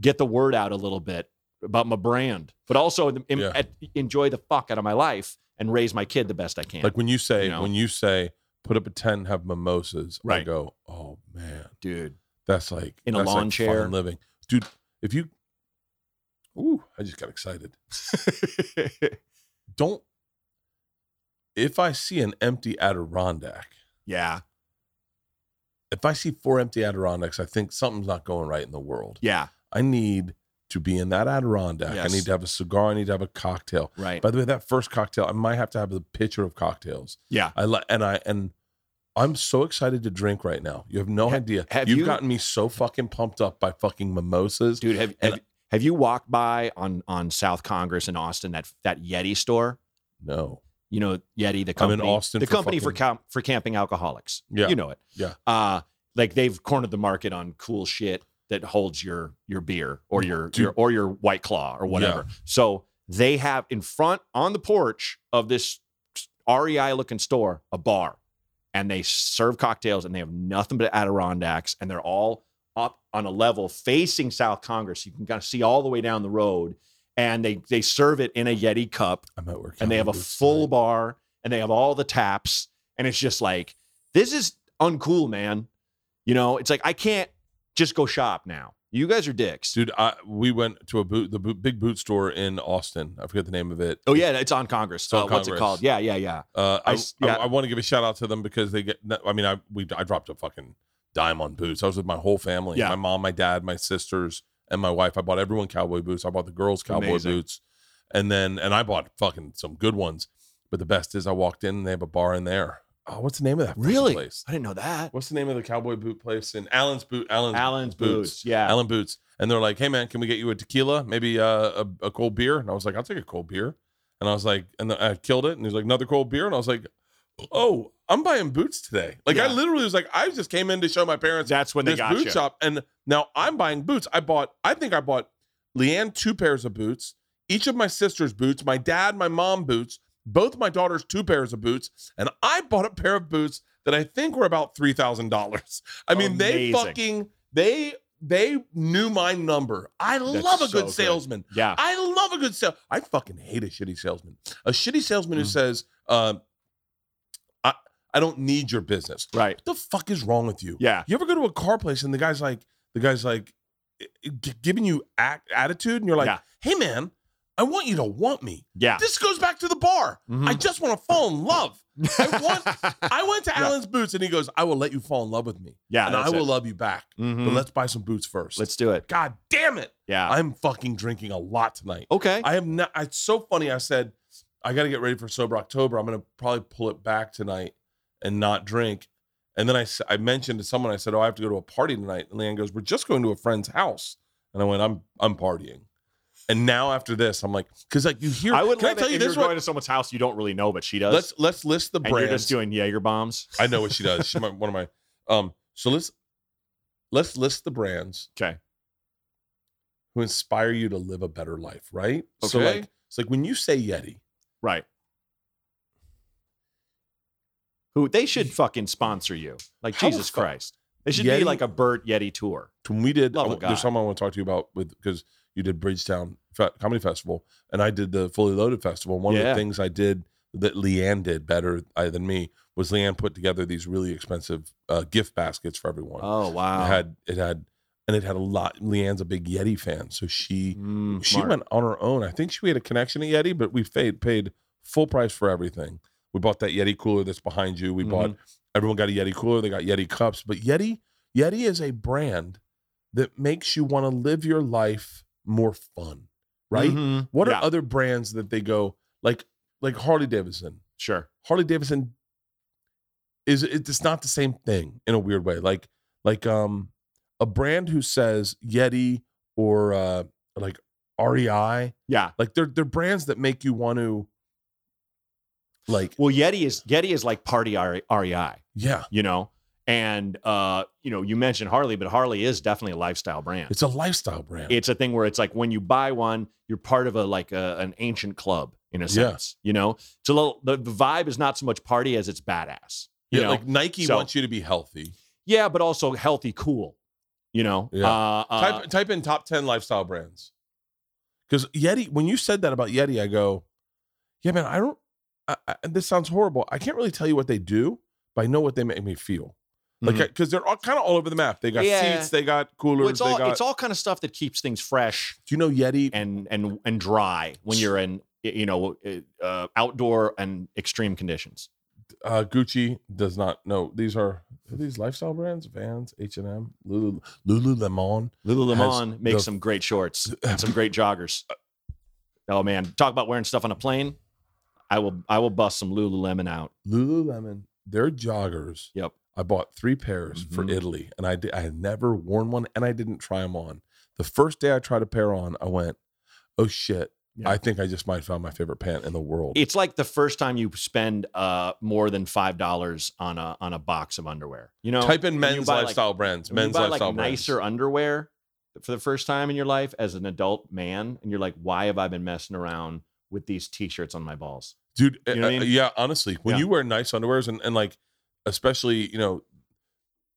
get the word out a little bit about my brand, but also the- em-
Yeah.
at- enjoy the fuck out of my life and raise my kid the best I can.
Like when you say,
You know?
when you say, put up a tent, have mimosas, I
Right.
go, oh man,
dude,
that's like
In a
that's
lawn
like
chair.
fine living, dude. If you Ooh, I just got excited. Don't. If I see an empty Adirondack,
yeah,
if I see four empty Adirondacks, I think something's not going right in the world.
yeah,
I need to be in that Adirondack.
Yes.
I need to have a cigar. I need to have a cocktail.
right.
By the way, that first cocktail, I might have to have a pitcher of cocktails.
yeah,
I like, and I and I'm so excited to drink right now. You have no
Ha-
idea.
have
You've
you-
gotten me so fucking pumped up by fucking mimosas.
dude. Have, have have you walked by on on South Congress in Austin that that Yeti store?
No,
you know Yeti, the
I'm in
company,
Austin
the
for
company for
fucking-
camp, for camping alcoholics.
Yeah.
you know it.
Yeah.
uh, like they've cornered the market on cool shit that holds your your beer or your,
Dude.
your or your white claw or whatever. So they have in front on the porch of this REI looking store a bar, and they serve cocktails and they have nothing but Adirondacks and they're all up on a level facing South Congress. You can kind of see all the way down the road, and they they serve it in a Yeti cup
I'm at work.
and they have a full bar and they have all the taps and it's just like this is uncool man you know it's like i can't just go shop now you guys are dicks
dude. I we went to a boot the boot, big boot store in Austin. I forget the name of it.
oh yeah it's on congress
It's on
Uh, what's it
Congress.
called yeah yeah yeah
Uh, I,
I s- yeah.
I, want to give a shout out to them because they get. I mean, I we I dropped a fucking dime on boots. I was with my whole family.
Yeah.
my mom, my dad, my sisters, and my wife. I bought everyone cowboy boots. I bought the girls cowboy
Amazing.
boots, and then and I bought fucking some good ones. But the best is I walked in and they have a bar in there. Oh, what's the name of that fucking
Really?
place?
i didn't know that
What's the name of the cowboy boot place in Allen's boot? Allen's,
alan's
Boots.
boots, yeah
Allen Boots, and they're like, "Hey man, can we get you a tequila, maybe uh, a, a cold beer?" And I was like, "I'll take a cold beer." And I was like, and I killed it. And he's like, "Another cold beer," and I was like, "Oh, I'm buying boots today." Like I
Yeah.
literally was like, I just came in to show my parents
that's when they
this
got
boot
you
shop, and now I'm buying boots. I bought, I think I bought Leanne two pairs of boots, each of my sister's boots, my dad, my mom boots, both my daughters two pairs of boots, and I bought a pair of boots that I think were about three thousand dollars. I mean, they
Amazing.
fucking they they knew my number. I love a
so
good
good.
salesman.
yeah
I love a good sale. I fucking hate a shitty salesman. A shitty salesman who
Mm.
says, um, "I I don't need your business."
right
What the fuck is wrong with you?
yeah
You ever go to a car place and the guy's like, the guy's like, i- i- giving you act, attitude, and you're like,
Yeah. Ah.
hey man, I want you to want me.
yeah Mm-hmm.
This goes back to the bar.
Hmm.
I just want to fall in love. I want. I went to
Yeah.
Alan's Boots and he goes, I will let you fall in love with me,
yeah
and I
that's it.
will love you back.
Mhm.
But let's buy some boots first.
let's Ah. do it
God damn it!
yeah
I'm fucking drinking a lot tonight.
okay
I am not. It's so funny. I said I got to get ready for sober October. I'm gonna probably pull it back tonight and not drink. And then I s- I mentioned to someone. I said, "Oh, I have to go to a party tonight." And Leanne goes, "We're just going to a friend's house." And I went, "I'm I'm partying." And now after this, I'm like, because like you hear,
I would
can I
love
tell
it
you
if
this?
you're
Right?
going to someone's house you don't really know, but she does.
Let's let's list the
and you're
brands.
just doing Jaeger bombs.
I know what she does. She might one of my um. So let's let's list the brands
Okay.
who inspire you to live a better life, right? So
Okay.
like it's like when you say Yeti,
Right. Who they should fucking sponsor you. Like
How the
Jesus
fuck-
Christ. They should
Yeti-
be like a Burt Yeti tour.
when we did
Love
I-
of God.
there's something i want to talk to you about with because you did bridgetown Fe- comedy festival and i did the fully loaded festival one of the
Yeah.
things i did that leanne did better uh, than me was leanne put together these really expensive uh, gift baskets for everyone
Oh wow.
it had it had and it had a lot leanne's a big yeti fan so she
Mm,
she
smart.
went on her own i think she we had a connection at yeti but we paid, paid full price for everything we bought that yeti cooler that's behind you we
Mm-hmm.
bought everyone got a Yeti cooler, they got Yeti cups, but Yeti Yeti is a brand that makes you want to live your life more fun, right?
Mhm.
What
Yeah,
are other brands that they go like like Harley Davidson?
sure.
Harley Davidson is it's not the same thing in a weird way. Like like um a brand who says Yeti or uh like REI,
Yeah.
like they're they're brands that make you want to like
Well, Yeti is Yeti is like party R- REI,
yeah,
you know? And uh, you know, you mentioned Harley, but Harley is definitely a lifestyle brand.
it's a lifestyle brand.
it's a thing where it's like when you buy one, you're part of a like a, an ancient club in a
Yeah.
sense. You know, it's a little the, the vibe is not so much party as it's badass. You
yeah,
know?
like Nike
So-
wants you to be healthy.
yeah, but also healthy, cool. You know,
Yeah.
uh, uh,
type type in top 10 lifestyle brands because yeti when you said that about yeti i go yeah man i don't I, I, this sounds horrible i can't really tell you what they do but i know what they make me feel like because they're all kind of all over the map. They got
Mm-hmm. Yeah.
seats, they got coolers,
Well, it's all
they got.
it's all kind of stuff that keeps things fresh
Do you know Yeti?
and and and dry when you're in you know uh, outdoor and extreme conditions.
Uh, Gucci does not. No, these are, are these lifestyle brands: Vans, H and M, Lulu, Lululemon.
Lululemon
Has
makes
the-
some great shorts and some great joggers. Oh man, talk about wearing stuff on a plane. I will I will bust some Lululemon out.
Lululemon. They're joggers.
Yep.
I bought three pairs
Mhm.
Mm-hmm.
for Italy, and I did, I had never worn one, and I didn't try them on. The first day I tried a pair on, I went, "Oh shit!
Yeah.
I think I just might have found my favorite pant in the world."
It's like the first time you spend uh more than five dollars on a on a box of underwear. You know,
Type in
when you
men's
buy, like-
lifestyle brands.
when you
Men's
buy
lifestyle
like
brands.
nicer underwear for the first time in your life as an adult man, and you're like, why have I been messing around with these t-shirts on my balls?
dude
You know what I
uh,
mean?
yeah honestly when
Yeah.
you wear nice underwears and, and like especially you know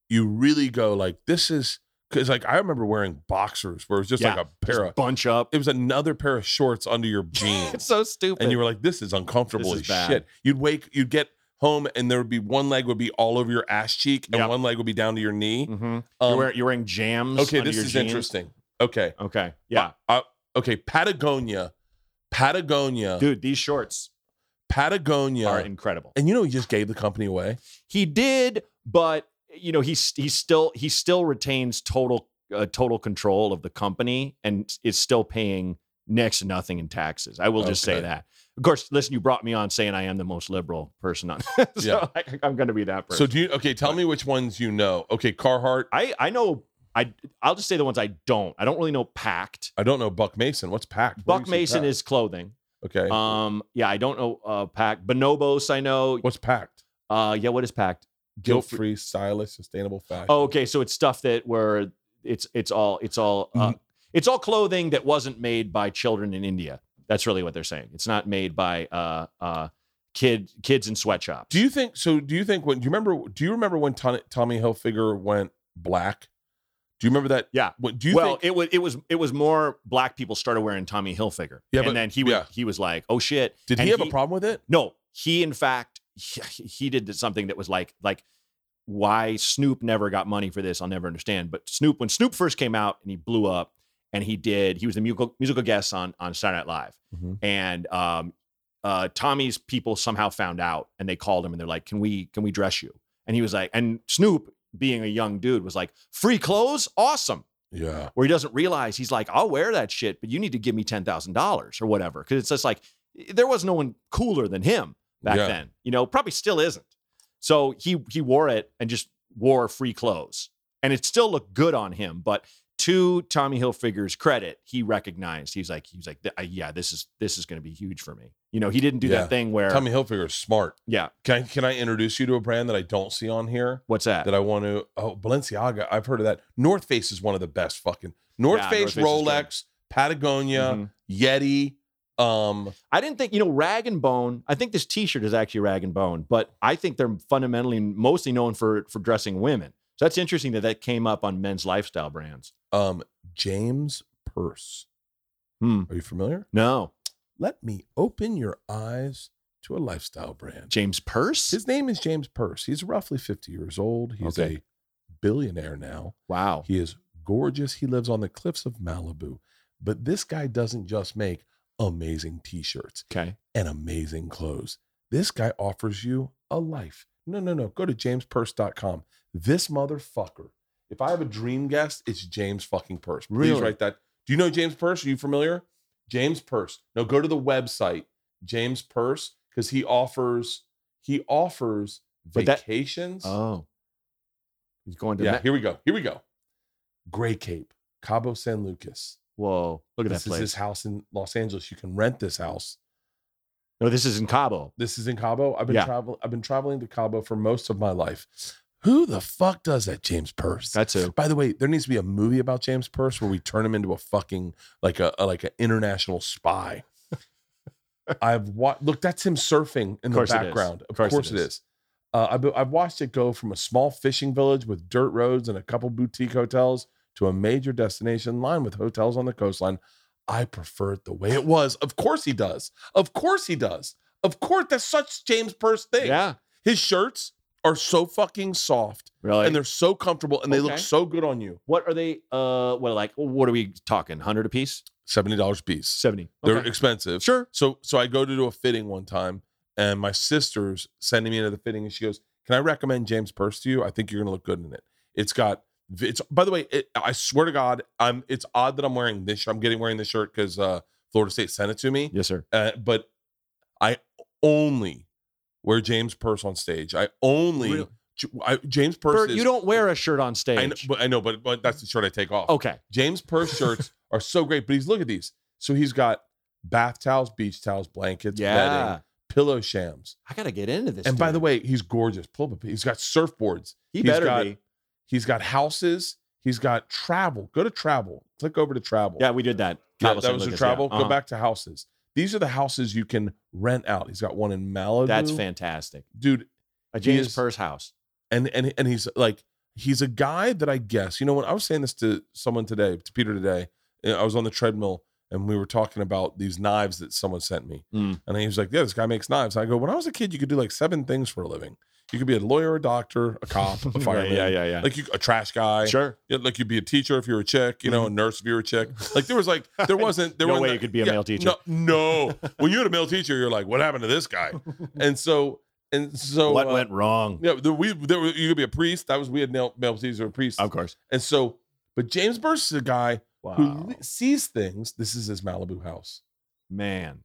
you really go like this is because like i remember wearing boxers where it was just
Yeah,
like a pair of
Just bunch up.
it was another pair of shorts under your jeans
It's so stupid.
and you were like this is uncomfortable
This is
as
bad.
shit you'd wake you'd get home and there would be one leg would be all over your ass cheek and
Yep.
one leg would be down to your knee
Mhm.
Um,
you're, wearing, you're wearing jams.
okay
under
this
your
is
jeans.
interesting okay
Okay, yeah,
okay patagonia patagonia
dude, these shorts
patagonia
are incredible.
and you know he just gave the company away
He did, but you know he's he still he still retains total uh, total control of the company and is still paying next to nothing in taxes. I will just say
Okay.
that. Of course, listen, you brought me on saying I am the most liberal person on, so
Yeah.
I, I'm going to be that
So
person.
do you? Okay, tell me which ones you know. Okay, Carhartt.
I I know I I'll just say the ones I don't. I don't really know Pact.
I don't know Buck Mason. What's packed?
Buck Mason is clothing.
okay.
Um, yeah, I don't know uh, Pact. Bonobos, I know.
What's packed?
Uh, yeah, what is Pact? Guilt-free-
Guilt-free, stylish, sustainable fashion.
Oh, okay. So it's stuff that were it's it's all it's all
Mm-hmm.
uh, it's all clothing that wasn't made by children in India. That's really what they're saying. It's not made by uh uh kid kids in sweatshops.
Do you think so? Do you think when? Do you remember? Do you remember when Tommy, Tommy Hilfiger went black? Do you remember that?
Yeah.
What, do you
well,
think?
it was it was it was more black people started wearing Tommy Hilfiger.
Yeah,
and
but-
then he was
yeah.
he was like, "Oh shit."
Did
and
he have a
he-
problem with it?
No, he in fact he, he did something that was like like why Snoop never got money for this, I'll never understand. But Snoop, when Snoop first came out and he blew up, and he did, he was the musical musical guest on on Saturday Night Live,
Mhm.
and um, uh, Tommy's people somehow found out and they called him and they're like, "Can we can we dress you?" And he was like, and Snoop, being a young dude, was like, "Free clothes, awesome."
Yeah.
where he doesn't realize he's like, I'll wear that shit, but you need to give me ten thousand dollars or whatever. Cause it's just like eh, there was no one cooler than him back
Yeah.
then. You know, probably still isn't. So he he wore it and just wore free clothes. And it still looked good on him. But to Tommy Hilfiger's credit, he recognized he's like, he was like, "Th- uh, yeah, this is this is gonna be huge for me. You know, he didn't do
Yeah.
that thing where
Tommy Hilfiger is smart.
yeah,
Can I, can I introduce you to a brand that I don't see on here
what's that?
that I want to? Oh, Balenciaga. I've heard of that. North Face is one of the best fucking North
Yeah, North
Face,
Face is good.
Rolex, Patagonia,
Mhm.
Yeti. Um,
I didn't think, you know, Rag and Bone. I think this T-shirt is actually Rag and Bone, but I think they're fundamentally mostly known for for dressing women. So that's interesting that that came up on men's lifestyle brands.
Um, James Purse.
Hmm.
Are you familiar?
No,
Let me open your eyes to a lifestyle brand.
James Purse.
His name is James Purse. He's roughly 50 years old. He's
Okay.
a billionaire now.
Wow.
He is gorgeous. He lives on the cliffs of Malibu. But this guy doesn't just make amazing t shirts
Okay.
and amazing clothes. This guy offers you a life. No, no, no. Go to jamespurse.com. This motherfucker. If I have a dream guest, it's James fucking Purse. Please
Really?
write that. Do you know James Purse? Are you familiar? James Purse. No, go to the website, James Purse, because he offers he offers
But that-
vacations.
Oh, he's going to.
yeah,
Ma-
here we go. Here we go. Gray Cape, Cabo San Lucas.
Whoa! Look at
This
that
is
place.
his house in Los Angeles. You can rent this house.
no, this is in Cabo.
This is in Cabo. I've been
Yeah.
traveling. I've been traveling to Cabo for most of my life. Who the fuck does that, James Purse?
That's who.
By the way, there needs to be a movie about James Purse where we turn him into a fucking like a, a- like an international spy. I've watched. Look, that's him surfing in the
Course it is.
background. Of course, it is. Uh, I've, I've watched it go from a small fishing village with dirt roads and a couple boutique hotels to a major destination lined with hotels on the coastline. I prefer it the way it was. Of course he does. Of course he does. Of course, that's such James Purse thing.
Yeah.
His shirts are so fucking soft
Really?
and they're so comfortable and they look
Okay.
so good on you.
what are they? Uh, what like? What are we talking? Hundred a piece?
Seventy dollars a piece.
Seventy?
They're
Okay.
expensive.
Sure.
So so I go to do a fitting one time, and my sister's sending me into the fitting, and she goes, "Can I recommend James Purse to you? I think you're gonna look good in it. It's got it's by the way, it, I swear to God, I'm it's odd that I'm wearing this. I'm getting wearing this shirt because uh, Florida State sent it to me.
Yes, sir.
Uh, but I only wear James Purse on stage. I only
Really?
J- I- James Purse.
Bert,
is,
you don't wear a shirt on stage.
I know, but I know, but, but that's the shirt I take off.
okay.
James Purse shirts are so great, but he's look at these. So he's got bath towels, beach towels, blankets,
yeah.
bedding, pillow shams.
I gotta get into this.
and by
dude.
the way, he's gorgeous. Pull up, a pic. he's got surfboards.
he
he's
better
got-
be.
He's got houses. He's got travel. Go to travel. Click over to travel.
Yeah, we did that.
Yeah,
Cabo
that
San
was a
Lucas,
travel.
yeah.
Go
Uh-huh.
back to houses. These are the houses you can rent out. He's got one in Malibu.
That's fantastic.
dude.
A
He
James
is-
Purse house.
and and and he's like he's a guy that I guess you know when I was saying this to someone today to Peter today you know, I was on the treadmill and we were talking about these knives that someone sent me
Mm.
and he was like yeah this guy makes knives I go when I was a kid you could do like seven things for a living you could be a lawyer a doctor a cop a
Yeah,
fireman
yeah, yeah, yeah.
like you a trash guy
sure. Mm-hmm.
Yeah, like you'd be a teacher if you were a chick you know a nurse if you were a chick like there was like there wasn't there
No
weren't
way
the-
you could be a male teacher.
no no when you had a male teacher you're like what happened to this guy and so and so
what
uh,
went wrong?
yeah, the, we there were, you could be a priest. That was we had male, male priests or a priest,
Of course.
and so. But James Burst is a guy who
Wow.
li- sees things. This is his Malibu house,
Man.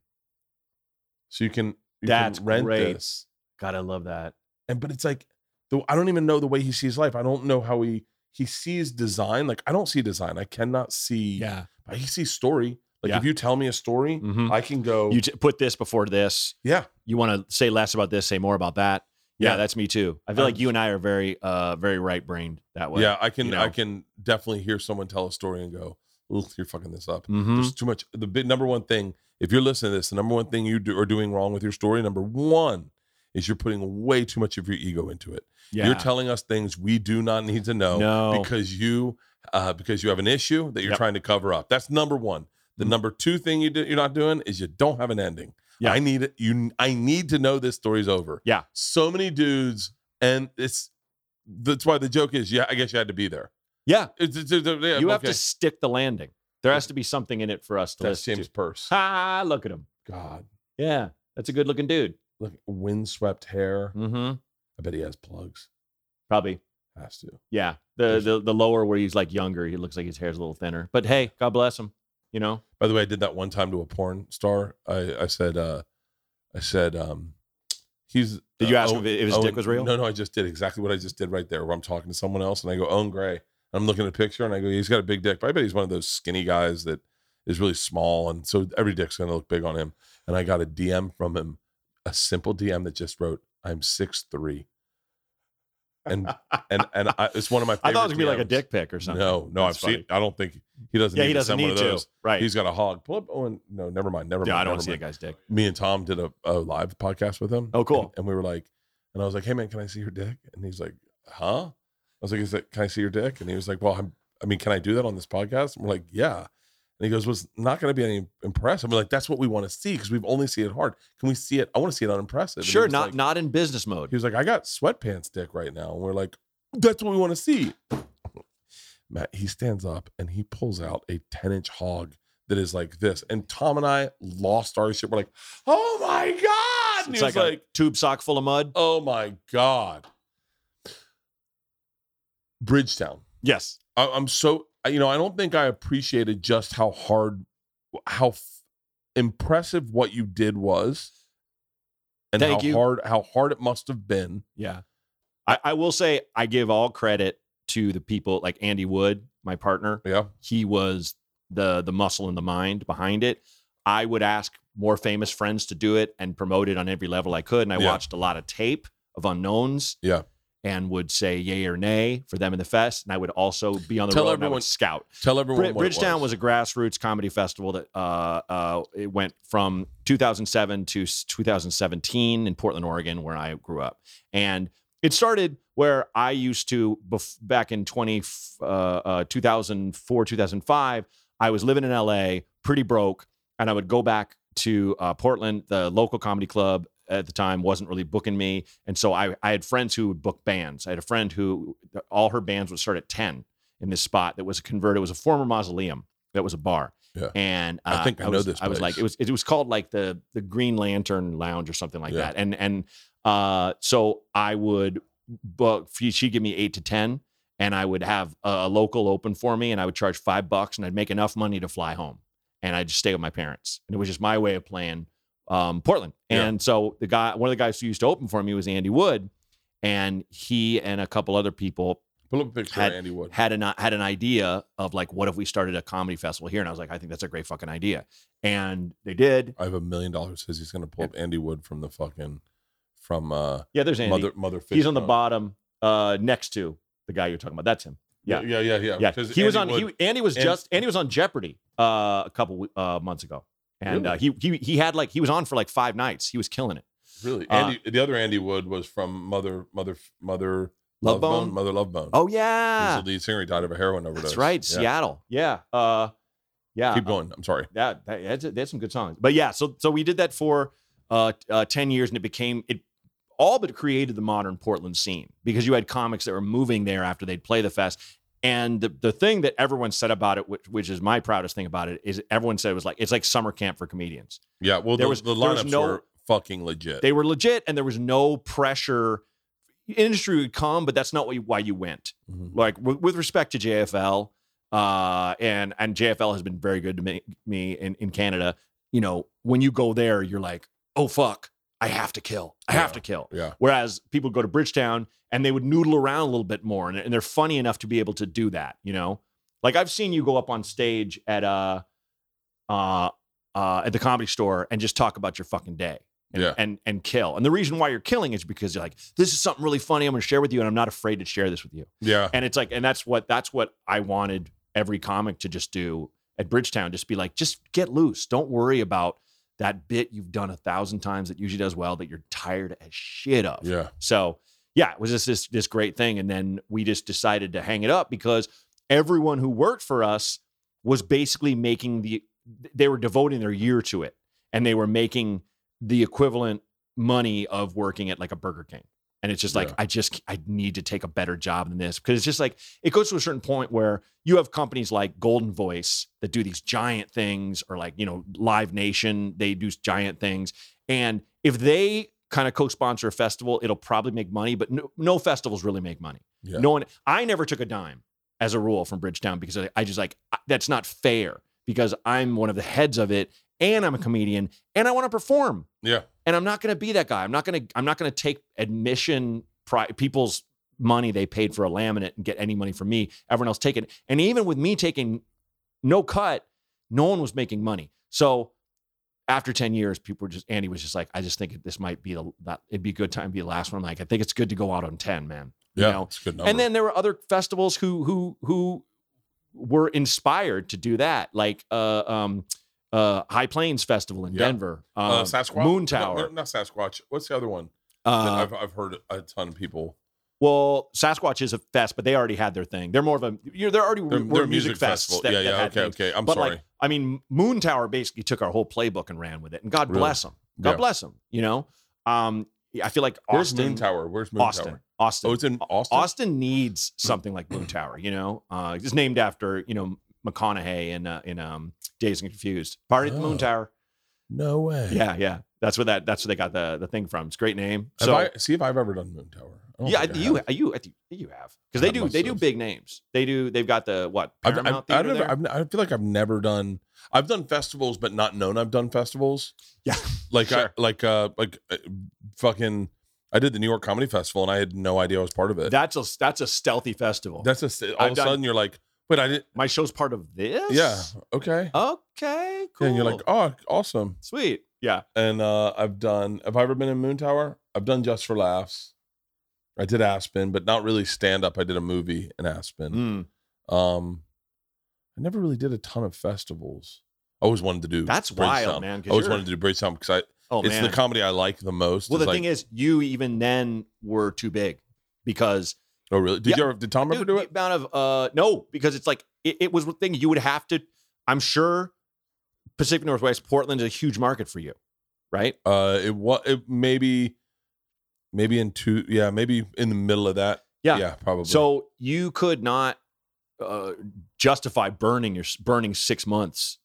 so you can you can
That's
rent
great.
this.
God, I love that.
And but it's like, though I don't even know the way he sees life. I don't know how he he sees design. Like I don't see design. I cannot see.
Yeah.
but he sees story. Like
Yeah.
if you tell me a story,
Mhm.
I can go.
You t- put this before this.
yeah,
You want to say less about this, say more about that. Yeah,
Yeah.
that's me too. I feel
I'm-
like you and I are very, uh, very right brained that way.
yeah. I can
you know.
I can definitely hear someone tell a story and go, "Ugh, you're fucking this up."
Mhm.
There's too much. The big number one thing, if you're listening to this, the number one thing you do, are doing wrong with your story, number one, is you're putting way too much of your ego into it.
Yeah.
You're telling us things we do not need to know
no.
because you uh, because you have an issue that you're
Yep.
trying to cover up. That's number one. The
Mhm.
number two thing you do, you're not doing is you don't have an ending.
Yeah.
I need it. You, I need to know this story's over.
Yeah.
So many dudes, and it's that's why the joke is. Yeah, I guess you had to be there.
yeah.
It's, it's, it's- yeah,
you have
okay.
to stick the landing. There has to be something in it for us to
That's
listen
James
to.
Purse.
Ah, look at him.
God.
Yeah, that's a good looking dude.
look windswept hair.
Mm-hmm.
I bet he has plugs.
Probably.
Has to.
Yeah. The, the the lower where he's like younger, he looks like his hair's a little thinner. But hey, God bless him. You know.
By the way, I did that one time to a porn star. I I said uh I said um he's
Did you
uh,
ask
Owen-
him if his
Owen-
dick was real?
No, no, I just did exactly what I just did right there where I'm talking to someone else and I go, Owen Gray. I'm looking at a picture and I go, he's got a big dick, but I bet he's one of those skinny guys that is really small and so every dick's gonna look big on him. And I got a DM from him, a simple DM that just wrote, I'm six three. And and and I, it's one of my favorite
I thought it was gonna be like a
DMs.
dick pic or something.
No, no,
That's
I've
funny.
seen. I don't think he doesn't.
Yeah,
need
he doesn't
to send
need
one of
to.
those.
Right.
He's got a hog. Pull up. Oh, and no, never mind. Never mind.
yeah, I
never
don't want to see
mind.
that guy's dick.
Me and Tom did a, a live podcast with him.
Oh, cool.
And, and we were like, and I was like, hey man, can I see your dick? And he's like, huh? I was like, is that? Can I see your dick? And he was like, well, I'm, I mean, can I do that on this podcast? And we're like, yeah. And he goes, was not going to be any impressive. And we're like, that's what we want to see because we've only seen it hard. Can we see it? I want to see it unimpressive. And he
Sure,
was
not
like-
not in business mode.
he was like, I got sweatpants dick right now. And we're like, that's what we want to see. Matt, he stands up and he pulls out a 10 inch hog that is like this. And Tom and I lost our shit. We're like, oh my God. And
It's
he was
like,
like,
a tube sock full of mud.
oh my God. Bridgetown.
Yes.
I, I'm so, I- you know, I don't think I appreciated just how hard, how f- impressive what you did was. And
Thank
how
you.
hard how hard it must have been.
Yeah. I, I will say I give all credit to the people like Andy Wood, my partner.
Yeah.
He was the the muscle and the mind behind it. I would ask more famous friends to do it and promote it on every level I could. And I
Yeah.
watched a lot of tape of unknowns.
Yeah.
And would say yay or nay for them in the fest. And I would also be on the
Tell
road and I would
everyone-
scout.
Tell everyone
Brid-
what it
Bridgetown was. a grassroots comedy festival that uh, uh, it went from 2007 to s- 2017 in Portland, Oregon, where I grew up, and it started where I used to bef- back in 20 uh, uh, 2004 2005. I was living in LA, pretty broke, and I would go back to uh, Portland, the local comedy club at the time wasn't really booking me, and so I I had friends who would book bands. I had a friend who all her bands would start at ten in this spot that was a converted. It was a former mausoleum that was a bar.
Yeah.
And
I
uh,
think I know
was,
this
I was like,
place.
it was it was called like the the Green Lantern Lounge or something like
Yeah.
that. And and uh, so I would book. she- She'd give me eight to ten, and I would have a, a local open for me, and I would charge five bucks, and I'd make enough money to fly home, and I'd just stay with my parents, and it was just my way of playing um, Portland.
Yeah.
And so the guy, one of the guys who used to open for me was Andy Wood, and he and a couple other people
Pull up a picture
Had-
of Andy Wood.
had an had an idea of like, what if we started a comedy festival here? And I was like, I think that's a great fucking idea. And they did.
I have a million dollars. Says he's going to pull up Andy Wood from the fucking from uh
Yeah, there's Andy.
mother mother.
He's on the
Fishbone.
bottom, uh, next to the guy you're talking about. That's him.
Yeah, yeah, yeah, yeah.
Yeah,
'Cause
he was on.
Oh, Andy Wood-
He, Andy was
and-
just. Andy was on Jeopardy uh, a couple uh, months ago, and uh, he he he had like he was on for like five nights. He was killing it.
really.
uh,
Andy, the other Andy Wood was from mother mother mother
Love Bone.
mother love bone.
Oh
He's
yeah,
the lead singer. He died of a heroin overdose.
that's right.
Yeah.
Seattle. Yeah. Uh, yeah.
Keep going. I'm sorry.
that, that that's, that's some good songs. But yeah, so so we did that for uh, uh, ten years, and it became it all but created the modern Portland scene because you had comics that were moving there after they'd play the fest. And the, the thing that everyone said about it, which, which is my proudest thing about it, is everyone said it was like it's like summer camp for comedians.
Yeah. Well,
There
the,
was-
the
there was
lineups
no-
were fucking legit.
They were legit, and there was no pressure. Industry would come, but that's not why you, why you went.
Mhm.
Like w- with respect to JFL, uh, and and JFL has been very good to me, me in in Canada. You know, when you go there, you're like, oh fuck, I have to kill, I have
Yeah.
to kill.
Yeah.
Whereas people go to Bridgetown and they would noodle around a little bit more, and, and they're funny enough to be able to do that. You know, like I've seen you go up on stage at uh, uh, uh, at the comedy store and just talk about your fucking day. And,
Yeah.
and and kill. And the reason why you're killing is because you're like, this is something really funny. I'm going to share with you, and I'm not afraid to share this with you.
Yeah.
And it's like, and that's what that's what I wanted every comic to just do at Bridgetown. Just be like, just get loose. Don't worry about that bit you've done a thousand times that usually does well that you're tired as shit of.
Yeah.
So yeah, it was just this this great thing. And then we just decided to hang it up because everyone who worked for us was basically making the they were devoting their year to it and they were making the equivalent money of working at like a Burger King. And it's just like,
Yeah.
I just I need to take a better job than this. Because it's just like it goes to a certain point where you have companies like Golden Voice that do these giant things, or like, you know, Live Nation, they do giant things. And if they kind of co-sponsor a festival, it'll probably make money, but no, no festivals really make money.
Yeah.
No one, I never took a dime as a rule from Bridgetown because I, I just like I- that's not fair because I'm one of the heads of it and I'm a comedian and I want to perform
Yeah.
and I'm not going to be that guy. I'm not going to I'm not going to take admission pri- people's money they paid for a laminate and get any money from me. Everyone else taking and even with me taking no cut, no one was making money. So after 10 years, people were just Andy was just like, I just think this might be the that it'd be a good time to be the last one. Like I think it's good to go out on 10, man.
Yeah.
You know,
it's a good number.
and then there were other festivals who who who were inspired to do that, like uh, um, uh, High Plains Festival in
Yeah.
Denver, um,
uh, Sasquatch.
Moon
No, no,
Tower.
not Sasquatch. What's the other one? that
Uh,
I've, I've heard a ton of people.
well, Sasquatch is a fest, but they already had their thing. They're more of a you know they're already
They're,
were
they're
music,
festival.
fests. That,
yeah.
that
Yeah.
had
Okay.
things.
Okay. I'm
but
sorry.
like I mean, Moon Tower basically took our whole playbook and ran with it, and God
Really?
bless them. God
Yeah.
bless them. You know, um, I feel like
Where's
Austin,
Moon Tower? Where's Moon
Austin,
Tower?
Austin,
Oh, it's in Austin.
Austin needs something like Moon Tower, you know. Uh, it's named after you know McConaughey in uh, in um, Days and Confused. Party at the
Oh.
Moon Tower.
No way.
Yeah, yeah. That's where that that's where they got the the thing from. It's a great name.
Have
So
I, see if I've ever done Moon Tower. I don't
yeah, I,
think I
you
have.
you I think you have because they
I
do
must
they do
have.
big names. They do they've got the what
I've,
Paramount
I've, I've
Theater
never,
there.
I've, I feel like I've never done. I've done festivals, but not known I've done festivals.
Yeah,
like
sure.
I, like uh like uh, fucking. I did the New York Comedy Festival, and I had no idea I was part of it.
that's a that's a stealthy festival.
That's just all
I've
of a
done-
sudden you're like, wait, I didn't.
My show's part of this.
Yeah, okay.
Okay. Uh, Cool.
And you're like, oh, awesome.
sweet. Yeah.
And uh I've done. Have I ever been in Moon Tower? I've done Just for Laughs. I did Aspen, but not really stand up. I did a movie in Aspen.
Mm.
Um, I never really did a ton of festivals. I always wanted to do.
That's wild,
Bridgetown.
man, 'cause
I always
you're-
wanted to do Bridgetown because I
Oh
it's
man.
the comedy I like the most.
well, the
It's
thing
like-
is, you even then were too big because
oh really? Did
Yeah.
you ever? Did Tom ever
Dude,
do
the
it?
amount of uh no, because it's like it, it was a thing you would have to. I'm sure Pacific Northwest, Portland is a huge market for you. right?
Uh, it was it maybe, maybe in two. Yeah, maybe in the middle of that.
Yeah.
probably.
So you could not uh, justify burning your burning six months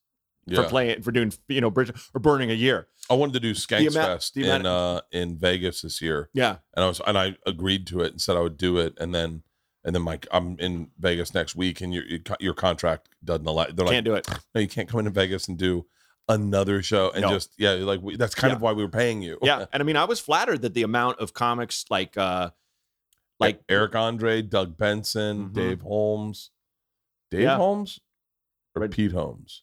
yeah.
for playing for doing you know bridge or burning a year.
I wanted to do Skanks
amount-
Fest
the
in
amount
uh in Vegas this year,
Yeah,
and I was and I agreed to it and said I would do it, and then and then like I'm in Vegas next week, and your your co- your contract doesn't allow. They're like,
can't do it.
no, you can't come into Vegas and do another show and
No.
just yeah, like we, that's kind of why we were paying you.
Yeah, and I mean I was flattered that the amount of comics like uh like
E-, Eric Andre, Doug Benson,
Mhm.
Dave Holmes, Dave
Yeah.
Holmes, or
Right.
Pete Holmes.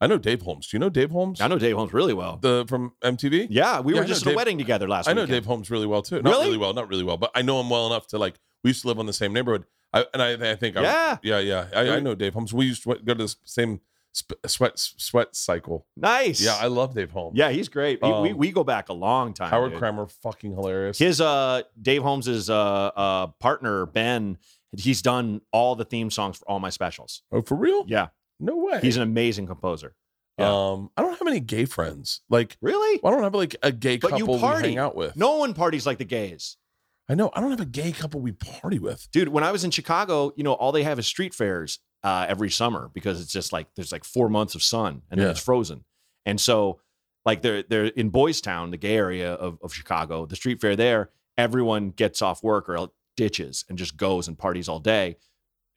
I know Dave Holmes. Do you know Dave Holmes?
I know Dave Holmes really well.
the from MTV.
yeah, we
Yeah, I know
were just at
Dave-
a wedding together last.
I know
weekend.
Dave Holmes really well too. Not
Really?
really well, not really well, but I know him well enough to like. We used to live on the same neighborhood, I, and I, I think I,
Yeah,
yeah, yeah. I, I
Really?
know Dave Holmes. We used to go to the same sp- sweat sweat cycle.
nice.
Yeah, I love Dave Holmes.
yeah, he's great. He- we
Um,
we go back a long time.
Howard
dude.
Kramer, fucking hilarious.
His uh Dave Holmes's uh uh partner Ben, he's done all the theme songs for all my specials.
oh, for real?
Yeah,
No way.
he's an amazing composer. yeah.
Um, I don't have any gay friends. Like,
Really?
I don't have like a gay
But you
couple we
party.
hang out with.
No one parties like the gays.
I know. I don't have a gay couple we party with.
Dude, when I was in Chicago, you know, all they have is street fairs uh, every summer because it's just like there's like four months of sun and then
Yeah.
it's frozen. And so, like, they're, they're in Boys Town, the gay area of, of Chicago, the street fair there, everyone gets off work or ditches and just goes and parties all day.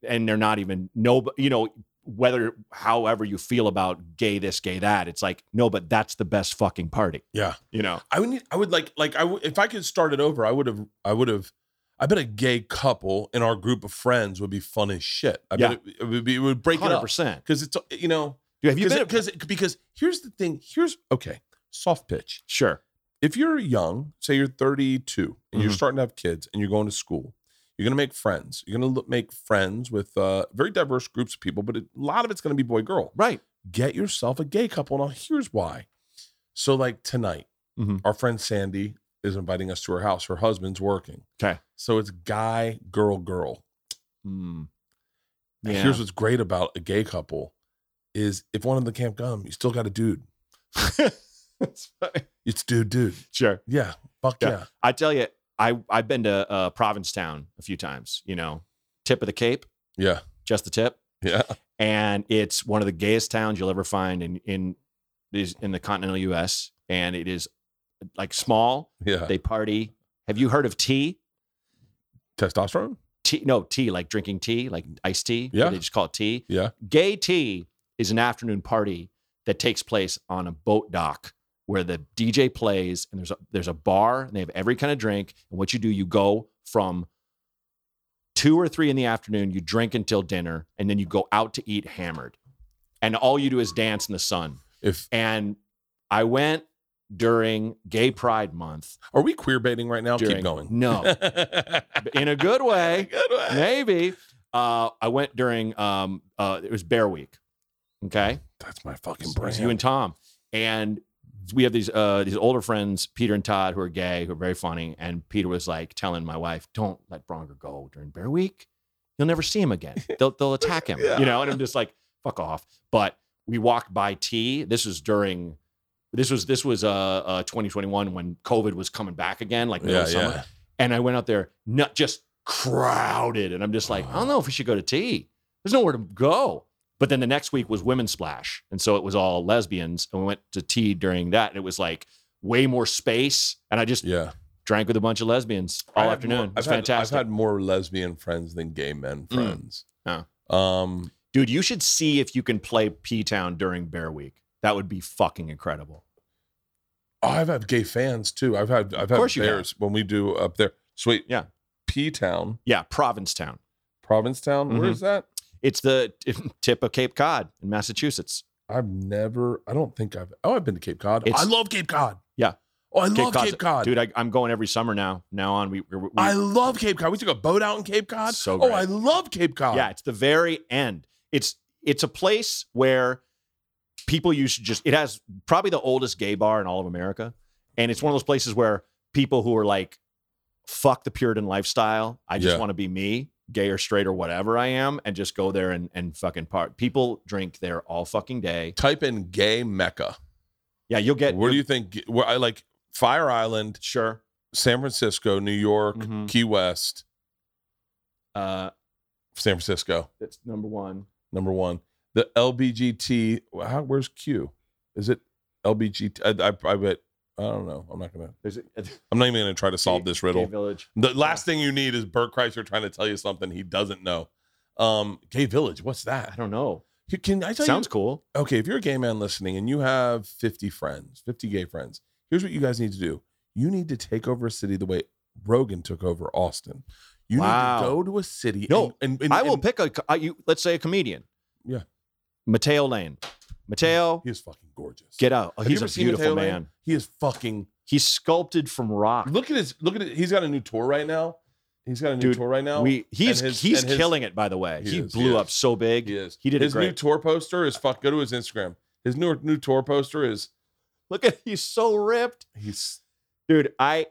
And they're not even, no, you know, whether, however you feel about gay this, gay that, it's like, no, but that's the best fucking party,
Yeah.
you know?
I would need, I would like like I w- if I could start it over, I would have I would have I bet a gay couple in our group of friends would be fun as shit. I bet it, it would be it would break it up
100%.
because it's you know
Dude, have you
because
been?
because because here's the thing here's okay soft pitch
sure.
if you're young say you're 32 and you're
Mhm.
starting to have kids and you're going to school you're going to make friends you're going to make friends with uh, very diverse groups of people but a lot of it's going to be boy girl
Right.
get yourself a gay couple. Now, here's why. So, like tonight,
Mhm.
our friend Sandy is inviting us to her house. Her husband's working.
'Kay.
So it's guy, girl, girl.
Mm.
And
Yeah.
Here's what's great about a gay couple is if one of them can't come, you still got a dude.
That's funny.
It's dude, dude.
Sure.
Yeah. Fuck yeah.
Yeah. I tell you, I I've been to uh, Provincetown a few times. You know, tip of the Cape,
Yeah.
just the tip,
Yeah.
and it's one of the gayest towns you'll ever find in in is in the continental U.S. And it is like small.
Yeah.
They party. Have you heard of tea?
Testosterone?
Tea? No, tea like drinking tea, like iced tea.
Yeah.
They just call it tea.
Yeah.
Gay tea is an afternoon party that takes place on a boat dock where the DJ plays and there's a there's a bar and they have every kind of drink. And what you do, you go from two or three in the afternoon, you drink until dinner, and then you go out to eat hammered. And all you do is dance in the sun.
If
And I went during gay pride month.
are we queer baiting right now?
during,
Keep going.
No. In a good way
Good way.
maybe. Uh, I went during um, uh, it was Bear Week. Okay,
That's my fucking
It was
brain.
you and Tom, and we have these uh, these older friends, Peter and Todd, who are gay, who are very funny. And Peter was like telling my wife, "Don't let Bronger go during Bear Week. You'll never see him again. They'll they'll attack him."
Yeah.
You know, and I'm just like, "Fuck off." But we walked by T. This was during. This was this was uh, uh 2021 when COVID was coming back again, like middle
yeah,
of summer.
yeah.
And I went out there, not just crowded. And I'm just like, I don't know if we should go to tea. There's nowhere to go. But then the next week was Women's Splash. And so it was all lesbians. And we went to tea during that. And it was like way more space. And I just
Yeah.
drank with a bunch of lesbians all
I have
afternoon.
more-
it was
I've
fantastic.
Had, I've had more lesbian friends than gay men friends.
Oh.
Um,
Dude, you should see if you can play P Town during Bear Week. That would be fucking incredible.
oh, I've had gay fans too. I've had I've had
course you have.
bears when we do up there. Sweet.
Yeah.
P Town,
Yeah, Provincetown.
Provincetown. Where
Mhm.
is that?
It's the tip of Cape Cod in Massachusetts.
I've never. I don't think I've. Oh, I've been to Cape Cod.
It's-
I love Cape Cod.
Yeah.
Oh, I
Cape
love
Cod's-
Cape Cod.
Dude, I, I'm going every summer now. Now on, we, we, we
I love Cape Cod. We took a boat out in Cape Cod.
So
oh,
great.
I love Cape Cod.
Yeah, it's the very end. It's it's a place where people used to just it has probably the oldest gay bar in all of America. And it's one of those places where people who are like, fuck the Puritan lifestyle. I just
Yeah.
want to be me, gay or straight or whatever I am, and just go there and, and fucking part. People drink there all fucking day.
Type in gay Mecca.
Yeah, you'll get.
Where do you think? Where I like Fire Island,
Sure.
San Francisco, New York,
Mhm.
Key West,
Uh,
San Francisco,
that's number one.
number one. The LBGT. How, where's Q? Is it LBGT? I, I, I bet. I don't know. I'm not gonna.
There's a,
I'm not even gonna try to solve this riddle.
Village.
The last thing you need is Bert Kreischer trying to tell you something he doesn't know. Um, gay village. What's
I
that?
don't know.
You- Can I tell you?
Sounds cool.
okay, if you're a gay man listening and you have 50 friends, 50 gay friends, here's what you guys need to do. You need to take over a city the way Rogan took over Austin. You
Wow.
need to go to a city.
No,
and, and, and-
I will
and-
pick a, co- uh, you, let's say a comedian.
Yeah.
Mateo Lane. Mateo,
He is fucking gorgeous.
get out. Oh,
Have you
he's
ever
a
seen
beautiful
Mateo Lane?
man.
He is fucking.
He's sculpted from rock.
Look at his. Look at it. He's got a new tour right now. He's got a new
Dude,
tour right now.
we he's
and his-
he's
and his-
killing it by the way.
He
He,
is, he
blew
is.
up so big.
he is.
He did it
his new
great.
tour poster is fuck. Go to his Instagram. His new new tour poster is
Look at he's so ripped.
he's
Dude, I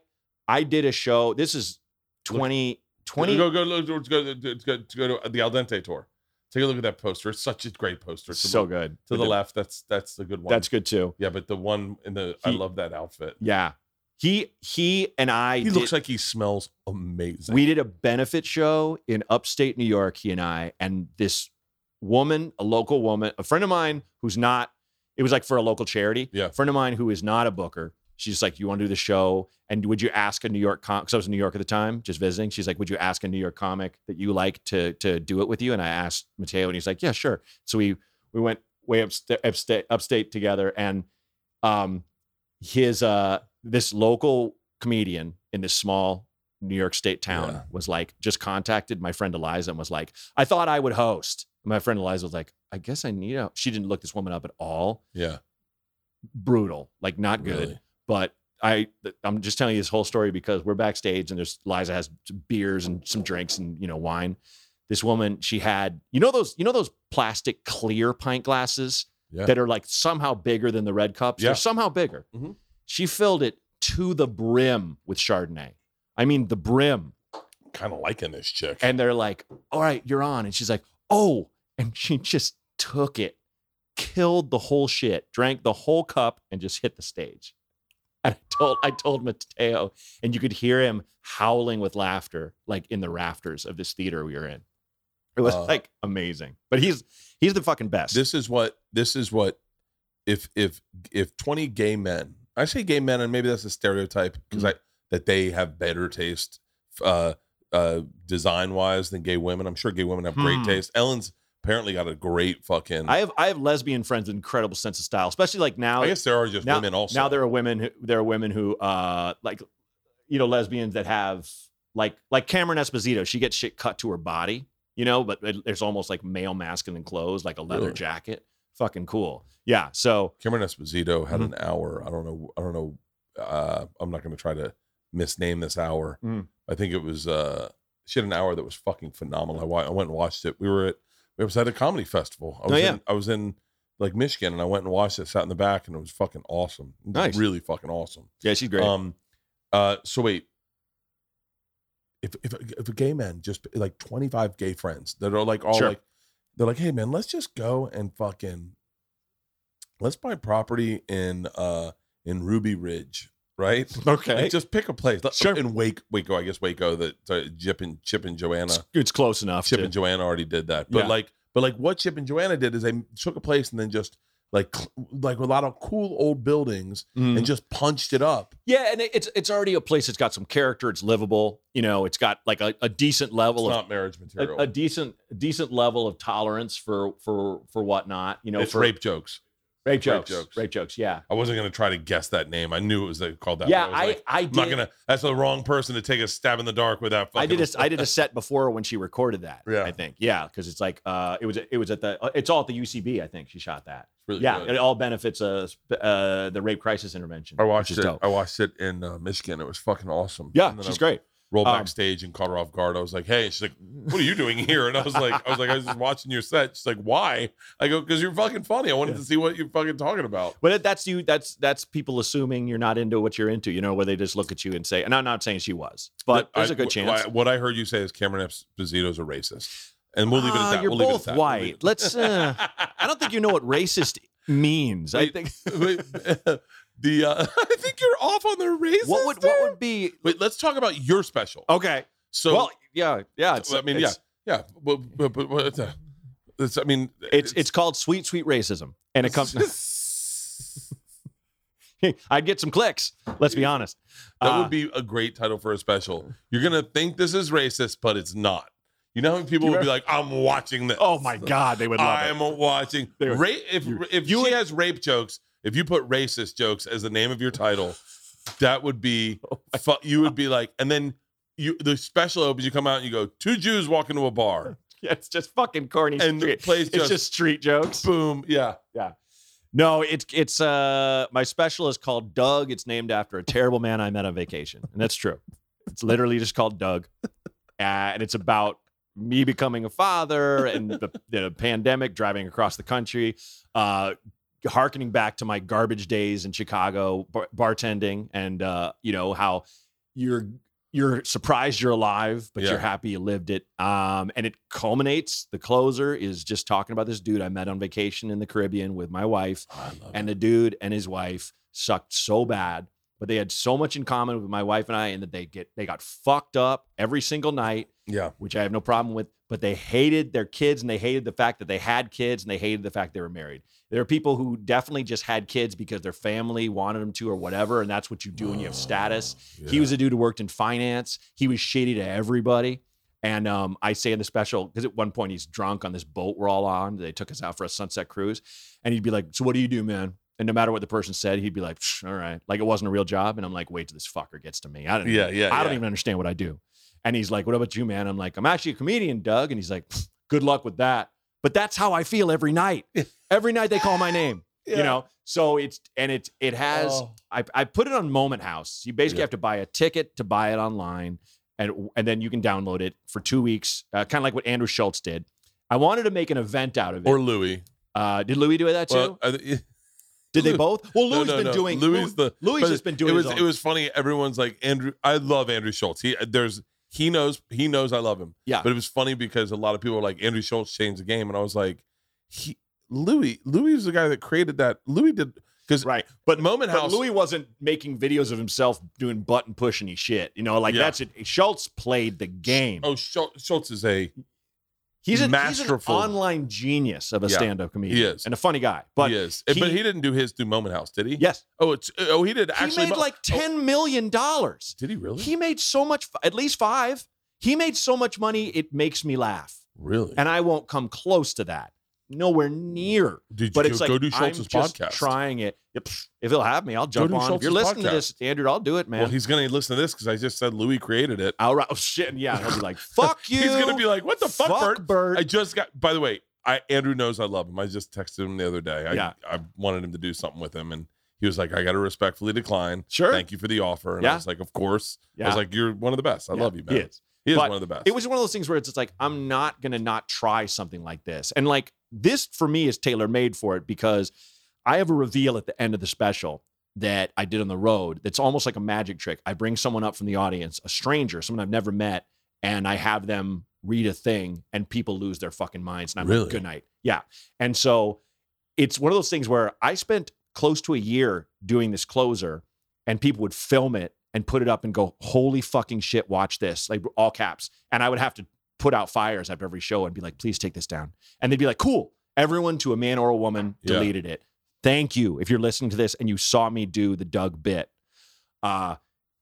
I did a show. This is 20 20
Go go go go, go, go, go, go to the Al Dente tour. Take a look at that poster. It's such a great poster. To,
so
the,
good.
to the
But
left, that's that's the good one.
That's good too.
yeah, but the one in the I
He-
love that outfit.
Yeah. He he and I
He
did-
looks like he smells amazing.
we did a benefit show in upstate New York, he and I, and this woman, a local woman, a friend of mine who's not, it was like for a local charity.
Yeah.
A friend of mine who is not a booker. She's like, You want to do the show? And would you ask a New York comic? Because I was in New York at the time, just visiting. She's like, Would you ask a New York comic that you like to to do it with you? And I asked Mateo, and he's like, Yeah, sure. So we we went way upstate upstate, upstate together, and um, his uh, this local comedian in this small New York State town
Yeah.
was like just contacted my friend Eliza and was like, I thought I would host. My friend Eliza was like, I guess I need a. She didn't look this woman up at all.
yeah,
Brutal, like not good.
really.
But I, th- I'm just telling you this whole story because we're backstage and there's Liza has some beers and some drinks and you know wine. This woman, she had you know those you know those plastic clear pint glasses
Yeah.
that are like somehow bigger than the red cups.
Yeah.
They're somehow bigger.
Mhm.
She filled it to the brim with Chardonnay. I mean the brim.
Kind of liking this chick.
And they're like, all right, you're on. And she's like, oh. And she just took it, killed the whole shit, drank the whole cup, and just hit the stage. And I told, I told Mateo, and you could hear him howling with laughter, like in the rafters of this theater we were in. It was
Uh,
like amazing. But he's he's the fucking best.
this is what this is what if if if 20 gay men i say gay men and maybe that's a stereotype
Mm-hmm.
because i that they have better taste uh uh design wise than gay women i'm sure gay women have great
Hmm.
taste ellen's apparently got a great fucking
I
i,
have I have lesbian friends, with incredible sense of style, especially like now.
guess there are just
now-
women also
now there are women who there are women who uh like you know lesbians that have like like Cameron Esposito she gets shit cut to her body you know but it- there's almost like male masculine clothes like a leather
Really?
jacket fucking cool yeah so
cameron esposito had
Mm-hmm.
an hour i don't know i don't know uh i'm not gonna try to misname this hour
Mm.
i think it was uh she had an hour that was fucking phenomenal. I, wa- I went and watched it. We were at it was at a comedy festival. I
Oh,
was
yeah.
in, I was in like Michigan and I went and watched it, sat in the back, and it was fucking awesome. It was
Nice.
Really fucking awesome.
yeah she's great
Um uh so wait. If if if a gay man just like 25 gay friends that are like all
Sure.
like they're like, hey man, let's just go and fucking let's buy property in uh in Ruby Ridge, right?
okay
Like, just pick a place. Let-
Sure.
In Wake, Waco, I guess Waco. That uh, Chip and Chip and Joanna,
it's, it's close enough
Chip
to-
and Joanna already did that. But
Yeah.
like, but like what Chip and Joanna did is they took a place and then just like cl- like a lot of cool old buildings
Mm.
and just punched it up.
yeah and it- it's it's already a place that's got some character it's livable you know it's got like a, a decent
It's
level of
not marriage
a,
material.
a decent decent level of tolerance for for for whatnot you know
it's
for
rape jokes.
rape jokes
jokes.
rape jokes yeah
I wasn't gonna try to guess that name. I knew it was they called that.
yeah,
but
I,
I, was like,
I
I'm
did.
not gonna. That's the wrong person to take a stab in the dark with that.
I did a,
fucking-
I did a set before when she recorded that.
Yeah.
I think. Yeah, because it's like uh, it was it was at the uh, it's all at the UCB. I think she shot that.
Really
yeah,
good.
it all benefits uh, sp- uh the rape crisis intervention.
I watched
which
it.
is dope.
I watched it in uh, Michigan. It was fucking awesome.
Yeah,
And then I
she's great.
rolled
Um,
backstage and caught her off guard. I was like, "Hey," she's like, "What are you doing here?" And I was like, "I was like, I was just watching your set." She's like, "Why?" I go, "Cause you're fucking funny. I wanted to see what you're fucking talking about."
But it- that's you. That's that's people assuming you're not into what you're into. You know, where they just look at you and say, and I'm not saying she was, but there's
I-
a good
wh-
chance.
why- What I heard you say is Cameron Esposito's a racist, and we'll leave it
Ah,
at that.
You're
we'll
both
leave it at that. We'll
white.
leave it-
Let's. Uh, I don't think you know what racist means. I
Wait,
think.
Wait, the uh, I think you're off on the racist.
What would what would be
Wait, let's talk about your special.
okay?
so
well, yeah, yeah. It's,
I mean,
it's,
yeah, but, but, but what the, it's, I mean,
It's it's called sweet sweet racism, and it comes.
comes.
I'd get some clicks. Let's be honest.
That
Uh,
would be a great title for a special. You're gonna think this is racist, but it's not. You know how many people
You
would be like, "I'm watching this."
Oh my god, they would love
I'm
it.
watching.
They would-
Ra- if if
you
she
would-
has rape jokes, if you put racist jokes as the name of your title, that would be
Oh
fu- you would be like, and then you the special opens. You come out and you go, two Jews walk into a bar.
Yeah, it's just fucking corny.
And
street.
plays
it's
just-
just street jokes.
Boom. Yeah.
No, it's it's uh my special is called Doug. It's named after a terrible man I met on vacation, and that's true. It's literally just called Doug, uh, and it's about me becoming a father and the, the pandemic driving across the country, uh, harkening back to my garbage days in Chicago bar- bartending, and uh, you know how you're you're surprised you're alive, but
Yeah.
you're happy you lived it. Um, and it culminates. The closer is just talking about this dude I met on vacation in the Caribbean with my wife
I love
and the dude and his wife sucked so bad but they had so much in common with my wife and i and that they get they got fucked up every single night
yeah.
which i have no problem with but they hated their kids and they hated the fact that they had kids and they hated the fact they were married there are people who definitely just had kids because their family wanted them to or whatever and that's what you do when you have status
Yeah.
he was a dude who worked in finance. He was shitty to everybody. And um, I say in the special, because at one point he's drunk on this boat we're all on. They took us out for a sunset cruise. And he'd be like, So what do you do, man? And no matter what the person said, he'd be like, "Psh, All right. Like it wasn't a real job. And I'm like, Wait till this fucker gets to me. I don't
Yeah. Yeah.
I don't
yeah.
even understand what I do. And he's like, What about you, man? I'm like, I'm actually a comedian, Doug. And he's like, "Pfft, Good luck with that. But that's how I feel every night. every night they call my name.
Yeah.
You know? So it's and it it has
Oh.
I, I put it on Moment House. You basically
Yeah.
have to buy a ticket to buy it online, and and then you can download it for two weeks, uh, kind of like what Andrew Schultz did. I wanted to make an event out of it.
or Louis.
uh, did Louis do that too?
Well, I th-
did they
Lou-
both? Well, Louis
no, no,
been
no.
doing.
Louis
Louis,
is the
Louis
but
has been doing.
it was
his own.
it was funny. Everyone's like Andrew. I love Andrew Schultz. He there's he knows he knows I love him.
Yeah.
But it was funny because a lot of people were like Andrew Schultz changed the game, and I was like, he Louis Louis was the guy that created that. Louis did because
right.
but Moment
But
House.
Louis wasn't making videos of himself doing button pushing and shit. You know, like
Yeah.
that's it. Schultz played the game.
oh Schultz, Schultz is a
he's, a,
masterful.
he's an online genius of a
Yeah,
stand-up comedian.
he is.
and a funny guy.
but
But
he is. But
he-
he didn't do his through Moment House, did he?
yes,
Oh, it's oh he did actually.
he
Mo-
made like ten million dollars.
did he really?
He made so much, at least five. He made so much money, it makes me laugh.
really?
And I won't come close to that. Nowhere near.
Did you
But
go,
it's like,
go do
I'm
Schultz's
just
podcast?
trying it. Yep, pff, If he'll have me, I'll jump
do
on. if
Schultz's
you're listening to this, Andrew, I'll do it, man.
Well, he's gonna listen to this because I just said Louis created it.
All right. Oh, shit. Yeah. He'll be like, fuck you.
He's gonna be like, what the fuck, Bert?
Bert?
I just got. By the way, I Andrew knows I love him. I just texted him the other day. I,
Yeah.
I wanted him to do something with him, and he was like, "I got to respectfully decline.
sure.
Thank you for the offer." And I
Yeah.
was like, "Of course." I
Yeah.
was like, "You're one of the best. I
Yeah,
love you, man.
he
He is,
is. But
one of the best."
It was one of those things where it's just like, I'm not going to not try something like this. And like this for me is tailor made for it because I have a reveal at the end of the special that I did on the road that's almost like a magic trick. I bring someone up from the audience, a stranger, someone I've never met, and I have them read a thing and people lose their fucking minds. And I'm
Really?
like, good night. Yeah. And so it's one of those things where I spent close to a year doing this closer and people would film it and put it up and go, holy fucking shit, watch this, like all caps. And I would have to put out fires after every show and be like, please take this down. And they'd be like, cool. Everyone to a man or a woman
Yeah.
deleted it. Thank you. If you're listening to this and you saw me do the Doug bit. Uh,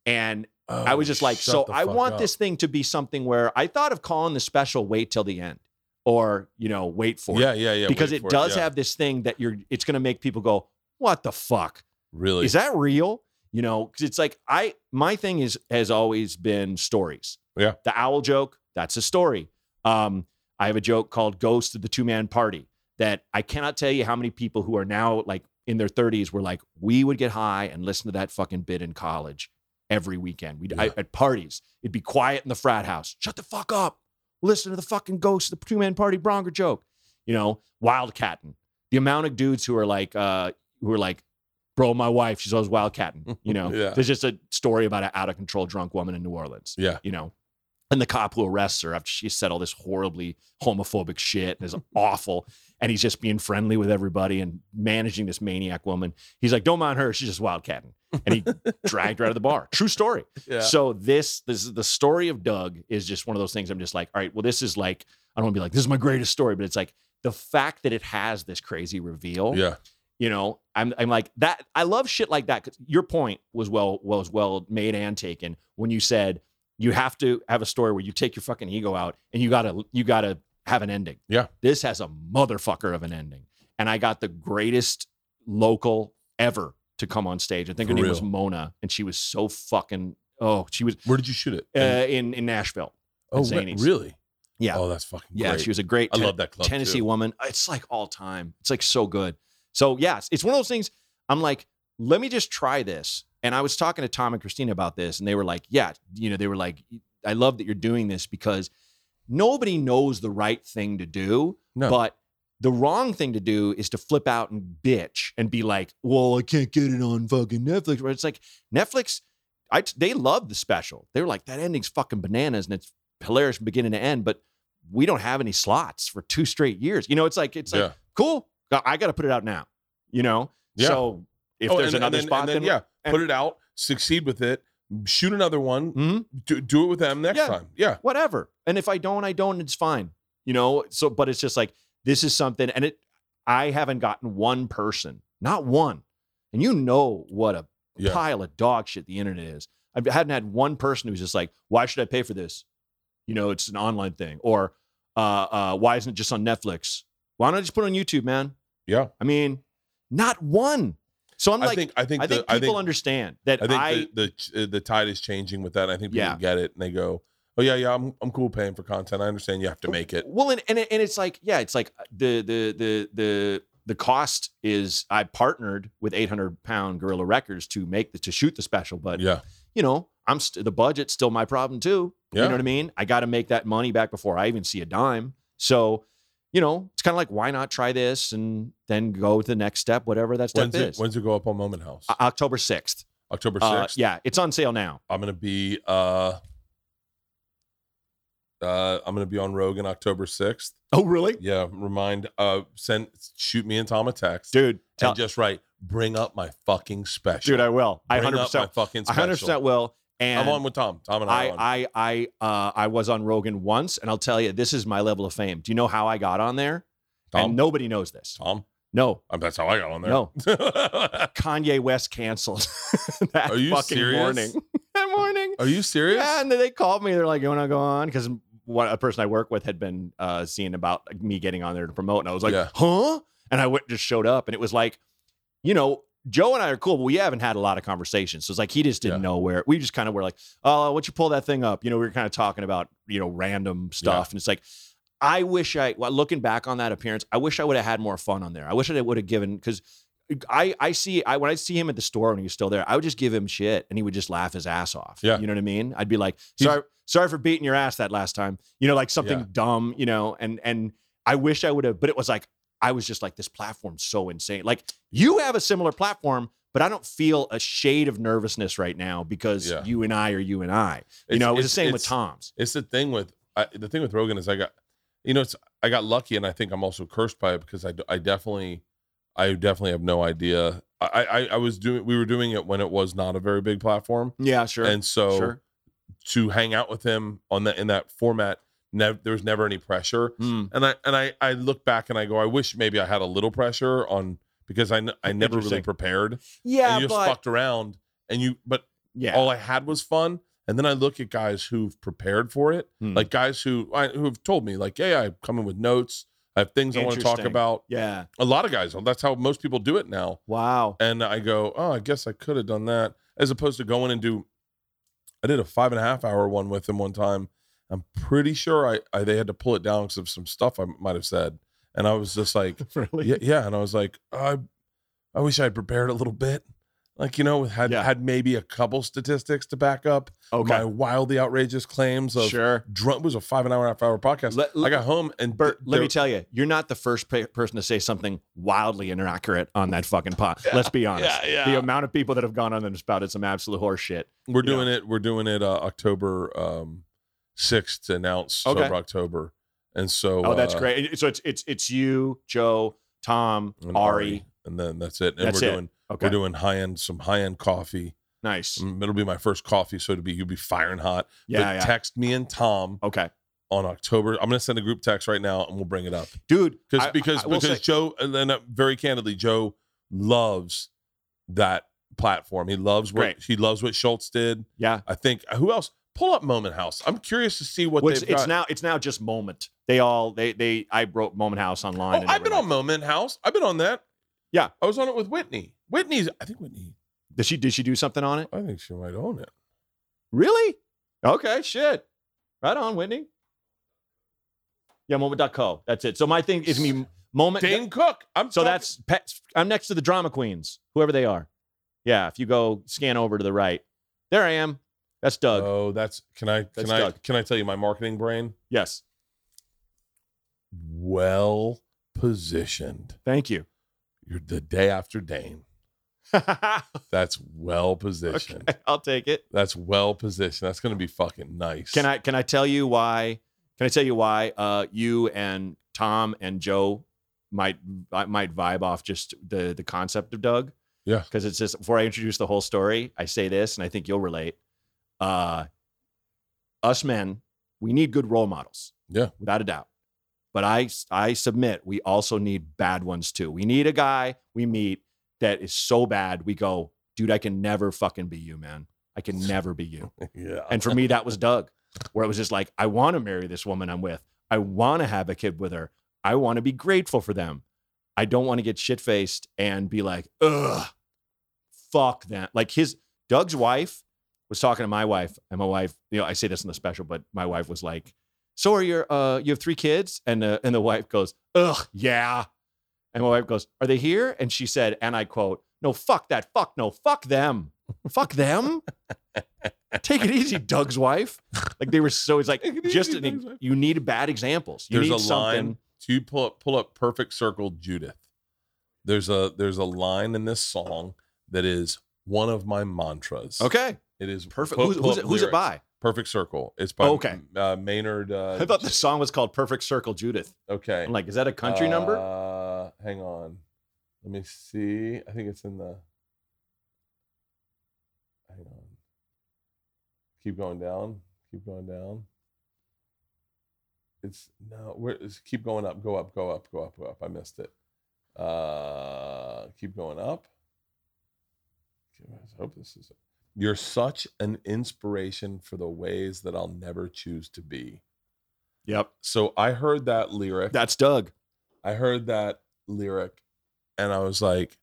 and
Oh,
I was just like,
shut
so
the
I
fuck
want
up.
this thing to be something where I thought of calling the special wait till the end or, you know, wait for it.
Yeah, yeah, yeah.
Because
wait
it
for
does
yeah.
have this thing that you're, it's going to make people go, what the fuck?
really.
is that real? You know, because it's like I my thing is has always been stories.
Yeah.
The owl joke, that's a story. Um, I have a joke called Ghost of the Two Man Party that I cannot tell you how many people who are now like in their 30s were like, we would get high and listen to that fucking bit in college every weekend. We'd I-
Yeah.
at parties, it'd be quiet in the frat house. Shut the fuck up. Listen to the fucking ghost of the two man party Bronger joke. You know, wildcatting. The amount of dudes who are like, uh, who are like, bro, my wife, she's always wildcatting. You know,
Yeah.
there's just a story about an out of control drunk woman in New Orleans.
Yeah.
You know, And the cop who arrests her after she said all this horribly homophobic shit and is awful. And he's just being friendly with everybody and managing this maniac woman. He's like, don't mind her. She's just wildcatting. And he dragged her out of the bar. True story.
Yeah.
So this, this is the story of Doug is just one of those things. I'm just like, all right, well, this is like, I don't want to be like, this is my greatest story, but it's like the fact that it has this crazy reveal
yeah.
you know i'm i'm like that i love shit like that 'cause your point was well was well made and taken when you said you have to have a story where you take your fucking ego out and you got to you got to have an ending
Yeah.
this has a motherfucker of an ending and i got the greatest local ever to come on stage i think
For
her name was
real.
mona and she was so fucking oh she was
Where did you shoot it?
uh, in in nashville
oh, re-
Zanies.
really?
Yeah.
Oh, that's fucking
yeah
great.
she was a great
I
ten-
love that club.
Tennessee
too.
woman. It's like all time. It's like so good. So yes, it's one of those things. I'm like, let me just try this. And I was talking to Tom and Christina about this, and they were like, yeah, you know, they were like, I love that you're doing this because nobody knows the right thing to do,
No.
but the wrong thing to do is to flip out and bitch and be like, well, I can't get it on fucking Netflix. Where it's like Netflix, I t- they love the special. They were like, that ending's fucking bananas and it's hilarious from beginning to end, but we don't have any slots for two straight years. You know, it's like it's like
yeah.
cool. I- I got to put it out now. You know,
Yeah.
so if
Oh,
there's
and- and
another
then-
spot,
and
then,
then, yeah, put it out, succeed with it, shoot another one,
Mhm.
do, do it with them next
Yeah.
time. Yeah.
whatever. And if I don't, I don't. It's fine. You know. So, but it's just like this is something, and it. I haven't gotten one person, not one, and you know what a
Yeah.
pile of dog shit the internet is. I hadn't had one person who's just like, why should I pay for this? You know, it's an online thing. Or uh, uh, why isn't it just on Netflix? Why don't I just put it on YouTube, man?
Yeah.
I mean, not one. So I'm
i
like,
think I think
I think
the, I
people
think,
understand that
I
I,
think the, the the tide is changing with that. I think people
Yeah.
get it and they go, "Oh yeah, yeah, I'm I'm cool paying for content. I understand you have to make it."
Well, and, and it- and it's like yeah, it's like uh, the the the the the cost is I partnered with 800 pound Gorilla Records to make the to shoot the special, but
Yeah.
you know I'm st- the budget's still my problem too.
Yeah.
You know what I mean? I got to make that money back before I even see a dime. So you know it's kind of like why not try this and then go to the next step, whatever that step
When's
is.
it, when's it go up on Moment House?
O- October 6th.
October 6th.
Uh, yeah, it's on sale now.
I'm gonna be uh uh I'm gonna be on Rogan October 6th.
Oh, really?
Yeah, remind uh send shoot me and Tom a text
Dude, tell,
and just write bring up my fucking special.
dude, I will. I
Bring
100
up my
percent,
fucking
I
special.
100 percent will. And
I'm on with Tom. Tom and I, are on.
I, I, I, uh, I was on Rogan once, and I'll tell you, this is my level of fame. Do you know how I got on there?
Tom.
And nobody knows this.
Tom.
No,
Um, That's how I got on there.
No. Kanye West canceled that
Are you
fucking
serious?
morning. that morning.
Are you serious?
Yeah, and then they called me. They're like, "You want to go on?" Because one a person I work with had been uh, seeing about me getting on there to promote, and I was like,
Yeah.
"Huh?" And I went just showed up, and it was like, you know, Joe and I are cool, but we haven't had a lot of conversations. So it's like he just didn't
Yeah.
know where we just kind of were like, "Oh, why don't you pull that thing up?" You know, we were kind of talking about you know random stuff, and it's like. I wish I, well, looking back on that appearance, I wish I would have had more fun on there. I wish I would have given because I I see I when I see him at the store when he was still there, I would just give him shit and he would just laugh his ass off.
Yeah.
you know what I mean. I'd be like,
He's-
sorry, sorry for beating your ass that last time. You know, like something
Yeah.
dumb. You know, and and I wish I would have, but it was like I was just like this platform's so insane. Like you have a similar platform. But I don't feel a shade of nervousness right now because
Yeah.
you and I are you and I. You
It's-
know, it was the
it's-
same with
it's-
Tom's.
It's the thing with I, the thing with Rogan is I got, you know, it's I got lucky and I think I'm also cursed by it because I, d- I definitely, I definitely have no idea. I, I I was doing we were doing it when it was not a very big platform,
Yeah, sure.
and so
sure.
to hang out with him on that in that format, nev- there was never any pressure.
Mm.
And I and I I look back and I go, I wish maybe I had a little pressure on because I n- I never really
Interesting.
prepared.
Yeah,
and you just
but
fucked around and you but
yeah.
all I had was fun. And then I look at guys who've prepared for it,
Hmm.
like guys who I, who've told me, like, "Hey, I'm coming with notes. I have things I want to talk
Interesting.
about."
yeah.
A lot of guys, that's how most people do it now.
Wow.
And I go, "Oh, I guess I could have done that," as opposed to going and do. I did a five and a half hour one with him one time. I'm pretty sure I, I they had to pull it down because of some stuff I might have said, and I was just like,
really?
yeah, yeah. And I was like, I, I wish I had prepared a little bit. Like you know, had
Yeah.
had maybe a couple statistics to back up
Okay.
my wildly outrageous claims of
sure.
drunk. It was a five and hour and a half hour podcast.
Let-
I got home and
Bert,
th-
let me
there-
tell you, you're not the first pa- person to say something wildly inaccurate on that fucking pot. Let's be honest.
Yeah,
The amount of people that have gone on and spouted some absolute horse shit.
we're
you know.
doing it. We're doing it uh, October um sixth to announce
Okay.
Sober October, and so
Oh, that's
uh,
great. So it's it's it's you, Joe, Tom,
uh, and
Ari.
and then that's it. And
That's
we're
it.
doing
Okay,
we're doing high end some high end coffee.
nice.
Mm, It'll be my first coffee, so it'll be you'll be firing hot.
Yeah,
but
yeah.
text me and Tom
okay,
on October. I'm gonna send a group text right now, and we'll bring it up
dude.
because
I-
because
I will
because
say-
Joe and then uh, very candidly, Joe loves that platform. He loves what
Great.
he loves what Schultz did.
yeah.
I think uh, who else? Pull up Moment House. I'm curious to see what
Well,
they've
it's, it's
got.
now it's now just moment. They all they they I wrote moment house
oh,
online. and
I've been
everything.
on Moment House. I've been on that.
Yeah.
I was on it with Whitney. Whitney's. I think Whitney.
Did she did she do something on it?
I think she might own it.
Really? Okay, shit. Right on, Whitney. Yeah, moment.co. That's it. So my thing is me moment.
Dane Cook. I'm
So
talking-
that's pet, I'm next to the drama queens, whoever they are. Yeah, if you go scan over to the right, there I am. That's Doug.
Oh, that's can I can
That's
I
Doug.
can I tell you my marketing brain?
yes,
Well positioned.
thank you.
You're the day after Dane. That's well positioned.
Okay, I'll take it.
That's well positioned. That's gonna be fucking nice.
Can I can I tell you why? Can I tell you why? Uh, you and Tom and Joe might might vibe off just the the concept of Doug.
Yeah.
Because it's just before I introduce the whole story, I say this, and I think you'll relate. Uh, us men, we need good role models.
Yeah.
without a doubt. But I I submit we also need bad ones too. We need a guy we meet that is so bad we go, dude, I can never fucking be you, man. I can never be you.
Yeah.
And for me, that was Doug, where it was just like, I want to marry this woman I'm with. I want to have a kid with her. I want to be grateful for them. I don't want to get shit faced and be like, ugh, fuck that. Like his Doug's wife was talking to my wife, and my wife, you know, I say this in the special, but my wife was like, "So are your uh, you have three kids?" And uh, and the wife goes, "Ugh, yeah." And my wife goes, "Are they here?" And she said, and I quote, "No, fuck that, fuck no, fuck them, fuck them." Take it easy, Doug's wife. Like they were so. It's like
Take it easy,
just
Doug's
an,
wife.
you need bad examples. You
there's
need
a
something.
line to pull up pull up perfect circle Judith. There's a there's a line in this song that is one of my mantras.
Okay,
It is
perfect.
pull-
who's
pull
who's,
up
it, who's it
lyrics.
by?
Perfect Circle. It's by
Oh, okay.
uh, Maynard. Uh,
I thought the song was called "Perfect Circle," Judith.
Okay.
I'm like, is that a country number?
Uh, hang on. Let me see. I think it's in the. Hang on. Keep going down. Keep going down. It's no. Where is? Keep going up. Go up. Go up. Go up. Go up. I missed it. Uh, keep going up. I hope this is. You're such an inspiration for the ways that I'll never choose to be.
Yep,
So I heard that lyric.
that's Doug.
I heard that lyric and I was like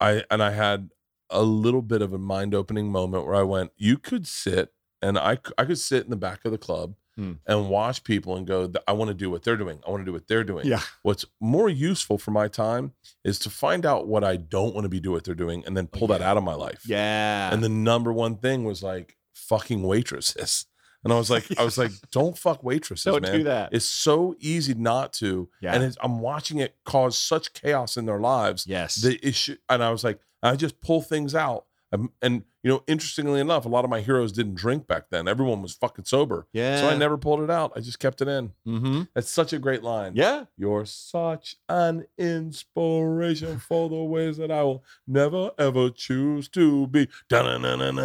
I and I had a little bit of a mind opening moment where I went you could sit and I c- I could sit in the back of the club
Hmm.
and watch people and go I want to do what they're doing. I want to do what they're doing.
Yeah.
What's more useful for my time is to find out what I don't want to be doing what they're doing and then pull that
Oh, yeah.
out of my life.
Yeah.
And the number one thing was like fucking waitresses. And I was like I was like don't fuck waitresses,
don't
man.
do that.
It's so easy not to.
Yeah.
And it's, I'm watching it cause such chaos in their lives.
yes.
The issue, and I was like, I just pull things out. Um, and, you know, interestingly enough, a lot of my heroes didn't drink back then. Everyone was fucking sober.
yeah.
So I never pulled it out. I just kept it in.
Mm-hmm.
That's such a great line.
Yeah.
You're such an inspiration for the ways that I will never ever choose to be.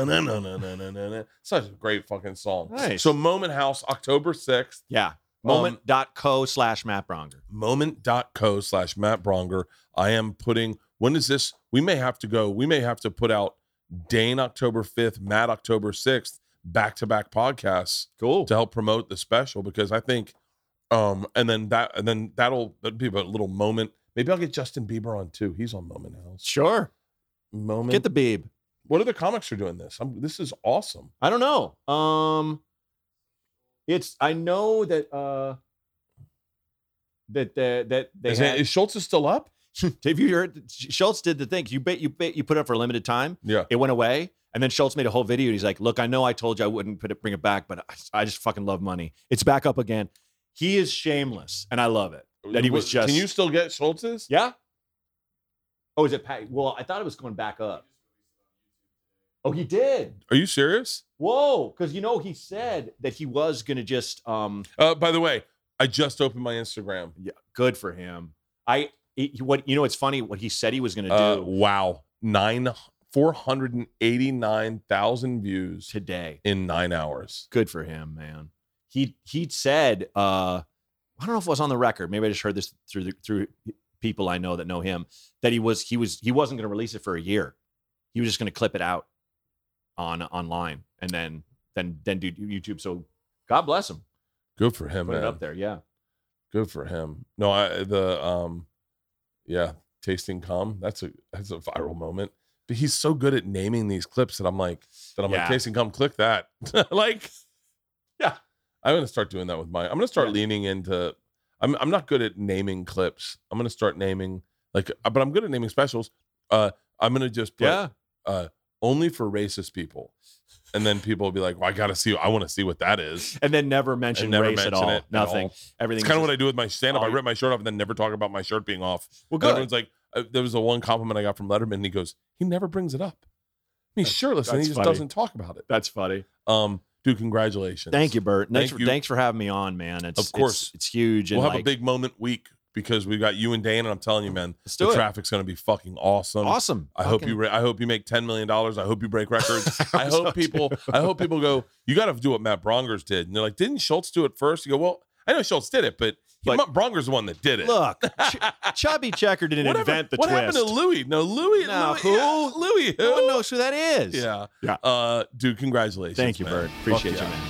Da-na-na-na-na-na-na-na-na-na. Such a great fucking song.
Nice.
So Moment House, October 6th.
Yeah. Moment.co slash Matt Bronger.
moment.co slash Matt Bronger. I am putting, when is this? We may have to go, we may have to put out Dane October 5th, Matt October 6th, back to back podcasts
Cool.
to help promote the special because I think, um, and then that, and then that'll, that'd be a little moment. Maybe I'll get Justin Bieber on too. He's on Moment House.
Sure.
Moment.
the babe.
what other comics are doing this? I'm, this is awesome.
I don't know. Um it's I know that uh that that that they
Is,
had,
is Schultz is still up?
have you heard Schultz did the thing. You bet you bet you put it up for a limited time.
Yeah.
It went away. And then Schultz made a whole video. He's like, look, I know I told you I wouldn't put it, bring it back, but I, I just fucking love money. It's back up again. He is shameless, and I love it. That he was just
Can you still get Schultz's?
Yeah. Oh, is it Pat? Well, I thought it was going back up. Oh, he did.
Are you serious?
Whoa, because you know he said that he was gonna just um
Uh, by the way, I just opened my Instagram.
yeah, good for him. I he, what you know it's funny what he said he was gonna
Uh,
do
wow, nine four hundred and eighty nine thousand views
today.
in nine hours.
Good for him, man. He he said uh I don't know if it was on the record. Maybe I just heard this through the, through people I know that know him that he was he was he wasn't gonna release it for a year. He was just gonna clip it out on online and then then then do YouTube. So God bless him.
Good for him,
Put it
man.
up there, yeah.
Good for him. No, I the um, yeah, tasting cum. That's a that's a viral moment. But he's so good at naming these clips that I'm like that I'm
Yeah.
like tasting cum. Click that. like,
Yeah.
I'm gonna start doing that with mine. I'm gonna start
Yeah.
leaning into. I'm I'm not good at naming clips. I'm gonna start naming like, uh, but I'm good at naming specials. Uh, I'm gonna just put, uh, only for racist people. And then people will be like, well, I got to see, I want to see what that is.
and then never mention
And never
race
mention
at all.
it. at
Nothing.
all.
Everything.
It's kind of what I do with my stand up. I
Oh,
rip my shirt off and then never talk about my shirt being off.
well,
And everyone's like, uh, there was a one compliment I got from Letterman. And he goes, he never brings it up. I mean,
That's-
shirtless and he
that's
just
funny.
doesn't talk about it.
That's funny.
Um, dude, congratulations.
Thank you, Bert. Thanks,
Thank
for,
you.
thanks for having me on, man. It's,
Of course.
it's, it's huge.
We'll
and
have a
like-
big moment week because we got you and Dane. And I'm telling you, man,
Let's do
the
it.
traffic's going to be fucking awesome.
Awesome.
I hope
Fucking-
you. Re- I hope you make ten million dollars. I hope you break records. I
so,
hope people.
too.
I hope people go. You got to do what Matt Brongers did, and they're like, didn't Schultz do it first? You go, well, I know Schultz did it, but, he,
But-
Ma- Bronger's the one that did it.
Look, Ch- Chubby Checker didn't
Whatever-
invent the
what
twist.
happened to Louis? No, Louis.
No,
Louis,
who?
yeah, Louis?
no one
Who?
knows who that is.
Yeah.
Yeah.
Uh, dude, congratulations.
Thank you,
man.
Bert.
Fuck
Appreciate
yeah.
you, man.